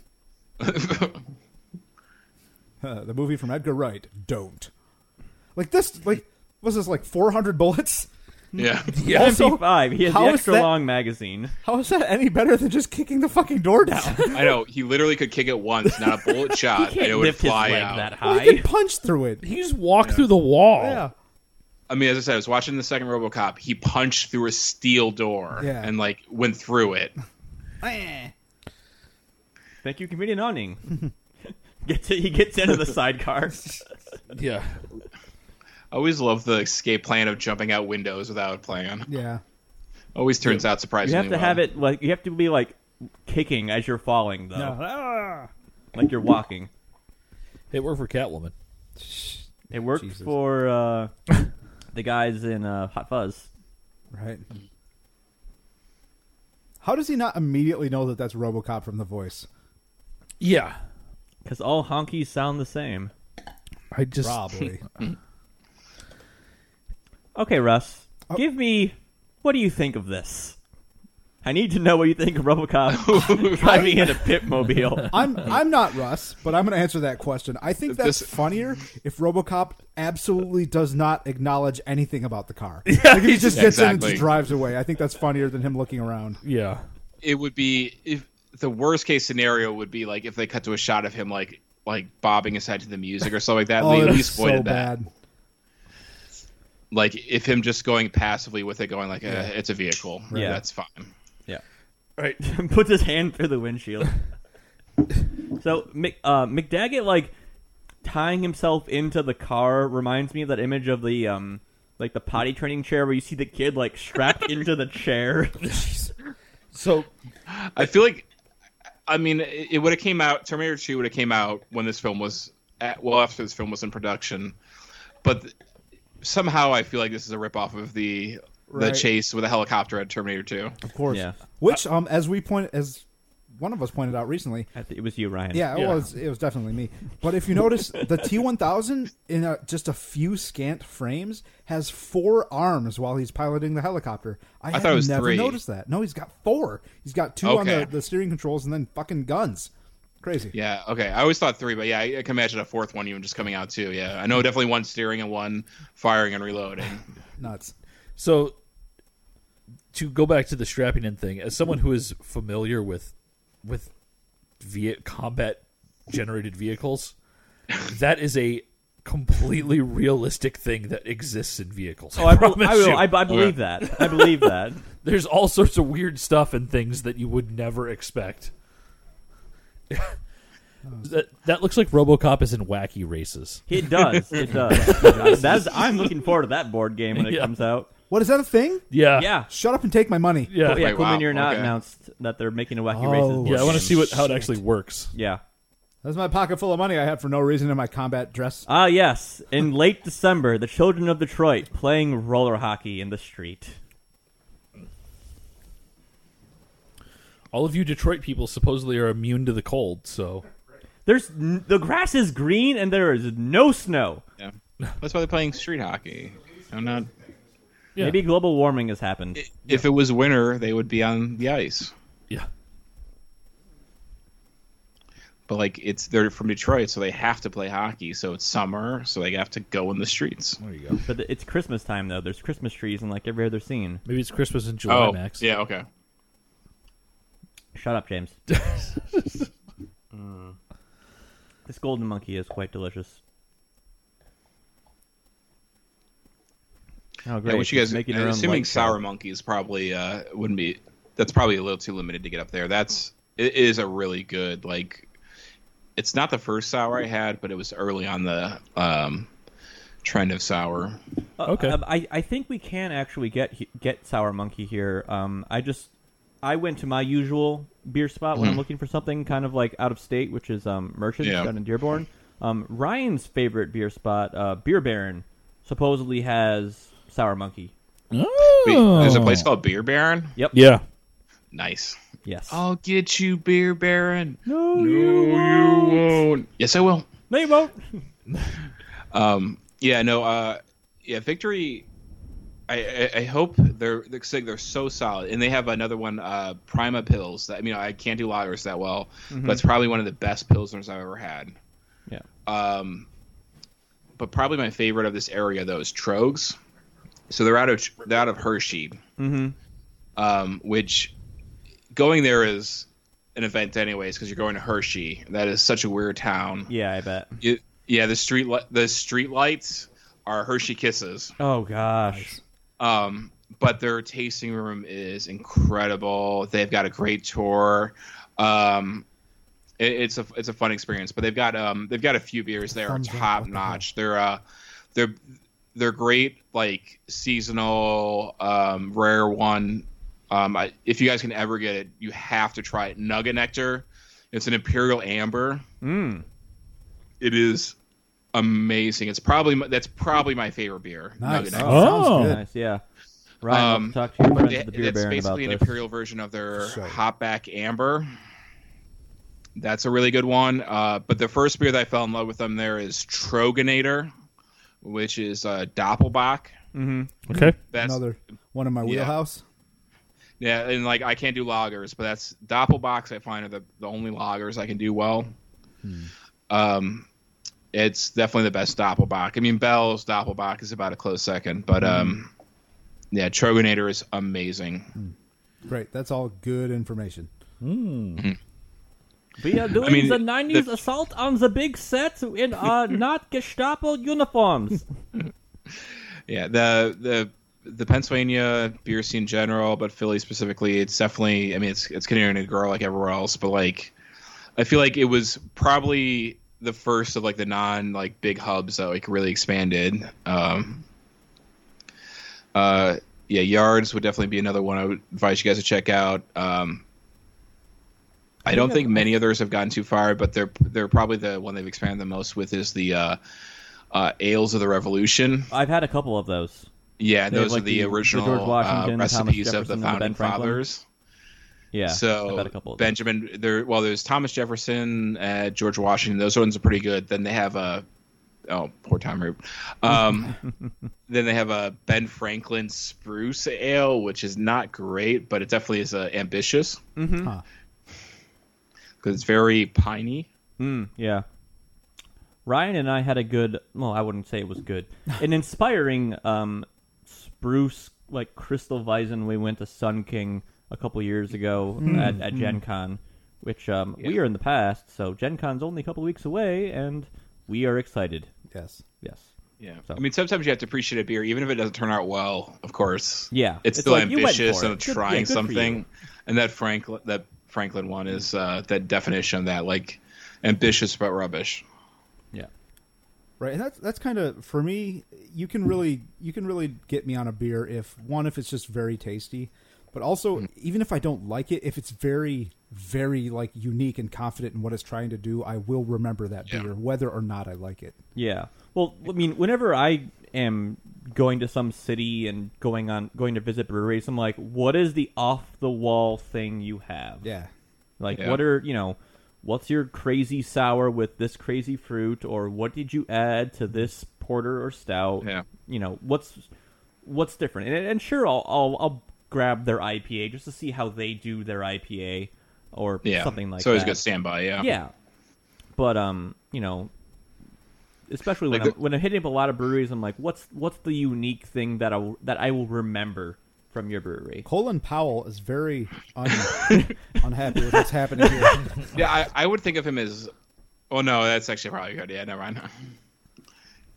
Speaker 2: Uh, the movie from Edgar Wright. Don't. Like this. Like was this like 400 bullets?
Speaker 1: *laughs*
Speaker 4: yeah,
Speaker 3: yeah.
Speaker 2: Also,
Speaker 1: 55. He has the
Speaker 2: *laughs* how is
Speaker 1: extra
Speaker 2: that-
Speaker 1: long magazine.
Speaker 2: how is that any better than just kicking the fucking door down?
Speaker 4: *laughs* I know. He literally could kick it once, not a bullet
Speaker 1: *laughs*
Speaker 4: shot, and it
Speaker 1: Can't
Speaker 4: would
Speaker 1: lift his
Speaker 4: fly
Speaker 1: leg
Speaker 4: out.
Speaker 1: that
Speaker 2: *laughs* Well, he
Speaker 1: high.
Speaker 2: could punch through it.
Speaker 3: He just walked through the wall.
Speaker 2: Yeah.
Speaker 4: I mean, as I said, I was watching the second RoboCop. He punched through a steel door
Speaker 2: Yeah.
Speaker 4: and like went through it.
Speaker 1: Thank you, comedian Owning. Gets he gets into the sidecar.
Speaker 3: Yeah.
Speaker 4: I always love the escape plan of jumping out windows without a plan.
Speaker 2: Yeah.
Speaker 4: Always turns out
Speaker 1: You
Speaker 4: surprisingly.
Speaker 1: have to
Speaker 4: well.
Speaker 1: have it like you have to be like kicking as you're falling though,
Speaker 2: Ah.
Speaker 1: like you're walking.
Speaker 3: It worked for Catwoman.
Speaker 1: It worked
Speaker 2: Jesus.
Speaker 1: for uh, the guys in uh, Hot Fuzz.
Speaker 2: Right. How does he not immediately know that that's RoboCop from the voice?
Speaker 3: Yeah.
Speaker 1: Because all honkies sound the same.
Speaker 3: I just *laughs*
Speaker 2: Probably.
Speaker 1: Okay, Russ, give me. What do you think of this? I need to know what you think of RoboCop *laughs* driving in a pitmobile.
Speaker 4: *laughs*
Speaker 2: I'm I'm not Russ, but I'm going to answer that question. I think that's
Speaker 4: This-
Speaker 2: funnier if RoboCop absolutely does not acknowledge anything about the
Speaker 4: *laughs*
Speaker 2: car. like if he just gets in and
Speaker 4: Exactly.
Speaker 2: just drives away. I think that's funnier than him looking around.
Speaker 3: Yeah.
Speaker 4: it would be if the worst case scenario would be like if they cut to a shot of him like like bobbing his head to the music or something
Speaker 1: *laughs*
Speaker 4: like that. they
Speaker 2: oh,
Speaker 4: at
Speaker 2: that's
Speaker 4: least
Speaker 2: so
Speaker 4: avoided that.
Speaker 2: bad.
Speaker 4: Like if him just going passively with it, going like eh, it's a vehicle,
Speaker 1: Yeah.
Speaker 4: that's fine.
Speaker 1: Yeah.
Speaker 3: Right.
Speaker 1: Puts his hand through the windshield. so Mc, uh, McDaggett like tying himself into the car reminds me of that image of the um like the potty training chair where you see the kid like strapped into the chair.
Speaker 3: So
Speaker 4: I feel like, I mean, it, it would have came out. Terminator Two would have came out when this film was at, well after this film was in production, but th- somehow I feel like this is a ripoff of the
Speaker 2: Right.
Speaker 4: the chase with a helicopter at Terminator Two.
Speaker 2: Of course.
Speaker 1: Yeah.
Speaker 2: Which um as we point as one of us pointed out recently,
Speaker 1: I think it was you, Ryan.
Speaker 2: Yeah, it
Speaker 3: Yeah.
Speaker 2: was. It was definitely me. But if you notice,
Speaker 4: *laughs*
Speaker 2: the T1000 in a, just a few scant frames has four arms while he's piloting the helicopter. I, had
Speaker 4: thought it was
Speaker 2: never
Speaker 4: three.
Speaker 2: noticed that. No, he's got four. He's got two on
Speaker 4: Okay.
Speaker 2: the, the steering controls and then fucking guns. Crazy.
Speaker 4: Yeah. Okay. I always thought three, but yeah, I, I can imagine a fourth one even just coming out too. Yeah. I know definitely one steering and one firing and reloading.
Speaker 2: Nuts.
Speaker 3: so to go back to the strapping in thing, as someone who is familiar with with Viet combat generated vehicles, that is a completely realistic thing that exists in vehicles.
Speaker 1: Oh, I, bel-
Speaker 3: promise
Speaker 1: I, will.
Speaker 3: you.
Speaker 1: I, I believe that. I believe that.
Speaker 3: There's all sorts of weird stuff and things that you would never expect. that that looks like RoboCop is in wacky races.
Speaker 1: It does. It does. That's, I'm looking forward to that board game when it
Speaker 3: Yeah.
Speaker 1: comes out.
Speaker 2: What is that a thing?
Speaker 3: Yeah.
Speaker 1: Yeah.
Speaker 2: Shut up and take my money.
Speaker 3: Yeah.
Speaker 1: Oh, yeah,
Speaker 4: Wait,
Speaker 1: Cool
Speaker 4: wow,
Speaker 1: Mini or Not
Speaker 4: okay.
Speaker 1: announced that they're making a Wacky
Speaker 2: Oh,
Speaker 1: Races board
Speaker 3: Yeah, I want to
Speaker 1: game.
Speaker 3: see what how it actually works.
Speaker 1: Yeah.
Speaker 2: That's my pocket full of money I had for no reason in my combat dress.
Speaker 1: Ah, yes. In late December, the children of Detroit playing roller hockey in the street.
Speaker 3: All of you Detroit people supposedly are immune to the cold, so
Speaker 1: There's n- the grass is green and there is no snow.
Speaker 4: Yeah. That's why they're playing street hockey. I'm not.
Speaker 3: Yeah.
Speaker 1: Maybe global warming has happened.
Speaker 4: If it was winter, they would be on the ice.
Speaker 3: yeah.
Speaker 4: But like, it's they're from Detroit, so they have to play hockey. So it's summer, so they have to go in the streets.
Speaker 1: Oh,
Speaker 3: There you go.
Speaker 1: But it's Christmas time though. There's Christmas trees in like every other scene.
Speaker 3: Maybe it's Christmas in July, Max.
Speaker 4: Oh, yeah, okay.
Speaker 1: Shut up,
Speaker 4: *laughs*
Speaker 1: James.
Speaker 4: Mm.
Speaker 1: This golden monkey is quite delicious. Oh, great!
Speaker 4: Yeah, what you
Speaker 1: she's
Speaker 4: guys?
Speaker 1: making
Speaker 4: uh,
Speaker 1: her own
Speaker 4: assuming
Speaker 1: light
Speaker 4: sour
Speaker 1: show.
Speaker 4: monkey is probably uh, wouldn't be. That's probably a little too limited to get up there. That's it is a really good like. It's not the first sour I had, but it was early on the um, trend of sour.
Speaker 1: Uh,
Speaker 3: Okay.
Speaker 1: uh, I, I think we can actually get he- get sour monkey here. Um, I just I went to my usual beer spot when I'm looking for something kind of like out of state, which is um, Merchants
Speaker 4: Mm-hmm. Yeah.
Speaker 1: down in Dearborn. Um, Ryan's favorite beer spot, uh, Beer Baron, supposedly has sour monkey.
Speaker 4: Wait, there's a
Speaker 1: Oh.
Speaker 4: place called Beer Baron.
Speaker 1: Yep.
Speaker 3: Yeah.
Speaker 4: Nice.
Speaker 1: Yes.
Speaker 4: I'll get you, Beer Baron.
Speaker 1: no,
Speaker 4: won't. Yes, I will.
Speaker 1: No, you won't.
Speaker 4: Um, yeah, no, uh, yeah, Victory. I, I, I hope they're they're, sick, they're so solid, and they have another one, uh, Prima Pills. That, I mean, I can't do lagers that well, but it's probably one of the best pilsners I've ever had.
Speaker 1: Mm-hmm.
Speaker 4: Um,
Speaker 1: Yeah.
Speaker 4: But probably my favorite of this area though is Trogs. So they're out of they're out of Hershey,
Speaker 1: Mm-hmm.
Speaker 4: um, which going there is an event anyways because you're going to Hershey. That is such a weird town.
Speaker 1: Yeah, I bet.
Speaker 4: It- yeah, the street li- the street lights are Hershey kisses.
Speaker 1: Oh gosh.
Speaker 4: Um, but their tasting room is incredible. They've got a great tour. Um, it, it's a it's a fun experience. But they've got um they've got a few beers there are
Speaker 2: Thumbs up,
Speaker 4: top
Speaker 2: what the
Speaker 4: notch. They're uh they're they're great like seasonal um rare one. Um, I, if you guys can ever get it, you have to try it. Nugget Nectar. It's an imperial amber.
Speaker 1: Mm.
Speaker 4: It is amazing. It's probably my, that's probably my favorite beer.
Speaker 2: Nice.
Speaker 4: Nugget Nectar.
Speaker 3: Oh.
Speaker 2: Sounds good.
Speaker 1: Nice. Yeah. Ryan,
Speaker 4: Um,
Speaker 1: we'll talk to your friends
Speaker 4: They-
Speaker 1: at the Beer
Speaker 4: that's
Speaker 1: Baron about
Speaker 4: basically an
Speaker 1: this.
Speaker 4: imperial version of their
Speaker 2: Sure.
Speaker 4: hopback amber. That's a really good one. Uh, but the first beer that I fell in love with them there is Troganator, which is uh, Doppelbock.
Speaker 1: Mm-hmm.
Speaker 3: Okay.
Speaker 4: That's
Speaker 2: Another one in my wheelhouse.
Speaker 4: yeah, and like I can't do lagers, but that's Doppelbocks. I find are the, the only lagers I can do well. Um, it's definitely the best Doppelbock. I mean, Bell's Doppelbock is about a close second, but um, yeah, Troganator is amazing.
Speaker 2: Great. That's all good information.
Speaker 1: We are doing
Speaker 4: mean,
Speaker 1: the 90s
Speaker 4: the-
Speaker 1: assault on the big set in *laughs* uh, not Gestapo uniforms.
Speaker 4: Yeah, the the the Pennsylvania beer scene in general, but Philly specifically, it's definitely. I mean, it's it's continuing to grow like everywhere else, but like, I feel like it was probably the first of like the non like big hubs that like really expanded. Um, uh, yeah, yards would definitely be another one I would advise you guys to check out. Um, I don't think many others have gotten too far, but they're they're probably the one they've expanded the most with is the uh, uh, ales of the revolution.
Speaker 1: I've had a couple of those.
Speaker 4: Yeah,
Speaker 1: They have,
Speaker 4: those
Speaker 1: like,
Speaker 4: are the,
Speaker 1: the- the
Speaker 4: original
Speaker 1: George Washington,
Speaker 4: uh,
Speaker 1: Thomas
Speaker 4: recipes of
Speaker 1: Jefferson, and
Speaker 4: the
Speaker 1: the Ben
Speaker 4: founding
Speaker 1: Franklin.
Speaker 4: fathers.
Speaker 1: Yeah. I've
Speaker 4: so
Speaker 1: had a couple of those.
Speaker 4: Benjamin, there. Well, there's Thomas Jefferson, uh, George Washington. Those ones are pretty good. Then they have a oh poor Tom Root. Um,
Speaker 1: *laughs*
Speaker 4: then they have a Ben Franklin Spruce Ale, which is not great, but it definitely is uh, ambitious
Speaker 2: Huh.
Speaker 4: because it's very piney.
Speaker 1: Mm, yeah. Ryan and I had a good, well, I wouldn't say it was *laughs* good, an inspiring um, spruce, like crystal Weizen. We went to Sun King a couple years ago at, at Gen Con, which um, we
Speaker 4: Yeah.
Speaker 1: are in the past, so Gen Con's only a couple weeks away, and we are excited.
Speaker 2: Yes.
Speaker 1: Yes.
Speaker 4: Yeah,
Speaker 1: So-
Speaker 4: I mean sometimes you have to appreciate a beer, even if it doesn't turn out well. Of course,
Speaker 1: Yeah.
Speaker 4: it's,
Speaker 1: It's
Speaker 4: still
Speaker 1: like, you went
Speaker 4: ambitious
Speaker 1: for
Speaker 4: and
Speaker 1: it. Good- yeah,
Speaker 4: trying
Speaker 1: good for you.
Speaker 4: something. And that Franklin, that Franklin one is uh, that definition of that like ambitious but rubbish.
Speaker 1: Yeah.
Speaker 2: Right, and that's that's kind of for me. You can really you can really get me on a beer if one if it's just very tasty, But also,
Speaker 4: Hmm.
Speaker 2: even if I don't like it, if it's very, very like unique and confident in what it's trying to do, I will remember that
Speaker 4: Yeah.
Speaker 2: beer, whether or not I like it.
Speaker 1: Yeah. Well, I mean, whenever I am going to some city and going on going to visit breweries, I'm like, what is the off the wall thing you have?
Speaker 2: Yeah.
Speaker 1: Like,
Speaker 4: Yeah.
Speaker 1: what are you know, what's your crazy sour with this crazy fruit, or what did you add to this porter or stout?
Speaker 4: Yeah.
Speaker 1: You know, what's what's different? And, and sure, I'll, I'll I'll grab their IPA just to see how they do their IPA or
Speaker 4: Yeah,
Speaker 1: something like
Speaker 4: so
Speaker 1: that.
Speaker 4: it's good standby. Yeah,
Speaker 1: Yeah, but um, you know, especially when
Speaker 4: Like
Speaker 1: I'm, when I'm hitting up a lot of breweries, I'm like, what's what's the unique thing that I that I will remember from your brewery?
Speaker 2: Colin Powell is
Speaker 4: *laughs*
Speaker 2: very un- unhappy with what's happening here.
Speaker 4: Yeah, I, I would think of him as. Oh no, that's actually probably good. Yeah, never mind. *laughs*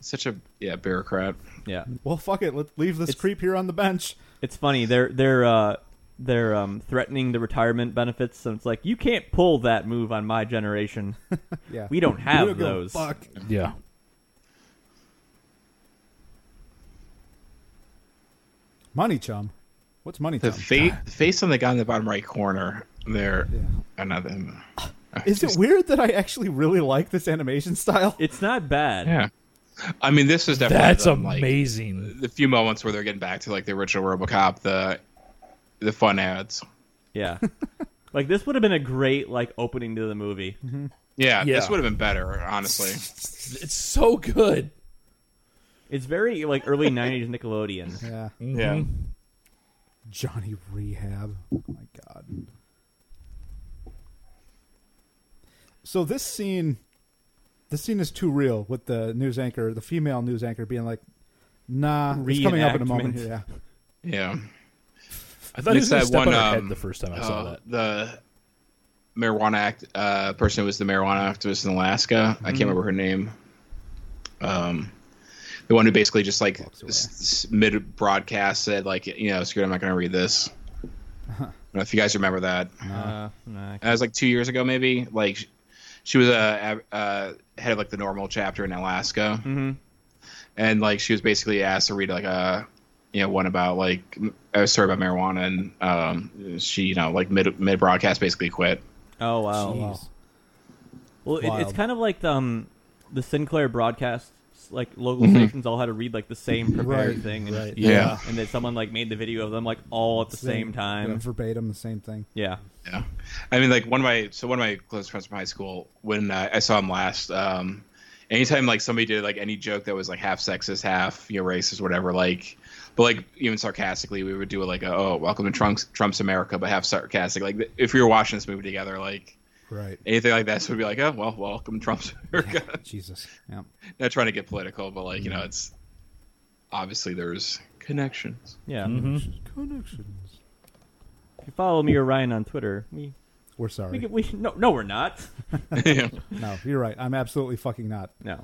Speaker 4: Such a yeah bureaucrat.
Speaker 1: Yeah,
Speaker 2: Well, fuck it. Let's leave this
Speaker 1: It's-
Speaker 2: creep here on the bench.
Speaker 1: it's funny. They're they're uh, they're um, threatening the retirement benefits, and it's like you can't pull that move on my generation.
Speaker 2: Yeah.
Speaker 1: We don't have
Speaker 2: don't give a
Speaker 1: those.
Speaker 2: Fuck.
Speaker 3: Yeah.
Speaker 2: Money chum. What's money
Speaker 4: The
Speaker 2: chum?
Speaker 4: fa- face on the guy in the bottom right corner there.
Speaker 2: Yeah.
Speaker 4: Another. I
Speaker 2: Is it
Speaker 4: just-
Speaker 2: weird that I actually really like this animation style?
Speaker 1: It's not bad.
Speaker 4: Yeah. I mean, this is definitely
Speaker 3: That's
Speaker 4: the, like,
Speaker 3: amazing.
Speaker 4: the few moments where they're getting back to like the original RoboCop, the the fun ads.
Speaker 1: Yeah. Like this would have been a great like opening to the movie.
Speaker 4: Yeah,
Speaker 3: Yeah.
Speaker 4: this would have been
Speaker 3: *laughs*
Speaker 4: better, honestly.
Speaker 3: It's so good.
Speaker 1: It's very like early '90s
Speaker 2: *laughs*
Speaker 1: Nickelodeon.
Speaker 2: Yeah.
Speaker 3: Mm-hmm.
Speaker 4: Yeah.
Speaker 2: Johnny Rehab. Oh my god. So this scene this scene is too real with the news anchor, the female news anchor being like, nah, it's coming up in a moment
Speaker 1: Reenactment.
Speaker 2: here. Yeah.
Speaker 4: Yeah.
Speaker 3: I thought he was
Speaker 4: It's
Speaker 3: gonna
Speaker 4: that
Speaker 3: step
Speaker 4: one,
Speaker 3: on her
Speaker 4: um,
Speaker 3: head the first time I saw
Speaker 4: Uh,
Speaker 3: that.
Speaker 4: the marijuana act uh, person who was the marijuana activist in Alaska. I
Speaker 3: Mm-hmm.
Speaker 4: can't remember her name. Um, the one who basically just like
Speaker 2: away.
Speaker 4: s- mid broadcast said like you know screw it, I'm not going to read this.
Speaker 3: *laughs*
Speaker 4: I don't know if you guys remember that,
Speaker 1: Uh, nah,
Speaker 4: that was like two years ago maybe. Like sh- she was a, a, a head of like the normal chapter in Alaska,
Speaker 1: Mhm.
Speaker 4: and like she was basically asked to read like a you know one about like m- a story about marijuana, and um, she you know like mid mid broadcast basically quit.
Speaker 1: Oh wow.
Speaker 2: Jeez.
Speaker 1: Well, it, it's
Speaker 2: Wild.
Speaker 1: kind of like the, um, the Sinclair broadcasts, like local stations all had to read like the same prepared
Speaker 2: Right,
Speaker 1: thing, and,
Speaker 2: right.
Speaker 4: Mm-hmm. Yeah.
Speaker 1: and then someone like made the video of them like all at the same, time.
Speaker 2: yeah, verbatim the same thing.
Speaker 1: Yeah,
Speaker 4: Yeah, I mean, like one of my so one of my close friends from high school. When uh, I saw him last, um, anytime like somebody did like any joke that was like half sexist, half you know racist, whatever, like, but like even sarcastically, we would do like a, oh, welcome to Trump's Trump's America, but half sarcastic. Like th- if we were watching this movie together, like
Speaker 2: Right.
Speaker 4: anything like that, so we'd be like, oh, well, welcome Trump's *laughs* America.
Speaker 2: Jesus. Yeah. Mm-hmm.
Speaker 4: Not trying to get political, but like you know, it's obviously there's
Speaker 2: *laughs*
Speaker 4: connections.
Speaker 1: yeah.
Speaker 2: Mm-hmm. Connections.
Speaker 1: If you follow me or Ryan on Twitter, we
Speaker 2: We're
Speaker 1: we,
Speaker 2: sorry.
Speaker 1: get, we no no we're not. *laughs*
Speaker 4: yeah.
Speaker 2: No, you're right. I'm absolutely fucking not.
Speaker 1: No,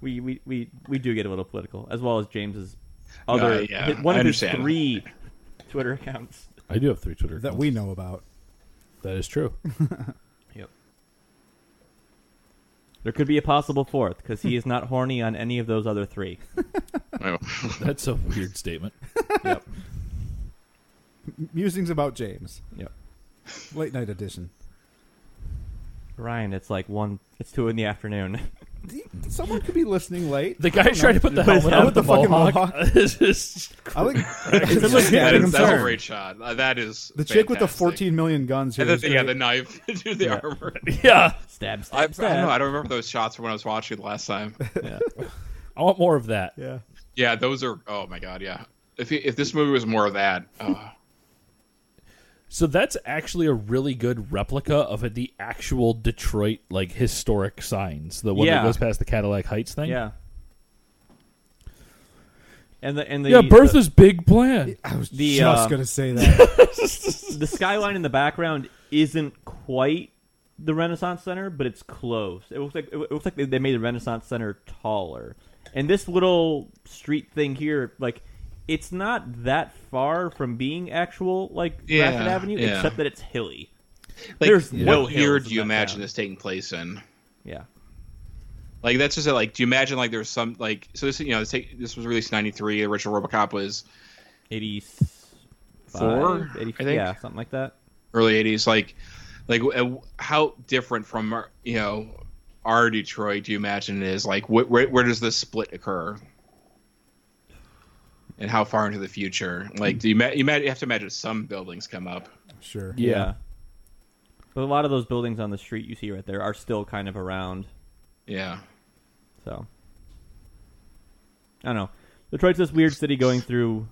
Speaker 1: we, we we we do get a little political, as well as James's other
Speaker 4: Uh, yeah,
Speaker 1: one
Speaker 4: I
Speaker 1: of his
Speaker 4: understand.
Speaker 1: three *laughs* Twitter accounts.
Speaker 3: I do have three Twitter.
Speaker 2: That we know about.
Speaker 3: That is *laughs* true.
Speaker 1: Yep. There could be a possible fourth because he is not horny on any of those other three.
Speaker 4: Well,
Speaker 3: That's a weird statement. *laughs* yep.
Speaker 2: Musings about James.
Speaker 1: Yep.
Speaker 2: Late night edition.
Speaker 1: Ryan, it's like one. It's two in the afternoon. *laughs*
Speaker 2: Someone could be listening late.
Speaker 3: The guy trying to *laughs* put the
Speaker 1: But it's
Speaker 3: helmet
Speaker 1: not
Speaker 3: on
Speaker 1: with
Speaker 3: with
Speaker 2: the
Speaker 3: the,
Speaker 2: fucking
Speaker 3: mohawk. *laughs*
Speaker 2: mohawk.
Speaker 3: This is
Speaker 2: I *laughs* like
Speaker 3: That
Speaker 2: Someone's
Speaker 3: is-
Speaker 4: that
Speaker 2: stabbing
Speaker 4: is, that's a
Speaker 2: himself.
Speaker 4: great shot. Uh, that is
Speaker 2: The chick with the
Speaker 4: fantastic.
Speaker 2: 14 million guns here.
Speaker 4: And then
Speaker 2: is
Speaker 4: they got the
Speaker 2: great.
Speaker 4: knife *laughs* to the
Speaker 1: Yeah.
Speaker 4: armor.
Speaker 3: yeah.
Speaker 1: Stab,
Speaker 4: *laughs*
Speaker 1: stab,
Speaker 4: I, I don't
Speaker 1: stab.
Speaker 4: know. I don't remember those shots from when I was watching the last time.
Speaker 3: I want more of that.
Speaker 2: yeah.
Speaker 4: yeah, those are. Oh my god. Yeah. If if this movie was more of that, uh,
Speaker 3: So that's actually a really good replica of it, the actual Detroit like historic signs, the one
Speaker 1: Yeah.
Speaker 3: that goes past the Cadillac Heights thing.
Speaker 1: yeah. And the and the
Speaker 3: Yeah,
Speaker 1: the,
Speaker 3: Bertha's big plan.
Speaker 2: I was
Speaker 1: The,
Speaker 2: just
Speaker 1: uh,
Speaker 2: going to say
Speaker 3: *laughs*
Speaker 2: that.
Speaker 1: the skyline in the background isn't quite the Renaissance Center, but it's close. It looks like it looks like they, they made the Renaissance Center taller. And this little street thing here, like, it's not that far from being actual like
Speaker 4: Yeah,
Speaker 1: Gratiot Avenue,
Speaker 4: yeah.
Speaker 1: except that it's hilly.
Speaker 4: *laughs* like,
Speaker 1: There's no
Speaker 4: what year
Speaker 1: hills in
Speaker 4: do you
Speaker 1: that
Speaker 4: imagine
Speaker 1: town.
Speaker 4: this taking place in?
Speaker 1: Yeah.
Speaker 4: Like that's just it. Like, do you imagine like there's some like so this you know this, take, this was released in '93. The original RoboCop was
Speaker 1: Eighty
Speaker 4: four, I think,
Speaker 1: yeah, something like that.
Speaker 4: early '80s. Like, like uh, how different from our, you know our Detroit do you imagine it is? Like, wh- where where does this split occur? And how far into the future? Like, do you, ma- you, ma- you have to imagine some buildings come up?
Speaker 2: Sure.
Speaker 1: Yeah. But a lot of those buildings on the street you see right there are still kind of around.
Speaker 4: Yeah.
Speaker 1: So I don't know. Detroit's this weird city going through.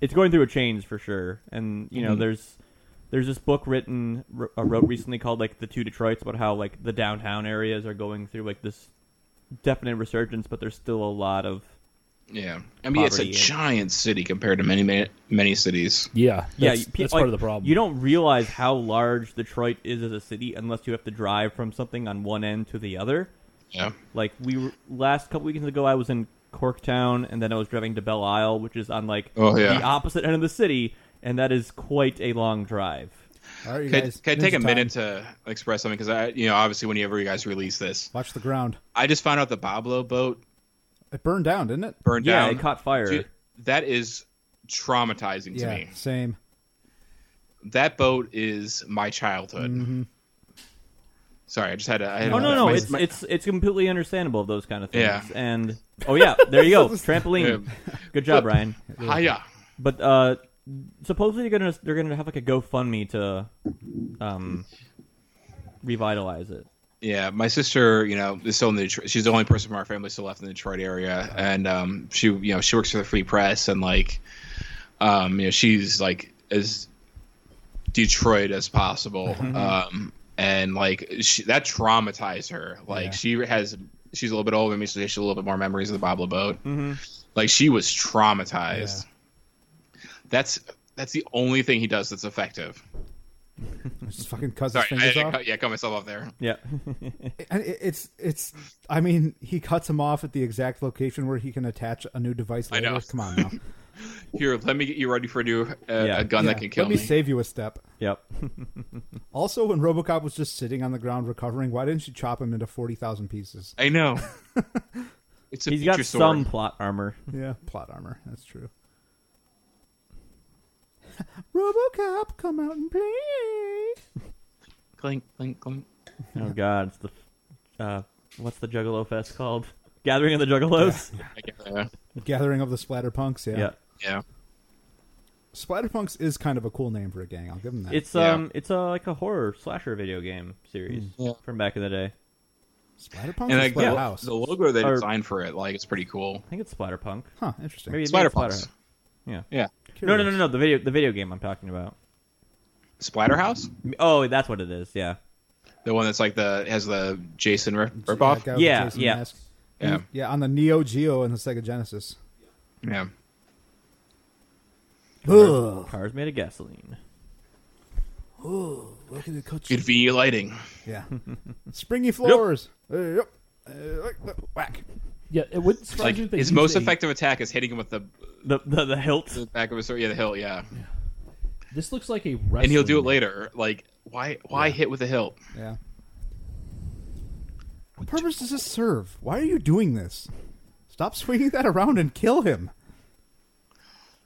Speaker 1: It's going through a change for sure, and you know
Speaker 3: Mm-hmm.
Speaker 1: there's there's this book written r- uh, wrote recently called like the two Detroits about how like the downtown areas are going through like this definite resurgence, but there's still a lot of
Speaker 4: Yeah. I mean, it's a
Speaker 1: Poverty and-
Speaker 4: giant city compared to many, many, many cities.
Speaker 3: Yeah,
Speaker 1: yeah.
Speaker 3: that's,
Speaker 1: you- pe-
Speaker 3: that's
Speaker 1: like,
Speaker 3: part of the problem.
Speaker 1: You don't realize how large Detroit is as a city unless you have to drive from something on one end to the other.
Speaker 4: Yeah.
Speaker 1: Like we were, last couple weekends ago, I was in Corktown, and then I was driving to Belle Isle, which is on like
Speaker 4: Oh, yeah.
Speaker 1: the opposite end of the city, and that is quite a long drive.
Speaker 2: All right, you
Speaker 4: Can,
Speaker 2: guys.
Speaker 4: can I
Speaker 2: Ninja
Speaker 4: take a
Speaker 2: time.
Speaker 4: minute to express something? Because I, you know, obviously, whenever you guys release this,
Speaker 2: Watch the ground.
Speaker 4: I just found out the Bablo boat
Speaker 2: It burned down, didn't it?
Speaker 4: burned
Speaker 1: Yeah,
Speaker 4: down.
Speaker 1: it caught fire.
Speaker 4: Dude, that is traumatizing to
Speaker 2: yeah.
Speaker 4: me.
Speaker 2: Same.
Speaker 4: That boat is my childhood. Sorry, I just had to. I had
Speaker 1: Mm-hmm. Oh no,
Speaker 4: to-
Speaker 1: no,
Speaker 4: my-
Speaker 1: it's
Speaker 4: my-
Speaker 1: it's it's completely understandable of those kind of things.
Speaker 4: Yeah.
Speaker 1: And oh yeah, there you
Speaker 4: *laughs*
Speaker 1: go, trampoline. Good job, Ryan.
Speaker 4: Hiya.
Speaker 1: But uh, supposedly they're gonna they're gonna have like a GoFundMe to um revitalize it.
Speaker 4: Yeah, my sister, you know, is still in the. Detro- She's the only person from our family still left in the Detroit area, and um, she, you know, she works for the Free Press, and like, um, you know, she's like as Detroit as possible,
Speaker 2: Mm-hmm.
Speaker 4: um, and like she, that traumatized her. Like
Speaker 2: Yeah.
Speaker 4: she has, she's a little bit older than me, so she has a little bit more memories of the Babla boat.
Speaker 2: Mm-hmm.
Speaker 4: Like she was traumatized. That's that's the only thing he does that's effective.
Speaker 2: Just fucking cuts
Speaker 4: Sorry,
Speaker 2: his
Speaker 4: I,
Speaker 2: fingers
Speaker 4: I
Speaker 2: off.
Speaker 4: cut- yeah, cut myself off there.
Speaker 1: Yeah. *laughs*
Speaker 2: And it- it's it's. I mean, he cuts him off at the exact location where he can attach a new device
Speaker 4: I
Speaker 2: later.
Speaker 4: know.
Speaker 2: Come
Speaker 4: *laughs*
Speaker 2: on now.
Speaker 4: Here, let me get you ready for a new uh,
Speaker 1: Yeah.
Speaker 4: a gun
Speaker 2: Yeah,
Speaker 4: that can kill
Speaker 2: Let me save you a step.
Speaker 1: yep.
Speaker 2: Also, when RoboCop was just sitting on the ground recovering, why didn't she chop him into forty thousand pieces?
Speaker 4: I know. It's a
Speaker 1: He's
Speaker 4: future
Speaker 1: got
Speaker 4: sword.
Speaker 1: some plot armor.
Speaker 2: Yeah, plot armor. That's true. *laughs* RoboCop, come out and play.
Speaker 4: clink clink clink.
Speaker 1: Oh God, it's the uh, what's the Juggalo Fest called? *laughs* Gathering of the Juggalos.
Speaker 4: I get that.
Speaker 2: Gathering of the Splatterpunks. Yeah.
Speaker 1: Yeah,
Speaker 4: Yeah,
Speaker 2: Splatterpunks is kind of a cool name for a gang. I'll give them that.
Speaker 1: it's
Speaker 4: Yeah.
Speaker 1: um, it's uh, like a horror slasher video game series
Speaker 4: Yeah.
Speaker 1: from back in the day.
Speaker 2: Splatterpunks.
Speaker 4: and
Speaker 2: or
Speaker 4: like the,
Speaker 2: Splatterhouse?
Speaker 4: the logo they
Speaker 1: Or-
Speaker 4: designed for it, like it's pretty cool.
Speaker 1: I think it's Splatterpunk.
Speaker 2: Huh. Interesting.
Speaker 1: Maybe it's
Speaker 4: Spider
Speaker 1: Splatterhouse. Yeah.
Speaker 4: Yeah,
Speaker 1: No, no, no, no, no. The video, the video game I'm talking about.
Speaker 4: Splatterhouse,
Speaker 1: Oh, that's what it is. Yeah.
Speaker 4: the one that's like the has the Jason rip- ripoff.
Speaker 2: Yeah. that guy with
Speaker 4: Yeah,
Speaker 2: the
Speaker 1: Yeah,
Speaker 2: Jason
Speaker 1: yeah.
Speaker 2: mask.
Speaker 4: yeah,
Speaker 2: Yeah, on the Neo Geo and the Sega Genesis.
Speaker 4: yeah.
Speaker 2: Ugh.
Speaker 1: Cars made of gasoline.
Speaker 2: Look at the coach.
Speaker 4: Convenient lighting.
Speaker 1: *laughs*
Speaker 2: Yeah. Springy floors. Uh, yep. Uh, whack.
Speaker 3: yeah, it wouldn't surprise
Speaker 4: Like
Speaker 3: me if they
Speaker 4: his
Speaker 3: used
Speaker 4: most
Speaker 3: a-
Speaker 4: effective attack is hitting him with the,
Speaker 1: The the, the hilt.
Speaker 4: the back of his sword. Yeah, the hilt. Yeah,
Speaker 3: This looks like a wrestling.
Speaker 4: and he'll do it
Speaker 3: match.
Speaker 4: later. Like why? Why hit with a hilt?
Speaker 2: Yeah. What purpose does this serve? Why are you doing this? Stop *laughs* swinging that around and kill him.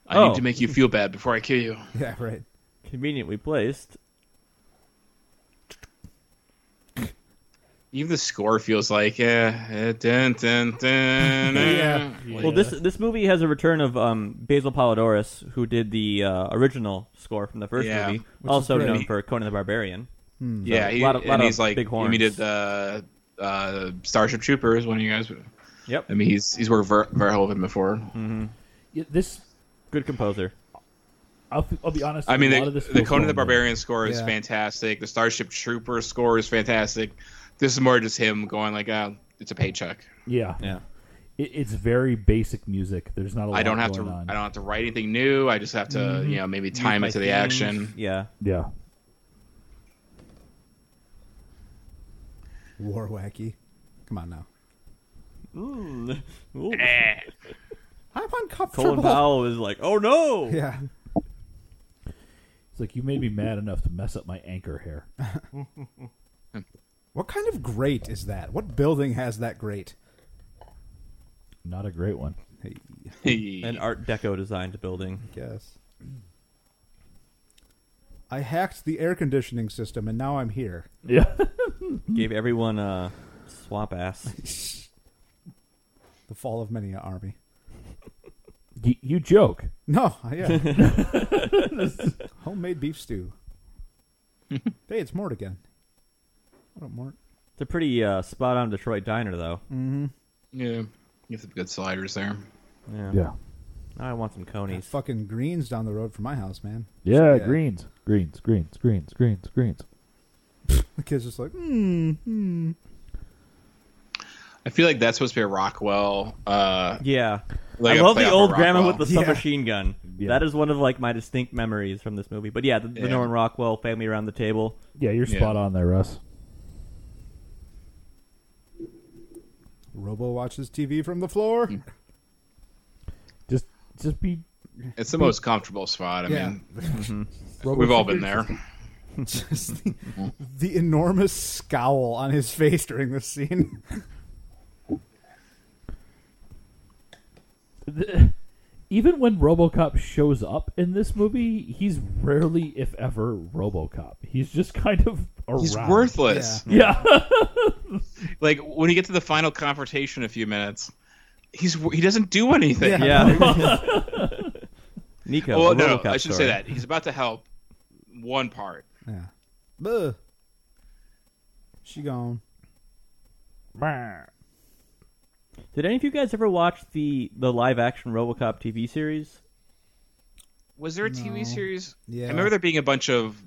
Speaker 4: I
Speaker 1: Oh.
Speaker 4: need to make you feel bad before I kill you.
Speaker 2: Yeah, right.
Speaker 1: Conveniently placed.
Speaker 4: Even the score feels like yeah. eh, dun, dun, dun, eh.
Speaker 2: Yeah.
Speaker 3: *laughs* Yeah.
Speaker 1: Well, this this movie has a return of um, Basil Polidorus, who did the uh, original score from the first
Speaker 4: Yeah.
Speaker 1: movie,
Speaker 2: is
Speaker 1: also
Speaker 2: great.
Speaker 1: known for Conan the Barbarian.
Speaker 4: Yeah,
Speaker 1: a
Speaker 4: he,
Speaker 1: lot of- lot
Speaker 4: and
Speaker 1: of
Speaker 4: he's like
Speaker 1: big
Speaker 4: I mean, he did
Speaker 1: horns.
Speaker 4: the uh, Starship Troopers. One of you guys.
Speaker 1: Yep, Mm-hmm.
Speaker 4: I mean, he's he's worked with Ver, Verhoeven before.
Speaker 3: Yeah, this.
Speaker 1: good composer.
Speaker 3: I'll, I'll be honest.
Speaker 4: I mean,
Speaker 3: a lot of
Speaker 4: the,
Speaker 3: this
Speaker 4: the
Speaker 3: feels
Speaker 4: Conan the
Speaker 3: wrong, though.
Speaker 4: Barbarian score is
Speaker 2: Yeah.
Speaker 4: fantastic. The Starship Trooper score is fantastic. This is more just him going like, uh, it's a paycheck.
Speaker 3: Yeah,
Speaker 1: Yeah,
Speaker 3: It, it's very basic music. There's not a lot.
Speaker 4: I don't have to.
Speaker 3: going On.
Speaker 4: I don't have to write anything new. I just have to, you know, maybe time it
Speaker 1: Like
Speaker 4: to the
Speaker 1: Mm-hmm. things-
Speaker 4: action.
Speaker 1: Yeah,
Speaker 3: Yeah.
Speaker 2: War wacky. Come on now.
Speaker 1: Mm. Ooh.
Speaker 2: I'm
Speaker 4: *laughs*
Speaker 1: Colin
Speaker 2: uncomfortable.
Speaker 1: Powell is like, oh no.
Speaker 2: *laughs* Yeah.
Speaker 3: It's like you made me mad enough to mess up my anchor hair.
Speaker 2: What kind of grate is that? What building has that grate?
Speaker 3: Not a great one.
Speaker 2: Hey,
Speaker 1: An Art Deco designed building.
Speaker 2: guess. I hacked the air conditioning system and now I'm here.
Speaker 3: Yeah. *laughs*
Speaker 4: Hmm.
Speaker 1: Gave everyone a swamp
Speaker 4: *laughs*
Speaker 1: ass.
Speaker 2: The fall of many a army.
Speaker 3: you, you joke.
Speaker 2: No, *laughs*
Speaker 4: *laughs*
Speaker 2: yeah. Homemade beef stew. hey, it's Mort again. What up, Mort?
Speaker 1: It's a pretty uh, spot on Detroit diner, though.
Speaker 4: *laughs* Yeah, you have some good sliders there.
Speaker 1: Yeah.
Speaker 3: Yeah.
Speaker 1: Now I want some
Speaker 2: Got
Speaker 1: conies.
Speaker 2: fucking greens down the road from my house, man.
Speaker 3: Yeah,
Speaker 2: Yeah.
Speaker 3: greens. Greens, greens, greens, greens, greens.
Speaker 2: The kid's just like, hmm, hmm.
Speaker 4: I feel like that's supposed to be a Rockwell. Uh,
Speaker 1: Yeah.
Speaker 4: like
Speaker 1: I
Speaker 4: a
Speaker 1: love the
Speaker 4: playoff
Speaker 1: old
Speaker 4: of
Speaker 1: grandma
Speaker 4: Rockwell.
Speaker 1: with the
Speaker 2: Yeah.
Speaker 1: submachine gun.
Speaker 3: Yeah.
Speaker 1: That is one of like my distinct memories from this movie. But yeah, the, the
Speaker 4: Yeah.
Speaker 1: Norman Rockwell family around the table.
Speaker 3: Yeah, you're
Speaker 4: Yeah.
Speaker 3: spot on there, Russ.
Speaker 2: Robo watches TV from the floor.
Speaker 4: Mm.
Speaker 3: Just just be
Speaker 4: It's the most comfortable spot. I
Speaker 2: Yeah.
Speaker 4: mean,
Speaker 2: *laughs*
Speaker 1: Mm-hmm.
Speaker 2: Robo
Speaker 4: we've all
Speaker 2: fingers.
Speaker 4: been
Speaker 2: *laughs*
Speaker 4: there.
Speaker 2: Just the, the enormous scowl on his face during this scene. *laughs*
Speaker 3: even when RoboCop shows up in this movie, he's rarely, if ever, RoboCop. He's just kind of around.
Speaker 4: He's worthless.
Speaker 3: Yeah,
Speaker 4: Like when you get to the final confrontation, in a few minutes, he's he doesn't do anything.
Speaker 1: Yeah.
Speaker 4: *laughs*
Speaker 1: *laughs* Nico.
Speaker 4: Well,
Speaker 1: the
Speaker 4: no,
Speaker 1: RoboCop
Speaker 4: I should
Speaker 1: story.
Speaker 4: say that he's about to help one part.
Speaker 2: Yeah. Buh. She gone.
Speaker 1: Did any of you guys ever watch the the live action RoboCop TV series?
Speaker 4: Was there a TV series?
Speaker 2: Yeah.
Speaker 4: I remember there being a bunch of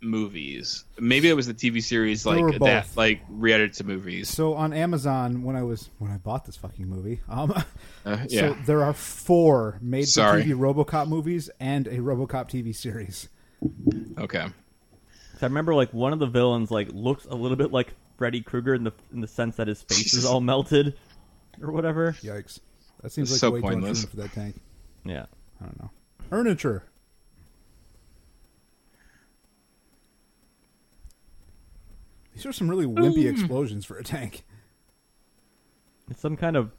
Speaker 4: movies. Maybe it was the TV series
Speaker 2: There
Speaker 4: like
Speaker 2: were
Speaker 4: that,
Speaker 2: both.
Speaker 4: like re-edited to movies.
Speaker 2: So on Amazon, when I was when I bought this fucking movie, um, *laughs*
Speaker 4: Uh,
Speaker 2: so
Speaker 4: yeah.
Speaker 2: there are four made for
Speaker 4: Sorry.
Speaker 2: TV RoboCop movies and a RoboCop TV series.
Speaker 4: okay.
Speaker 1: 'Cause I remember like one of the villains like looks a little bit like Freddy Krueger in the in the sense that his face is
Speaker 4: Jesus.
Speaker 1: all melted or whatever.
Speaker 2: Yikes! That seems
Speaker 4: It's
Speaker 2: like
Speaker 4: so
Speaker 2: way
Speaker 4: pointless.
Speaker 2: too much room for that tank.
Speaker 1: Yeah.
Speaker 2: I don't know. Furniture. These are some really wimpy explosions for a tank.
Speaker 1: It's some kind of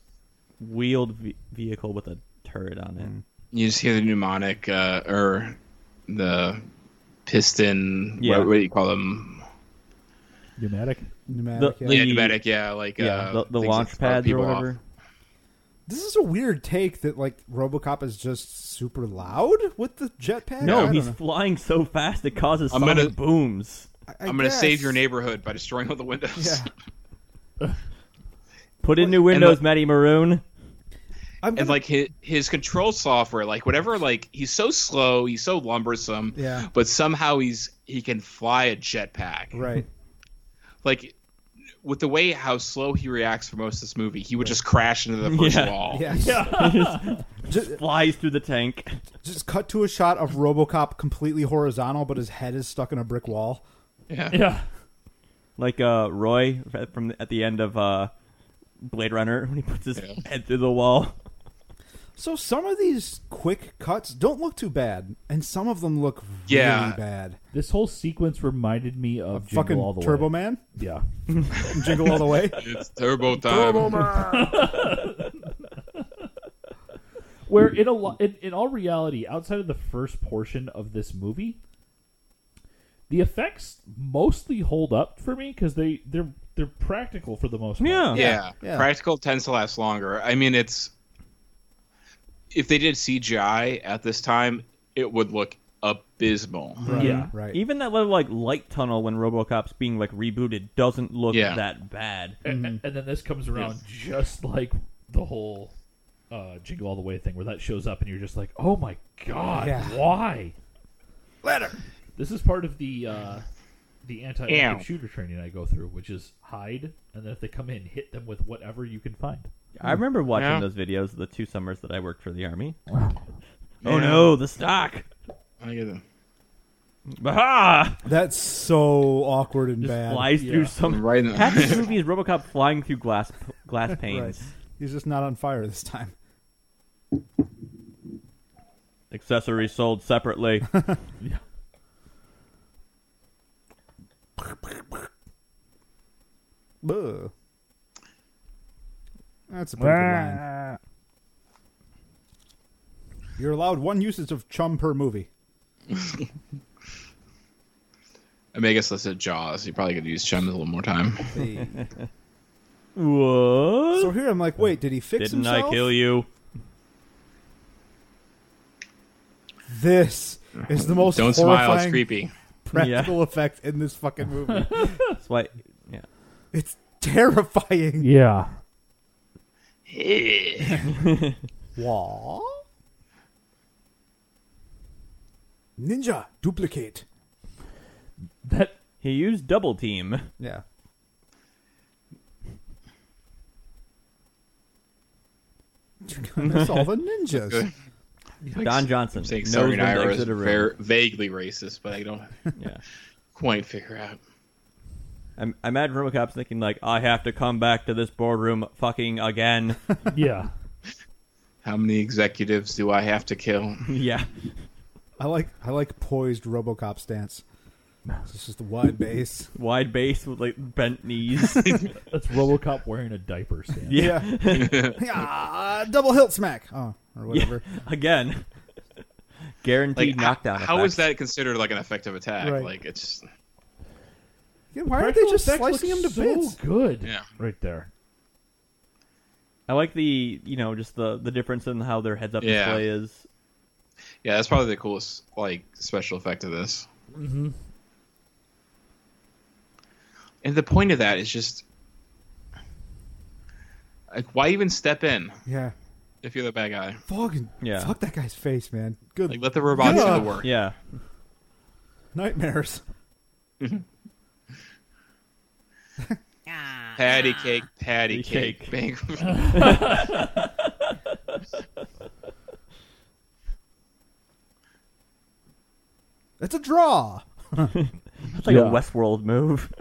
Speaker 1: wheeled ve- vehicle with a turret on it.
Speaker 4: You just hear the mnemonic uh, or the piston.
Speaker 1: Yeah.
Speaker 4: What, what do you call them?
Speaker 3: pneumatic.
Speaker 2: Pneumatic.
Speaker 1: The-
Speaker 2: yeah.
Speaker 1: the-
Speaker 4: Yeah, pneumatic. Yeah, like
Speaker 1: Yeah,
Speaker 4: uh,
Speaker 1: the, the
Speaker 4: things that
Speaker 1: launch
Speaker 4: throw
Speaker 1: pads or
Speaker 4: people off.
Speaker 1: whatever.
Speaker 2: This is a weird take that like RoboCop is just super loud with the jetpack. I
Speaker 1: No,
Speaker 2: don't
Speaker 1: he's
Speaker 2: know.
Speaker 1: flying so fast it causes
Speaker 4: I'm
Speaker 1: sonic
Speaker 4: gonna-
Speaker 1: booms.
Speaker 2: I- I
Speaker 4: I'm gonna save your
Speaker 2: guess.
Speaker 4: neighborhood by destroying all the windows.
Speaker 2: Yeah.
Speaker 1: Put in new windows, Matty Maroon.
Speaker 2: I'm
Speaker 4: *laughs* and
Speaker 2: gonna-
Speaker 4: like his, his control software like whatever like he's so slow he's so lumbersome
Speaker 2: Yeah.
Speaker 4: but somehow he's he can fly a jetpack *laughs*
Speaker 2: right.
Speaker 4: like with the way how slow he reacts for most of this movie he would just crash
Speaker 1: *laughs*
Speaker 4: into the first
Speaker 1: Yeah.
Speaker 4: wall
Speaker 2: Yeah. *laughs* just,
Speaker 1: Flies through the tank.
Speaker 2: just cut to a shot of RoboCop completely horizontal, but his head is stuck in a brick wall.
Speaker 4: yeah.
Speaker 3: Yeah,
Speaker 1: Like uh, Roy from the, at the end of uh, Blade Runner when he puts his
Speaker 4: Yeah.
Speaker 1: head through the wall.
Speaker 2: So some of these quick cuts don't look too bad, and some of them look
Speaker 4: Yeah.
Speaker 2: really bad.
Speaker 3: this whole sequence reminded me of Jingle
Speaker 2: Fucking
Speaker 3: All the
Speaker 2: Turbo
Speaker 3: Way.
Speaker 2: Man,
Speaker 3: Yeah,
Speaker 2: Jingle All the
Speaker 4: *laughs*
Speaker 2: Way.
Speaker 4: it's turbo time
Speaker 3: where in a lo- in, in all reality, outside of the first portion of this movie, the effects mostly hold up for me because they they're they're practical for the most part.
Speaker 1: Yeah.
Speaker 4: yeah.
Speaker 2: Yeah.
Speaker 4: practical tends to last longer i mean it's if they did cgi at this time it would look abysmal
Speaker 3: Yeah.
Speaker 2: Right.
Speaker 1: Even that little like light tunnel when RoboCop's being like rebooted doesn't look
Speaker 4: Yeah.
Speaker 1: that bad.
Speaker 3: and, and then this comes around just like the whole uh, jingle all the way thing where that shows up and you're just like oh my god
Speaker 2: Yeah.
Speaker 3: why
Speaker 2: Letter.
Speaker 3: this is part of the uh, the
Speaker 4: Ow.
Speaker 3: anti shooter training i go through which is hide and then if they come in hit them with whatever you can find
Speaker 1: I remember watching
Speaker 4: Yeah.
Speaker 1: those videos the two summers that I worked for the army. *laughs* Oh no, the stock. *laughs*
Speaker 4: I get it.
Speaker 1: Bah!
Speaker 2: That's so awkward and
Speaker 1: Just
Speaker 2: bad.
Speaker 1: flies through
Speaker 3: Yeah.
Speaker 1: some.
Speaker 4: right in the- *laughs*
Speaker 1: Half this movie is RoboCop flying through glass glass panes,
Speaker 2: Right. He's just not on fire this time.
Speaker 1: accessories sold separately.
Speaker 2: Buh. That's a pretty good line. You're allowed one usage of chum per movie.
Speaker 4: I mean, I guess let's say Jaws. You probably could use Chum a little more time.
Speaker 2: Hey.
Speaker 1: What?
Speaker 2: so here I'm like, wait, did he fix
Speaker 1: Didn't
Speaker 2: himself?
Speaker 1: I kill you?
Speaker 2: This is the most
Speaker 4: Don't
Speaker 2: horrifying
Speaker 4: smile. It's
Speaker 2: *laughs*
Speaker 4: creepy.
Speaker 2: practical effect in this fucking movie.
Speaker 1: That's why. Yeah.
Speaker 2: it's terrifying.
Speaker 3: Yeah.
Speaker 2: Wah.
Speaker 5: Ninja, duplicate.
Speaker 1: *laughs*
Speaker 3: That
Speaker 1: He used double team.
Speaker 2: Yeah. You're gonna miss all the ninjas.
Speaker 1: Don Johnson.
Speaker 4: I'm saying
Speaker 1: knows
Speaker 4: Southern
Speaker 1: when to
Speaker 4: Ira is
Speaker 1: exit a room.
Speaker 4: ver- vaguely racist,
Speaker 2: *laughs*
Speaker 4: but I don't
Speaker 1: Yeah.
Speaker 4: quite figure out.
Speaker 1: I'm, I'm at room cops thinking like I have to come back to this boardroom fucking
Speaker 4: *laughs*
Speaker 1: again.
Speaker 3: yeah.
Speaker 4: How many executives do I have to kill?
Speaker 1: yeah.
Speaker 2: I like I like poised RoboCop stance. It's just a wide base.
Speaker 1: Wide base with like bent
Speaker 4: *laughs*
Speaker 1: knees.
Speaker 3: That's RoboCop wearing a diaper stand.
Speaker 1: yeah.
Speaker 2: ah, double hilt smack. Oh, or whatever.
Speaker 1: Again. Guaranteed
Speaker 4: Like,
Speaker 1: knockdown.
Speaker 4: how, how is
Speaker 1: effect.
Speaker 4: that considered like an effective attack?
Speaker 2: Right.
Speaker 4: Like it's
Speaker 2: Yeah, why aren't they just slicing him to
Speaker 3: so
Speaker 2: bits?
Speaker 3: good.
Speaker 4: Yeah.
Speaker 3: Right there.
Speaker 1: I like the you know just the the difference in how their heads up
Speaker 4: Yeah.
Speaker 1: display is.
Speaker 4: yeah, that's probably the coolest like special effect of this. Mm-hmm. And the point of that is just like why even step in
Speaker 2: Yeah.
Speaker 4: if you're the bad guy?
Speaker 2: Fucking
Speaker 1: Yeah.
Speaker 2: fuck that guy's face, man. Good
Speaker 4: Like let the robots
Speaker 2: Yeah.
Speaker 4: do the work.
Speaker 1: Yeah.
Speaker 2: nightmares.
Speaker 4: Patty cake,
Speaker 1: Patty
Speaker 4: patty cake. Bang.
Speaker 2: That's a draw.
Speaker 1: That's like
Speaker 3: Yeah.
Speaker 1: a Westworld move.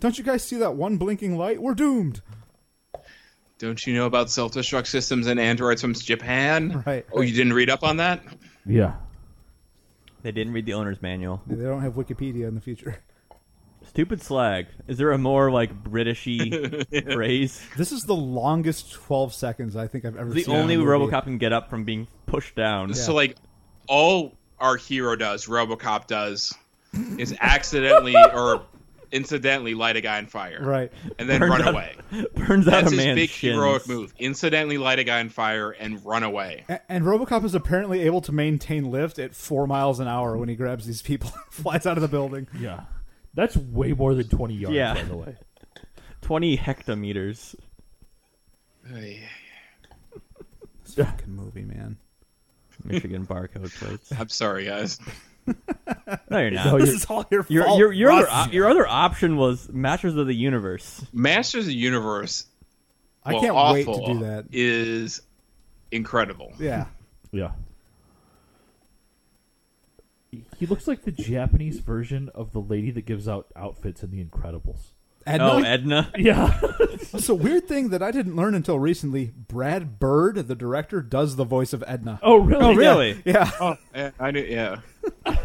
Speaker 2: Don't you guys see that one blinking light? We're doomed.
Speaker 4: Don't you know about self-destruct systems and androids from Japan?
Speaker 2: Right.
Speaker 4: Oh, you didn't read up on that?
Speaker 3: Yeah.
Speaker 1: *laughs* They didn't read the owner's manual.
Speaker 2: They don't have Wikipedia in the future. *laughs*
Speaker 1: Stupid slag. Is there a more like
Speaker 4: *laughs*
Speaker 1: Britishy phrase?
Speaker 2: This is the longest 12 seconds I think I've ever
Speaker 1: The
Speaker 2: seen.
Speaker 1: only
Speaker 2: in a movie.
Speaker 1: RoboCop can get up from being pushed down.
Speaker 4: So like all our hero does, RoboCop does, is accidentally or incidentally light a guy on fire,
Speaker 2: Right.
Speaker 4: And then
Speaker 1: Burns
Speaker 4: run
Speaker 1: out- *laughs*
Speaker 4: away.
Speaker 1: Burns out
Speaker 4: That's
Speaker 1: a
Speaker 4: his
Speaker 1: man's
Speaker 4: big
Speaker 1: shins.
Speaker 4: heroic move: incidentally light a guy on fire and run away.
Speaker 2: A- And Robocop is apparently able to maintain lift at four miles an hour when he grabs these people and *laughs* flies out of the building.
Speaker 3: Yeah. That's way more than 20 yards,
Speaker 1: Yeah.
Speaker 3: by the way.
Speaker 1: *laughs* Twenty hectometers.
Speaker 2: This fucking movie, man.
Speaker 1: Michigan barcode plates.
Speaker 4: I'm sorry, guys.
Speaker 1: *laughs* No, you're
Speaker 3: No,
Speaker 1: not.
Speaker 3: you-
Speaker 2: This is all your
Speaker 1: Your
Speaker 2: fault.
Speaker 1: your your other,
Speaker 2: Russ.
Speaker 1: op- your other option was Masters of the Universe.
Speaker 4: Masters of the Universe.
Speaker 2: I
Speaker 4: while
Speaker 2: can't wait
Speaker 4: awful,
Speaker 2: to do that.
Speaker 4: Is incredible.
Speaker 2: Yeah.
Speaker 3: Yeah. He looks like the Japanese version of the lady that gives out outfits in The Incredibles.
Speaker 2: And
Speaker 1: Oh,
Speaker 2: no-
Speaker 1: Edna.
Speaker 3: Yeah.
Speaker 2: it's a weird thing that I didn't learn until recently. Brad Bird, the director, does the voice of Edna.
Speaker 3: *laughs* oh, really?
Speaker 1: Oh, really?
Speaker 2: Yeah.
Speaker 4: Yeah, I knew, yeah. *laughs*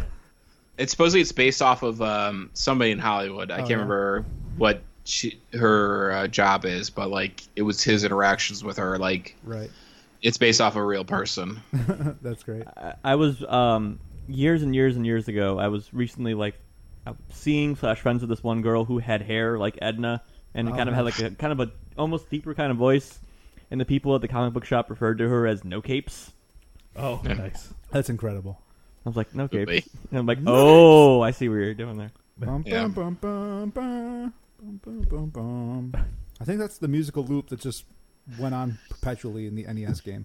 Speaker 4: it's supposedly it's based off of um, somebody in Hollywood.
Speaker 2: Oh,
Speaker 4: I can't remember what she, her uh, job is, but like it was his interactions with her. Like
Speaker 2: Right.
Speaker 4: it's based off a
Speaker 2: *laughs*
Speaker 4: real person.
Speaker 2: That's great.
Speaker 1: I- I was um, years and years and years ago. I was recently like uh, seeing slash friends with this one girl who had hair like Edna, and kind of had like a kind of a almost deeper kind of voice. And the people at the comic book shop referred to her as No Capes.
Speaker 3: Oh, nice.
Speaker 2: That's incredible.
Speaker 1: I was like, No
Speaker 4: Could
Speaker 1: Capes.
Speaker 4: be.
Speaker 1: And I'm like, Oh, I see what you're doing there.
Speaker 2: Bum,
Speaker 4: Yeah.
Speaker 2: bum, bum, bum, bum, bum, bum, bum, bum. I think that's the musical loop that just went on perpetually in the NES game.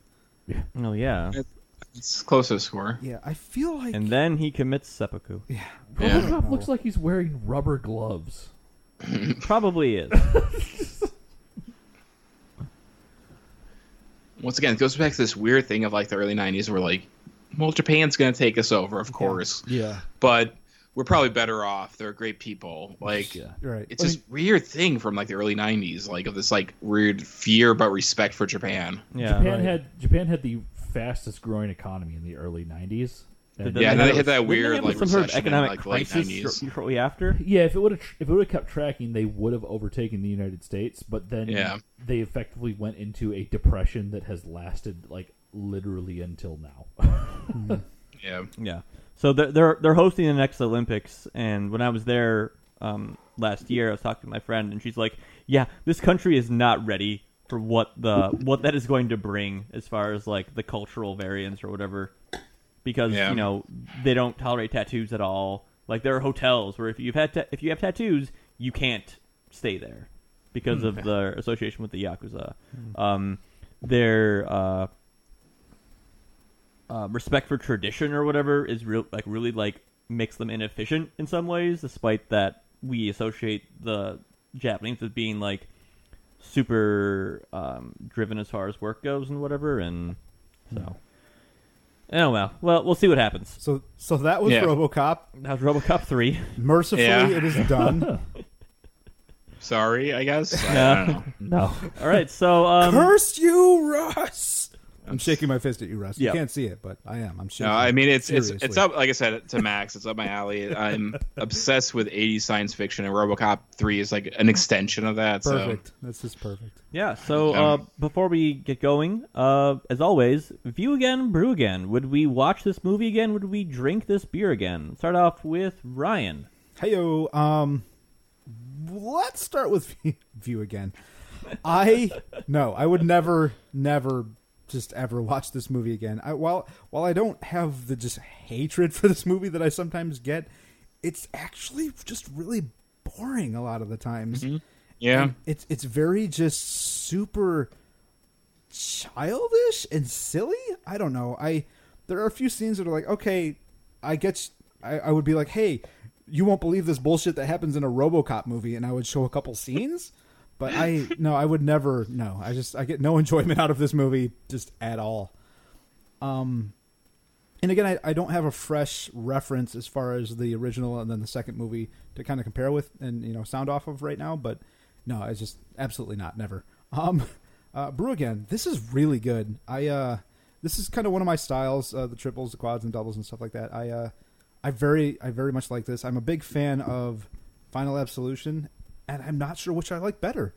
Speaker 1: Oh yeah.
Speaker 4: It's close to a score.
Speaker 2: Yeah, I feel like
Speaker 1: And then he commits *laughs* seppuku.
Speaker 4: Yeah.
Speaker 2: know.
Speaker 3: Robocop looks like he's wearing rubber gloves.
Speaker 1: Probably is.
Speaker 4: Once again, it goes back to this weird thing of like the early '90s, where like, well, Japan's gonna take us over, of course,
Speaker 2: yeah,
Speaker 4: but we're probably better off. They're great people. Like.
Speaker 2: right.
Speaker 4: It's this weird thing from like the early '90s, like of this like weird fear but respect for Japan.
Speaker 1: Yeah.
Speaker 3: Japan
Speaker 2: Right.
Speaker 3: had Japan had the fastest growing economy in the early '90s. And-
Speaker 1: Did
Speaker 4: Yeah, and
Speaker 1: have
Speaker 4: then they hit
Speaker 1: a-
Speaker 4: that
Speaker 1: didn't they
Speaker 4: weird,
Speaker 1: have
Speaker 4: like,
Speaker 1: some sort of
Speaker 4: recession in,
Speaker 1: economic
Speaker 4: like, late
Speaker 1: crisis
Speaker 4: 90s?
Speaker 1: shor- shortly after.
Speaker 3: yeah, if it would have if it would have kept tracking, they would have overtaken the United States. But then
Speaker 4: Yeah.
Speaker 3: they effectively went *laughs* into a depression that has lasted like literally until now.
Speaker 4: Yeah.
Speaker 1: Yeah. So they're they're, they're hosting the next Olympics, and when I was there um, last year, I was talking to my friend, and she's like, "Yeah, this country is not ready for what the what that is going to bring as far as like the cultural variance or whatever, because
Speaker 4: Yeah.
Speaker 1: you know they don't tolerate tattoos at all. Like there are hotels where if you've had ta- if you have tattoos, you can't stay there because of their association with the yakuza. Um, their uh, uh, respect for tradition or whatever is real like really like makes them inefficient in some ways despite that we associate the japanese as being like super um, driven as far as work goes and whatever and so oh well well we'll see what happens
Speaker 2: So so that was
Speaker 4: Yeah.
Speaker 2: RoboCop.
Speaker 1: that's robocop 3
Speaker 2: Mercifully,
Speaker 4: Yeah.
Speaker 2: it is done.
Speaker 4: Sorry,
Speaker 2: *laughs*
Speaker 4: I guess. I- I,
Speaker 1: Yeah.
Speaker 4: don't know.
Speaker 3: No.
Speaker 1: *laughs* all right so um,
Speaker 5: Curse you, Russ!
Speaker 2: I'm shaking my fist at you, Russ.
Speaker 1: Yeah.
Speaker 2: You can't see it, but I am. I'm shaking.
Speaker 4: No, I mean it's it's it's
Speaker 2: Seriously.
Speaker 4: up. Like I said to Max, it's up my alley.
Speaker 2: *laughs*
Speaker 4: I'm obsessed with 80s science fiction, and RoboCop 3 is like an extension of that.
Speaker 2: Perfect. That's just perfect.
Speaker 1: yeah so uh,
Speaker 4: Um,
Speaker 1: before we get going uh, as always view again brew again would we watch this movie again would we drink this beer again start off with ryan
Speaker 2: Heyo. Um, let's start with *laughs* view again. I no, I would never, never, just ever watch this movie again. I, while while I don't have the just hatred for this movie that I sometimes get, it's actually just really boring a lot of the times.
Speaker 4: So yeah,
Speaker 2: And it's it's very just super childish and silly. I don't know. I there are a few scenes that are like, okay, I get. I, I would be like, hey, you won't believe this bullshit that happens in a RoboCop movie, and I would show a couple scenes. But I no, I would never. No, I just I get no *laughs* enjoyment out of this movie just at all. And again, I, I don't have a fresh reference as far as the original and then the second movie to kind of compare with and you know sound off of right now, but no, it's just absolutely not, never. Um, *laughs* uh, Brew again. This is really good. I uh, this is kind of one of my styles, uh, the triples, the quads, and doubles and stuff like that. I uh, I very I very much like this. I'm a big fan of Final Absolution, and I'm not sure which I like better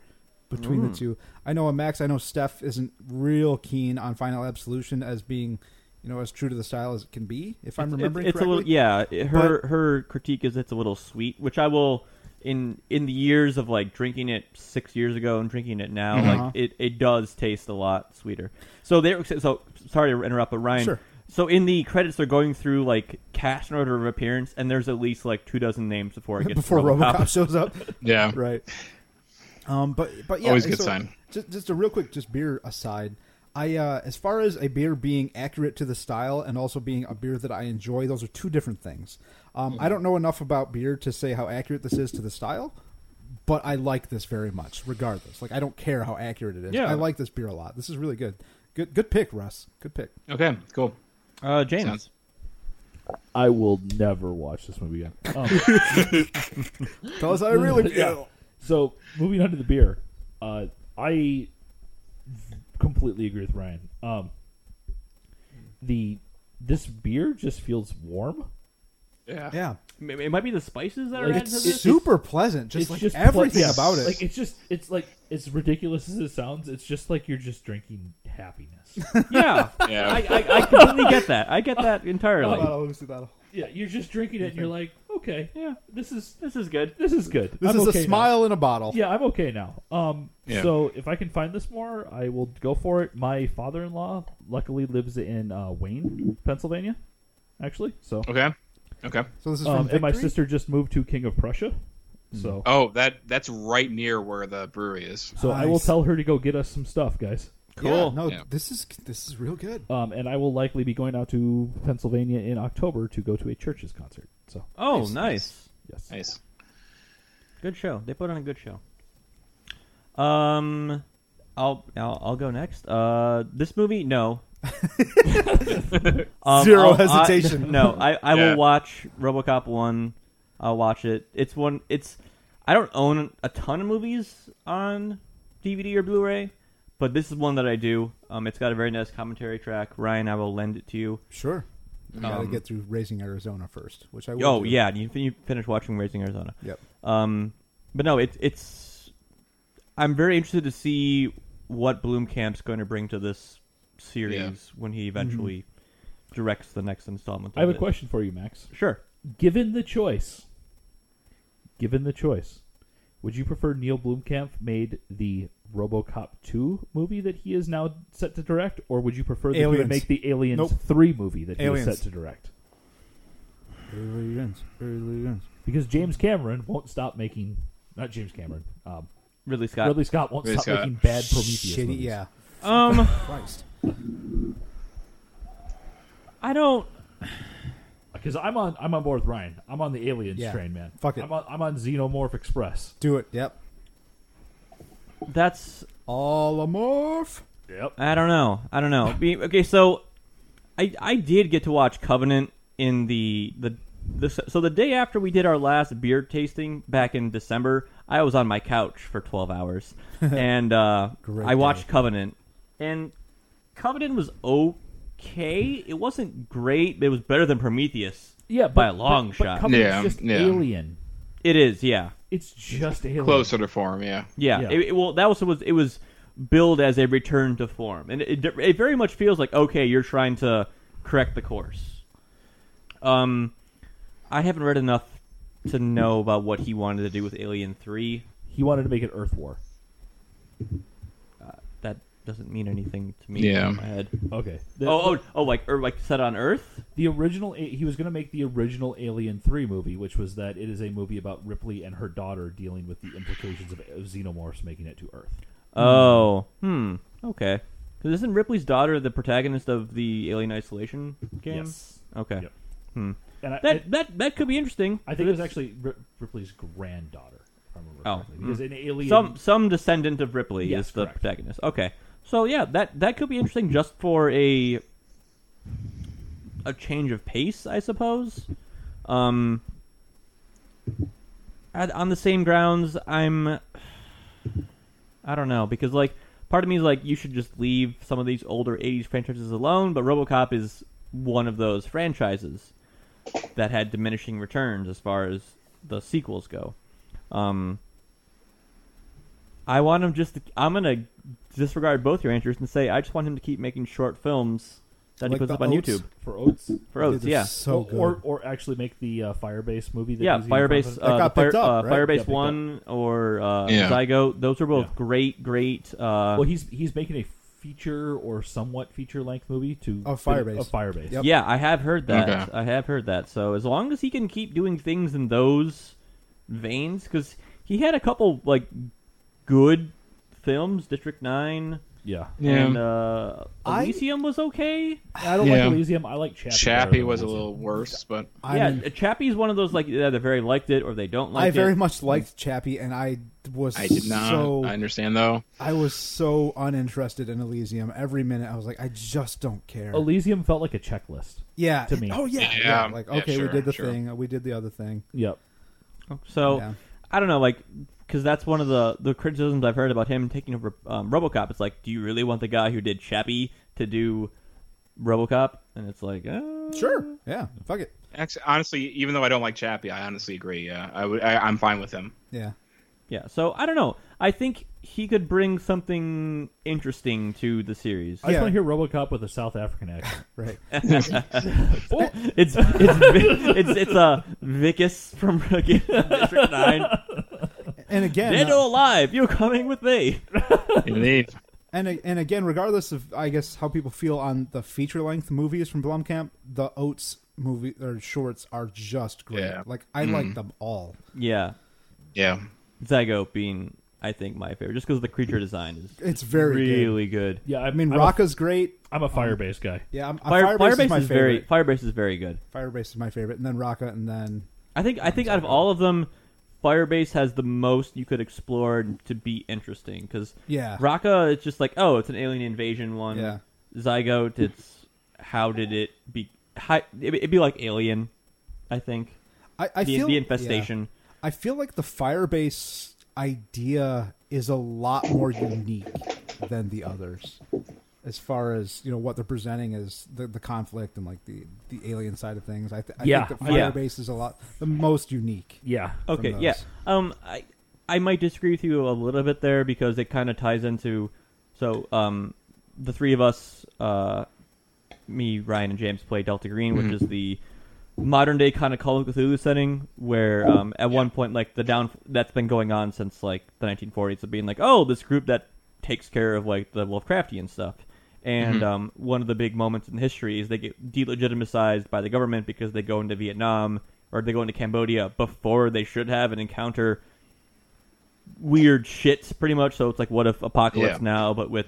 Speaker 2: between
Speaker 1: Mm.
Speaker 2: the two. I know uh, Max, I know Steph isn't real keen on Final Absolution as being, you know, as true to the style as it can be. If I'm
Speaker 1: It's-
Speaker 2: remembering
Speaker 1: it's, it's a
Speaker 2: correctly,
Speaker 1: little yeah it- her her critique is it's a little sweet which i will in in the years of like drinking it six years ago and drinking it now
Speaker 2: Uh-huh.
Speaker 1: like it, it does taste a lot sweeter so there so sorry to interrupt but ryan
Speaker 2: Sure.
Speaker 1: so in the credits they're going through like cast and order of appearance and there's at least like two dozen names before
Speaker 2: *laughs*
Speaker 1: it gets
Speaker 2: before
Speaker 1: to
Speaker 2: RoboCop,
Speaker 1: RoboCop. *laughs*
Speaker 2: shows up,
Speaker 4: yeah.
Speaker 2: right? Um, but but yeah,
Speaker 4: Always a good
Speaker 2: so
Speaker 4: sign.
Speaker 2: Just, just a real quick, just beer aside. I uh, as far as a beer being accurate to the style and also being a beer that I enjoy, those are two different things. Um,
Speaker 3: Mm-hmm.
Speaker 2: I don't know enough about beer to say how accurate this is to the style, but I like this very much, regardless. Like I don't care how accurate it is.
Speaker 3: Yeah.
Speaker 2: I like this beer a lot. This is really good. Good good pick, Russ. Good pick.
Speaker 4: Okay, cool.
Speaker 1: uh james
Speaker 4: Sounds-
Speaker 3: I will never watch this movie again. Um,
Speaker 2: Tell us how I really
Speaker 3: *laughs* Yeah.
Speaker 2: feel.
Speaker 3: so moving on to the beer, uh, I completely agree with Ryan. Um, the this beer just feels warm.
Speaker 4: Yeah.
Speaker 2: Yeah.
Speaker 1: M- it might be the spices that are
Speaker 3: Like,
Speaker 1: added to
Speaker 2: It's
Speaker 1: this
Speaker 2: super pleasant. Just
Speaker 3: it's
Speaker 2: like
Speaker 3: just pla-
Speaker 2: everything
Speaker 3: yeah,
Speaker 2: about it.
Speaker 3: Like it's just it's like as ridiculous as it sounds, it's just like you're just drinking
Speaker 2: *laughs*
Speaker 3: happiness.
Speaker 1: *laughs* yeah
Speaker 4: *laughs* Yeah.
Speaker 1: I, I, I completely get that i get
Speaker 2: *laughs*
Speaker 1: that entirely
Speaker 2: Battle, Lucy, battle.
Speaker 3: yeah, you're just drinking it, and you're like, okay,
Speaker 1: yeah
Speaker 3: this is
Speaker 1: this is good
Speaker 3: this is good.
Speaker 2: This
Speaker 3: I'm
Speaker 2: is
Speaker 3: okay
Speaker 2: a
Speaker 3: now.
Speaker 2: smile in a bottle.
Speaker 3: Yeah, I'm okay now. Um,
Speaker 4: Yeah.
Speaker 3: so if I can find this more, I will go for it. My father-in-law luckily lives in uh, Wayne, Pennsylvania, actually. So,
Speaker 4: Okay. Okay.
Speaker 2: So this is from
Speaker 3: um, and my
Speaker 2: Victory?
Speaker 3: sister just moved to King of Prussia. So,
Speaker 4: Oh, that that's right near where the brewery is.
Speaker 3: so I will
Speaker 2: nice.
Speaker 3: tell her to go get us some stuff, guys.
Speaker 2: Yeah,
Speaker 1: Cool.
Speaker 2: no,
Speaker 4: Yeah.
Speaker 2: this is this is real good.
Speaker 3: Um, and I will likely be going out to Pennsylvania in October to go to a church's concert. So,
Speaker 1: oh
Speaker 4: Nice,
Speaker 1: nice.
Speaker 3: yes,
Speaker 4: Nice.
Speaker 1: Good show. They put on a good show. Um, I'll I'll, I'll go next. Uh, this movie, no. Um,
Speaker 2: Zero
Speaker 1: I'll- I- *laughs*
Speaker 2: hesitation.
Speaker 1: no, I I
Speaker 4: Yeah.
Speaker 1: will watch RoboCop one. I'll watch it. It's one. It's I don't own a ton of movies on DVD or Blu-ray, but this is one that I do. Um, it's got a very nice commentary track. Ryan, I will lend it to you.
Speaker 2: Sure. We gotta get through Raising Arizona first, which I will.
Speaker 1: Oh
Speaker 2: do.
Speaker 1: yeah, you, fin- you finish watching Raising Arizona.
Speaker 2: Yep.
Speaker 1: Um, but no, it's it's. I'm very interested to see what Bloomkamp's going to bring to this series when he eventually directs the next installment.
Speaker 3: Mm-hmm. I have
Speaker 1: of
Speaker 3: a
Speaker 1: it.
Speaker 3: question for you, Max.
Speaker 1: Sure.
Speaker 3: Given the choice, given the choice, would you prefer Neil Blomkamp made the RoboCop 2 movie that he is now set to direct, or would you prefer that he would
Speaker 2: Aliens.
Speaker 3: make the Aliens
Speaker 2: Nope.
Speaker 3: 3 movie that he
Speaker 2: Aliens.
Speaker 3: is set to direct?
Speaker 2: Aliens, aliens.
Speaker 3: Because James Cameron won't stop making, not James Cameron, um,
Speaker 1: Ridley Scott.
Speaker 3: Ridley Scott won't
Speaker 4: Ridley
Speaker 3: stop
Speaker 4: Scott.
Speaker 3: making bad Prometheus
Speaker 2: Shitty,
Speaker 3: movies.
Speaker 2: yeah.
Speaker 1: Um,
Speaker 2: Christ.
Speaker 1: I don't.
Speaker 3: Because I'm on, I'm on board with Ryan. I'm on the Aliens
Speaker 2: Yeah.
Speaker 3: train, man.
Speaker 2: Fuck it.
Speaker 3: I'm on, I'm on Xenomorph Express.
Speaker 2: Do it. Yep.
Speaker 1: That's
Speaker 2: All amorph.
Speaker 3: Yep.
Speaker 1: I don't know. I don't
Speaker 3: *laughs*
Speaker 1: know. Be, okay, so I I did get to watch Covenant in the the the so the day after we did our last beer tasting back in December, I was on my couch for 12
Speaker 3: *laughs*
Speaker 1: hours and uh
Speaker 2: Great
Speaker 1: I watched Covenant and Covenant was okay. It wasn't great, but it was better than Prometheus.
Speaker 3: Yeah,
Speaker 1: by
Speaker 3: but-
Speaker 1: a long
Speaker 3: but,
Speaker 1: shot.
Speaker 3: But Covenant's
Speaker 4: Yeah,
Speaker 3: just
Speaker 4: yeah.
Speaker 3: Alien.
Speaker 1: It is, yeah.
Speaker 3: It's just Alien.
Speaker 4: Closer to form, yeah.
Speaker 1: Yeah.
Speaker 3: Yeah.
Speaker 1: It, it- well, that was was it was billed as a return to form, and it, it, it very much feels like okay, you're trying to correct the course. Um, I haven't read enough to know about what he wanted to do with Alien Three.
Speaker 3: He wanted to make an Earth War.
Speaker 1: That doesn't mean anything to me.
Speaker 4: Yeah.
Speaker 1: In my head.
Speaker 3: Okay. The,
Speaker 1: Oh, oh, oh, like or like set on Earth.
Speaker 3: the original A- he was going to make the original Alien 3 movie, which was that it is a movie about Ripley and her daughter dealing with the implications of, of xenomorphs making it to Earth.
Speaker 1: Oh, hmm. Okay. Because isn't Ripley's daughter the protagonist of the Alien Isolation game?
Speaker 3: Yes.
Speaker 1: Okay.
Speaker 3: Yep.
Speaker 1: Hmm.
Speaker 3: And I,
Speaker 1: That that that could be interesting.
Speaker 3: I, I think it was actually Ri- Ripley's granddaughter, if I remember
Speaker 1: Oh.
Speaker 3: correctly. Because in Alien
Speaker 1: some some descendant of Ripley
Speaker 3: Yes,
Speaker 1: is the
Speaker 3: correct.
Speaker 1: protagonist. Okay, so yeah, that that could be interesting just for a a change of pace, I suppose. Um, at, on the same grounds, I'm I don't know because like part of me is like you should just leave some of these older '80s franchises alone, but RoboCop is one of those franchises that had diminishing returns as far as the sequels go. Um, I want him just. To, I'm gonna disregard both your answers and say I just want him to keep making short films that he
Speaker 2: Like
Speaker 1: puts
Speaker 2: the
Speaker 1: up on
Speaker 2: Oats?
Speaker 1: YouTube
Speaker 3: for Oates.
Speaker 1: for Oates.
Speaker 2: Dude,
Speaker 1: Yeah,
Speaker 2: it's So
Speaker 3: or,
Speaker 2: good.
Speaker 3: or or actually make the uh, Firebase movie that
Speaker 1: yeah.
Speaker 3: he's
Speaker 1: Firebase,
Speaker 2: That
Speaker 1: uh,
Speaker 2: got
Speaker 1: the Fire,
Speaker 2: picked up,
Speaker 1: uh,
Speaker 2: right?
Speaker 1: Firebase
Speaker 3: Yeah, picked up.
Speaker 1: One or uh,
Speaker 4: Yeah.
Speaker 1: Zygo. Those are both
Speaker 3: Yeah.
Speaker 1: great, great. Uh,
Speaker 3: Well, he's he's making a feature or somewhat feature length movie to
Speaker 2: Oh, Firebase.
Speaker 3: Of Firebase.
Speaker 2: Yep.
Speaker 1: yeah, I have heard that.
Speaker 4: Okay.
Speaker 1: I have heard that. So as long as he can keep doing things in those veins, because he had a couple like good films, District Nine
Speaker 3: Yeah.
Speaker 4: Yeah.
Speaker 1: and uh,
Speaker 2: I-
Speaker 1: Elysium was okay.
Speaker 3: I don't
Speaker 4: Yeah.
Speaker 3: like Elysium. I like Chappie. better
Speaker 4: Chappie
Speaker 3: than
Speaker 4: was a
Speaker 3: Elysium.
Speaker 4: little worse, but
Speaker 2: I
Speaker 1: yeah,
Speaker 2: mean,
Speaker 1: Chappie's one of those like they either very liked it or they don't like
Speaker 2: I
Speaker 1: it.
Speaker 2: very much liked Chappie, and I was
Speaker 4: I did not.
Speaker 2: so
Speaker 4: I understand though.
Speaker 2: I was so uninterested in Elysium. Every minute, I was like, I just don't care.
Speaker 3: Elysium felt like a checklist.
Speaker 2: yeah,
Speaker 3: to me.
Speaker 2: Oh yeah, yeah.
Speaker 4: Yeah,
Speaker 2: Like
Speaker 4: yeah,
Speaker 2: okay,
Speaker 4: sure,
Speaker 2: we did the
Speaker 4: sure.
Speaker 2: thing. We did the other thing.
Speaker 3: Yep.
Speaker 1: So
Speaker 2: Yeah.
Speaker 1: I don't know, like because that's one of the the criticisms I've heard about him taking over um, RoboCop. It's like, do you really want the guy who did Chappie to do RoboCop? And it's like, uh,
Speaker 2: Sure. Yeah. Fuck it.
Speaker 4: Actually, honestly, even though I don't like Chappie, I honestly agree. Yeah, I would. I, I'm fine with him.
Speaker 2: Yeah.
Speaker 1: yeah. So I don't know. I think he could bring something interesting to the series.
Speaker 3: I just
Speaker 2: Yeah.
Speaker 3: want to hear RoboCop with a South
Speaker 1: *laughs*
Speaker 3: African accent.
Speaker 2: Right.
Speaker 1: It's it's Vi- it's it's uh, Vicus from *laughs* District
Speaker 2: *laughs*
Speaker 1: Nine.
Speaker 2: And again,
Speaker 1: Dead
Speaker 2: uh,
Speaker 1: or alive, you're coming with me.
Speaker 4: Indeed.
Speaker 2: and and again, regardless of I guess how people feel on the feature length movies from Blumkamp, the Oates movie or shorts are just great.
Speaker 4: Yeah.
Speaker 2: Like I
Speaker 1: Mm-hmm.
Speaker 2: like them all.
Speaker 1: Yeah,
Speaker 4: Yeah.
Speaker 1: Zygote being, I think, my favorite, just because the creature design is
Speaker 2: It's very good.
Speaker 1: really good.
Speaker 3: Yeah, I
Speaker 2: I mean,
Speaker 3: I'm a-
Speaker 2: Rocka's great.
Speaker 3: I'm a Firebase guy.
Speaker 2: Yeah, I'm, uh,
Speaker 1: Fire,
Speaker 2: Firebase, is my
Speaker 1: Firebase is, very
Speaker 2: favorite.
Speaker 1: Firebase is very good.
Speaker 2: Firebase is my favorite, and then Rocka, and then
Speaker 1: I think I think out of all of them, Firebase has the most you could explore to be interesting because
Speaker 2: yeah,
Speaker 1: Raka it's just like oh it's an alien invasion one.
Speaker 2: Yeah.
Speaker 1: Zygote it's how did it be? How, it- it'd be like Alien, I think.
Speaker 2: I, I
Speaker 1: The,
Speaker 2: feel
Speaker 1: the
Speaker 2: yeah.
Speaker 1: infestation.
Speaker 2: I feel like the Firebase idea is a lot more unique than the others, as far as you know what they're presenting is the, the conflict and like the the alien side of things. I, th- I
Speaker 3: Yeah,
Speaker 2: think the
Speaker 1: yeah.
Speaker 2: Firebase is a lot the most unique.
Speaker 3: Yeah.
Speaker 1: Okay,
Speaker 2: those.
Speaker 1: yeah. Um, I I might disagree with you a little bit there because it kind of ties into so um, the three of us, uh, me, Ryan, and James play Delta Green,
Speaker 2: Mm-hmm.
Speaker 1: which is the modern day kind of Call of Cthulhu setting, where um, at one point, like the down that's been going on since like the 1940s of being like, oh, this group that takes care of like the Lovecraftian stuff. And
Speaker 3: Mm-hmm.
Speaker 1: um, one of the big moments in history is they get delegitimized by the government because they go into Vietnam or they go into Cambodia before they should have and encounter weird shits pretty much. So it's like, what if Apocalypse
Speaker 4: Yeah.
Speaker 1: Now, but with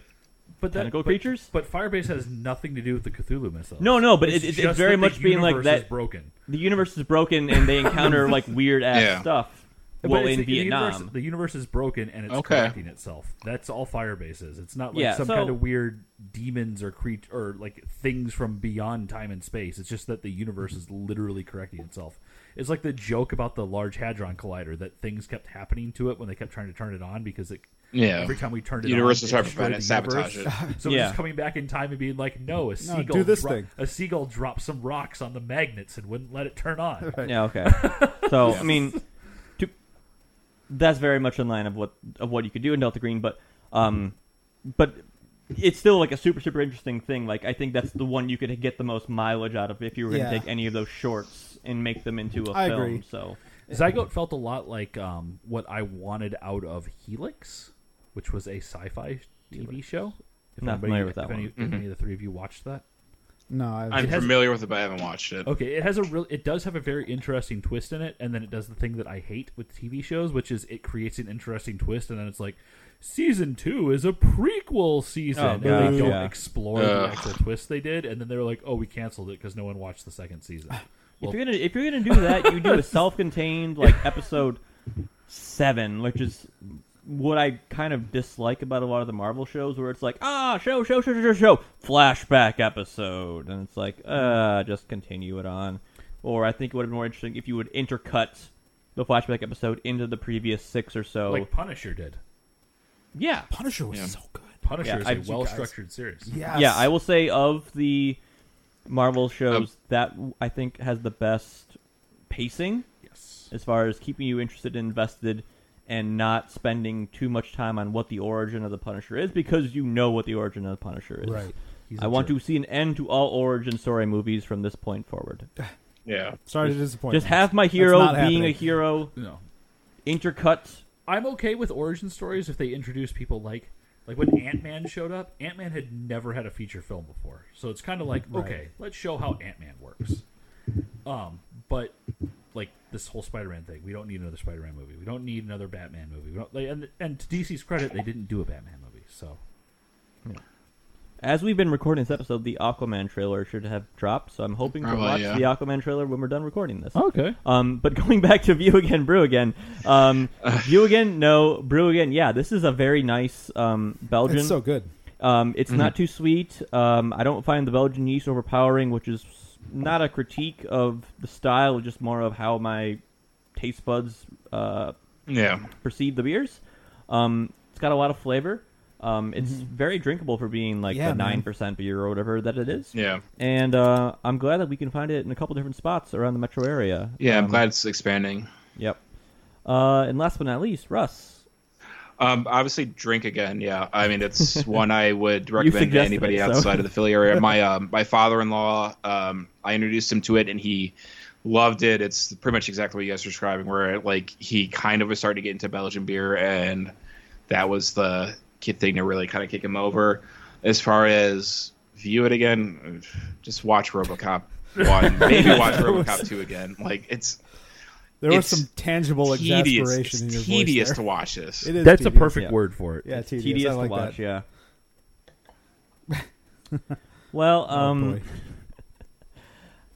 Speaker 3: But that,
Speaker 1: Tentacle
Speaker 3: but,
Speaker 1: creatures?
Speaker 3: But Firebase has nothing to do with the Cthulhu mythos.
Speaker 1: No, no, but it- it- it's
Speaker 3: just
Speaker 1: very
Speaker 3: that the
Speaker 1: much being like
Speaker 3: universe is
Speaker 1: that-
Speaker 3: broken.
Speaker 1: the universe is broken and
Speaker 3: *laughs*
Speaker 1: they encounter like weird ass
Speaker 4: Yeah.
Speaker 1: stuff.
Speaker 3: But
Speaker 1: Well,
Speaker 3: it's-
Speaker 1: in
Speaker 3: the universe-
Speaker 1: Vietnam,
Speaker 3: the universe is broken and it's
Speaker 4: Okay.
Speaker 3: correcting itself. That's all Firebase is. It's not like
Speaker 1: Yeah,
Speaker 3: some
Speaker 1: so-
Speaker 3: kind of weird demons or creat or like things from beyond time and space. It's just that the universe is literally correcting itself. It's like the joke about the Large Hadron Collider that things kept happening to it when they kept trying to turn it on because it.
Speaker 4: Yeah.
Speaker 3: Every time we turned it
Speaker 4: Universe
Speaker 3: on, *laughs*
Speaker 4: is trying to
Speaker 3: destroyed
Speaker 4: prevent it,
Speaker 3: the
Speaker 4: sabotage
Speaker 3: universe. *laughs* So
Speaker 1: Yeah.
Speaker 3: it's just coming back in time and being like, "No, a seagull
Speaker 2: do this
Speaker 3: dro-
Speaker 2: thing.
Speaker 3: a seagull dropped some rocks on the magnets and wouldn't let it
Speaker 2: *laughs*
Speaker 3: turn on."
Speaker 1: yeah, okay.
Speaker 3: *laughs*
Speaker 1: So I mean, to, that's very much in line of what of what you could do in Delta Green, but um, but it's still like a super super interesting thing. Like I think that's the one you could get the most mileage out of if you were
Speaker 2: Yeah.
Speaker 1: going to take any of those shorts and make them into a
Speaker 2: I
Speaker 1: film.
Speaker 2: agree.
Speaker 1: So
Speaker 3: Zygote felt a lot like um, what I wanted out of Helix, which was a sci-fi TV show. If
Speaker 1: Not
Speaker 3: anybody-
Speaker 1: familiar with
Speaker 3: if
Speaker 1: that
Speaker 3: any,
Speaker 1: one.
Speaker 3: if any of the three of you watched that?
Speaker 2: No, I,
Speaker 4: I'm
Speaker 3: has-
Speaker 4: familiar with it, but I haven't watched it.
Speaker 3: Okay, it has a real. It does have a very interesting twist in it, and then it does the thing that I hate with TV shows, which is it creates an interesting twist, and then it's like, season two is a prequel season,
Speaker 1: Oh,
Speaker 3: and they
Speaker 1: God,
Speaker 3: don't
Speaker 1: yeah.
Speaker 3: explore the
Speaker 4: Ugh.
Speaker 3: actual twist they did, and then they were like, oh, we canceled it because no one watched the second season.
Speaker 1: *sighs*
Speaker 3: Well-
Speaker 1: if you're gonna if you're gonna do that, you do
Speaker 3: *laughs*
Speaker 1: a self-contained like episode seven, which is what I kind of dislike about a lot of the Marvel shows, where it's like ah show show show show show flashback episode, and it's like uh just continue it on. Or I think it would have been more interesting if you would intercut the flashback episode into the previous six or so.
Speaker 3: Like Punisher did.
Speaker 1: yeah,
Speaker 2: Punisher was
Speaker 4: Yeah.
Speaker 2: so good.
Speaker 3: Punisher
Speaker 1: Yeah, I've- you
Speaker 3: is
Speaker 1: guys-
Speaker 3: a well-structured series.
Speaker 2: Yes.
Speaker 1: yeah. I will say of the Marvel shows, that I think has the best pacing.
Speaker 3: Yes.
Speaker 1: as far as keeping you interested and invested and not spending too much time on what the origin of the Punisher is because you know what the origin of the Punisher is.
Speaker 2: Right.
Speaker 3: He's
Speaker 1: I
Speaker 3: a
Speaker 1: want
Speaker 3: jerk.
Speaker 1: to see an end to all origin story movies from this point forward.
Speaker 4: Yeah.
Speaker 2: Sorry to disappoint.
Speaker 1: Just
Speaker 2: you.
Speaker 1: have my hero
Speaker 2: not
Speaker 1: being a
Speaker 2: happening.
Speaker 1: hero,
Speaker 3: No.
Speaker 1: intercut.
Speaker 3: I'm okay with origin stories if they introduce people like like when Ant Man showed up. Ant Man had never had a feature film before, so it's kind of like okay, let's show how Ant Man works. Um, but like this whole Spider Man thing, we don't need another Spider Man movie. We don't need another Batman movie. We don't, like, and and to DC's credit, they didn't do a Batman movie. So
Speaker 1: As we've been recording this episode, the Aquaman trailer should have dropped, so I'm hoping to
Speaker 4: Probably,
Speaker 1: watch
Speaker 4: yeah.
Speaker 1: the Aquaman trailer when we're done recording this.
Speaker 3: okay,
Speaker 1: Um, but *laughs* going back to View Again, Brew Again.
Speaker 4: *laughs*
Speaker 1: Um, View Again, no. Brew Again, yeah. This is a very nice um, Belgian.
Speaker 2: It's so good.
Speaker 1: Um, it's
Speaker 2: Mm-hmm.
Speaker 1: not too sweet. Um, I don't find the Belgian yeast overpowering, which is not a critique of the style, just more of how my taste buds uh,
Speaker 4: Yeah.
Speaker 1: perceive the beers. Um, it's got a lot of flavor. Um, it's very drinkable for being like
Speaker 2: Mm-hmm. Yeah,
Speaker 1: the
Speaker 2: man.
Speaker 1: nine percent beer or whatever that it is.
Speaker 4: Yeah.
Speaker 1: And uh, I'm glad that we can find it in a couple different spots around the metro area.
Speaker 4: Yeah. I'm
Speaker 1: Um,
Speaker 4: glad it's expanding.
Speaker 1: Yep. Uh, and last but not least, Russ.
Speaker 4: Um, obviously, drink again. Yeah, I
Speaker 2: *laughs*
Speaker 4: mean, it's one I would recommend to
Speaker 1: suggested
Speaker 4: anybody
Speaker 1: it, so.
Speaker 4: outside of the Philly area. My um, my father-in-law, um, I introduced him to it, and he loved it. It's pretty much exactly what you guys are describing, where like he kind of was starting to get into Belgian beer, and that was the kid thing to really kind of kick him over. As far as view it again, just watch RoboCop
Speaker 2: *laughs*
Speaker 4: one, maybe watch RoboCop two again. Like it's
Speaker 2: There was
Speaker 4: It's
Speaker 2: some tangible
Speaker 4: tedious, it's
Speaker 2: exasperation in your
Speaker 4: tedious
Speaker 2: voice.
Speaker 4: to
Speaker 2: There.
Speaker 4: watch this.
Speaker 2: It is
Speaker 3: that's a
Speaker 2: tedious.
Speaker 3: perfect
Speaker 1: Yeah.
Speaker 3: word for it.
Speaker 2: Yeah, tedious.
Speaker 1: tedious
Speaker 2: I like
Speaker 1: to watch.
Speaker 2: that. *laughs*
Speaker 1: Yeah. well, um,
Speaker 2: Oh, Boy.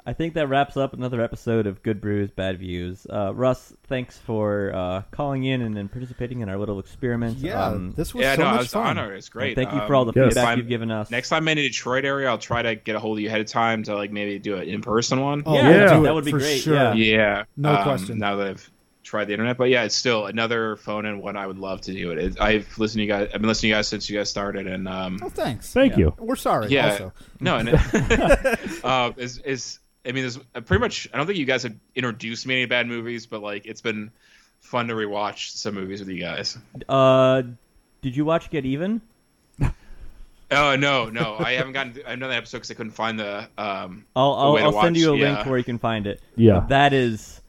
Speaker 1: I think that wraps up another episode of Good Brews, Bad Views. Uh, Russ, thanks for uh, calling in and, and participating in our little experiment.
Speaker 2: Yeah,
Speaker 1: Um,
Speaker 2: this was
Speaker 4: Yeah,
Speaker 2: so
Speaker 4: no, I
Speaker 2: much
Speaker 4: was
Speaker 2: fun.
Speaker 4: honored. It's great.
Speaker 1: Thank you
Speaker 4: Um,
Speaker 1: for all the
Speaker 7: yes.
Speaker 1: feedback
Speaker 4: I'm-
Speaker 1: you've given us.
Speaker 4: Next time I'm in the Detroit area, I'll try to get a hold of you ahead of time to like maybe do an in person one.
Speaker 2: Oh,
Speaker 1: Yeah,
Speaker 2: we'll
Speaker 7: yeah.
Speaker 2: do
Speaker 1: that
Speaker 2: it
Speaker 1: would be
Speaker 2: for
Speaker 1: great,
Speaker 2: Sure.
Speaker 1: yeah.
Speaker 4: Yeah,
Speaker 2: No
Speaker 4: um,
Speaker 2: question.
Speaker 4: Now that I've tried the internet, but yeah, it's still another phone in one I would love to do it. it. I've listened to you guys. I've been listening to you guys since you guys started, and um,
Speaker 2: Well, thanks.
Speaker 7: Thank you.
Speaker 2: We're sorry.
Speaker 4: yeah,
Speaker 2: Also.
Speaker 4: no, and
Speaker 2: *laughs*
Speaker 4: it- *laughs* uh, is is I mean, there's uh, pretty much. I don't think you guys have introduced me to any bad movies, but like it's been fun to rewatch some movies with you guys.
Speaker 1: Uh, did you watch Get Even?
Speaker 4: Oh no, no, I haven't gotten another episode because I couldn't find the. Um,
Speaker 1: I'll,
Speaker 4: the
Speaker 1: I'll,
Speaker 4: way to
Speaker 1: I'll send you a
Speaker 4: watch,
Speaker 1: link
Speaker 4: yeah.
Speaker 1: where you can find it.
Speaker 3: Yeah.
Speaker 1: But that is,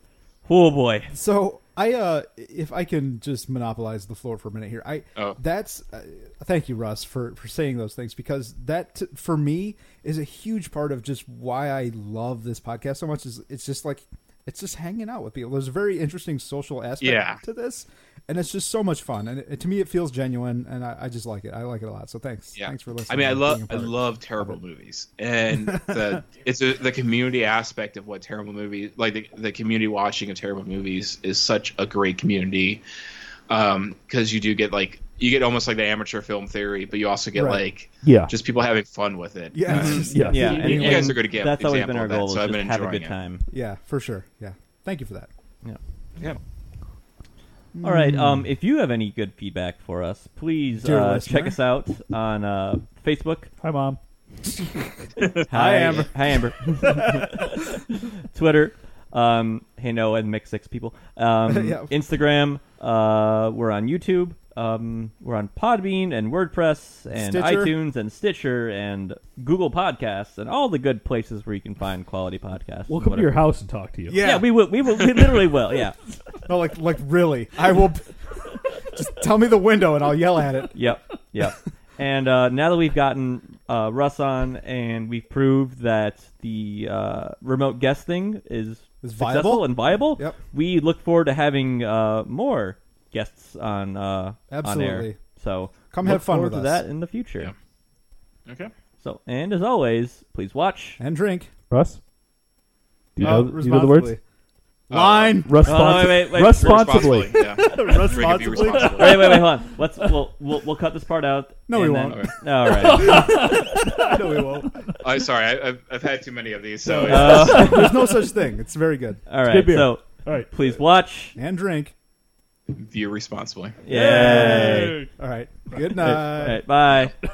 Speaker 1: oh boy.
Speaker 2: So I, uh, if I can just monopolize the floor for a minute here, I
Speaker 4: Oh.
Speaker 2: that's uh, thank you, Russ, for for saying those things because that t- for me is a huge part of just why I love this podcast so much. Is it's just like it's just hanging out with people. There's a very interesting social aspect
Speaker 4: Yeah.
Speaker 2: to this, and it's just so much fun. And it, to me, it feels genuine, and I, I just like it. I like it a lot. So thanks,
Speaker 4: Yeah.
Speaker 2: thanks for
Speaker 4: I
Speaker 2: listening.
Speaker 4: mean, I
Speaker 2: and
Speaker 4: love
Speaker 2: being a
Speaker 4: I
Speaker 2: part.
Speaker 4: love terrible movies, and
Speaker 2: *laughs*
Speaker 4: the it's a, the community aspect of what terrible movies like the, the community watching of terrible movies is such a great community because you do get like you get almost like the amateur film theory, but you also get
Speaker 2: Right.
Speaker 4: like
Speaker 3: Yeah.
Speaker 4: just people having fun with it.
Speaker 2: *laughs* Yeah, it's
Speaker 4: Uh,
Speaker 2: just-
Speaker 3: Yeah.
Speaker 1: Yeah,
Speaker 4: You-
Speaker 1: and-
Speaker 4: you guys
Speaker 1: and
Speaker 4: are good at-
Speaker 1: That's always been
Speaker 4: example
Speaker 1: our
Speaker 4: of that,
Speaker 1: goal.
Speaker 4: so I've
Speaker 1: is
Speaker 4: been
Speaker 1: just have a
Speaker 4: enjoying
Speaker 1: good
Speaker 4: it.
Speaker 1: time.
Speaker 2: yeah, for sure. Yeah, thank you for that.
Speaker 4: yeah.
Speaker 1: All right.
Speaker 3: Mm.
Speaker 1: Um, if you have any good feedback for us, please
Speaker 2: Dear
Speaker 1: uh,
Speaker 2: listener.
Speaker 1: check us out on uh, Facebook.
Speaker 3: Hi, mom.
Speaker 1: Hi,
Speaker 2: Amber.
Speaker 1: Hi, Amber.
Speaker 6: *laughs*
Speaker 1: Twitter. Um, hey, no, and mix six people.
Speaker 6: *laughs*
Speaker 1: Um,
Speaker 2: Yeah.
Speaker 1: Instagram. Uh, we're on YouTube. Um, we're on Podbean and WordPress and
Speaker 2: Stitcher.
Speaker 1: iTunes and Stitcher and Google Podcasts and all the good places where you can find quality podcasts.
Speaker 6: We'll
Speaker 1: and
Speaker 6: come to your
Speaker 1: whatever.
Speaker 6: house and talk to you.
Speaker 1: Yeah, we will. We will. We literally will. Yeah.
Speaker 6: *laughs*
Speaker 2: No, like like really, I will. *laughs* Just tell me the window and I'll yell at it.
Speaker 1: Yep.
Speaker 2: *laughs*
Speaker 1: Yep. and uh, now that we've gotten uh, Russ on and we've proved that the uh, remote guest thing is
Speaker 2: Is
Speaker 1: successful
Speaker 2: viable.
Speaker 1: and viable,
Speaker 2: Yep.
Speaker 1: we look forward to having uh, more guests on uh, on
Speaker 2: Absolutely.
Speaker 1: air. So
Speaker 2: Come
Speaker 1: look
Speaker 2: have fun
Speaker 1: forward
Speaker 2: with
Speaker 1: to
Speaker 2: us.
Speaker 1: that in the future.
Speaker 4: Yeah. Okay.
Speaker 1: So and as always, please watch. *laughs*
Speaker 2: and drink.
Speaker 3: Russ? Do you,
Speaker 2: Uh,
Speaker 3: know, do you know the words?
Speaker 2: responsibly. Line. *laughs*
Speaker 3: Russ
Speaker 1: Oh, wait, wait, wait.
Speaker 3: responsibly.
Speaker 1: *laughs*
Speaker 4: Yeah. Drink and be
Speaker 2: Responsibly.
Speaker 4: responsible.
Speaker 1: wait, wait, wait, hold on. Let's we'll we'll, we'll cut this part out.
Speaker 2: No, we
Speaker 1: and then-
Speaker 2: won't.
Speaker 4: Okay.
Speaker 1: All
Speaker 2: *laughs*
Speaker 1: right.
Speaker 2: no, we won't.
Speaker 4: I'm Oh, sorry. I, I've, I've had too many of these, so it's-
Speaker 1: Uh,
Speaker 2: There's no such thing. It's very good.
Speaker 1: all right.
Speaker 3: beer.
Speaker 1: So
Speaker 3: All right.
Speaker 1: please watch.
Speaker 2: And drink.
Speaker 4: view responsibly.
Speaker 1: Yay.
Speaker 2: All right. Good night.
Speaker 1: All right. Bye.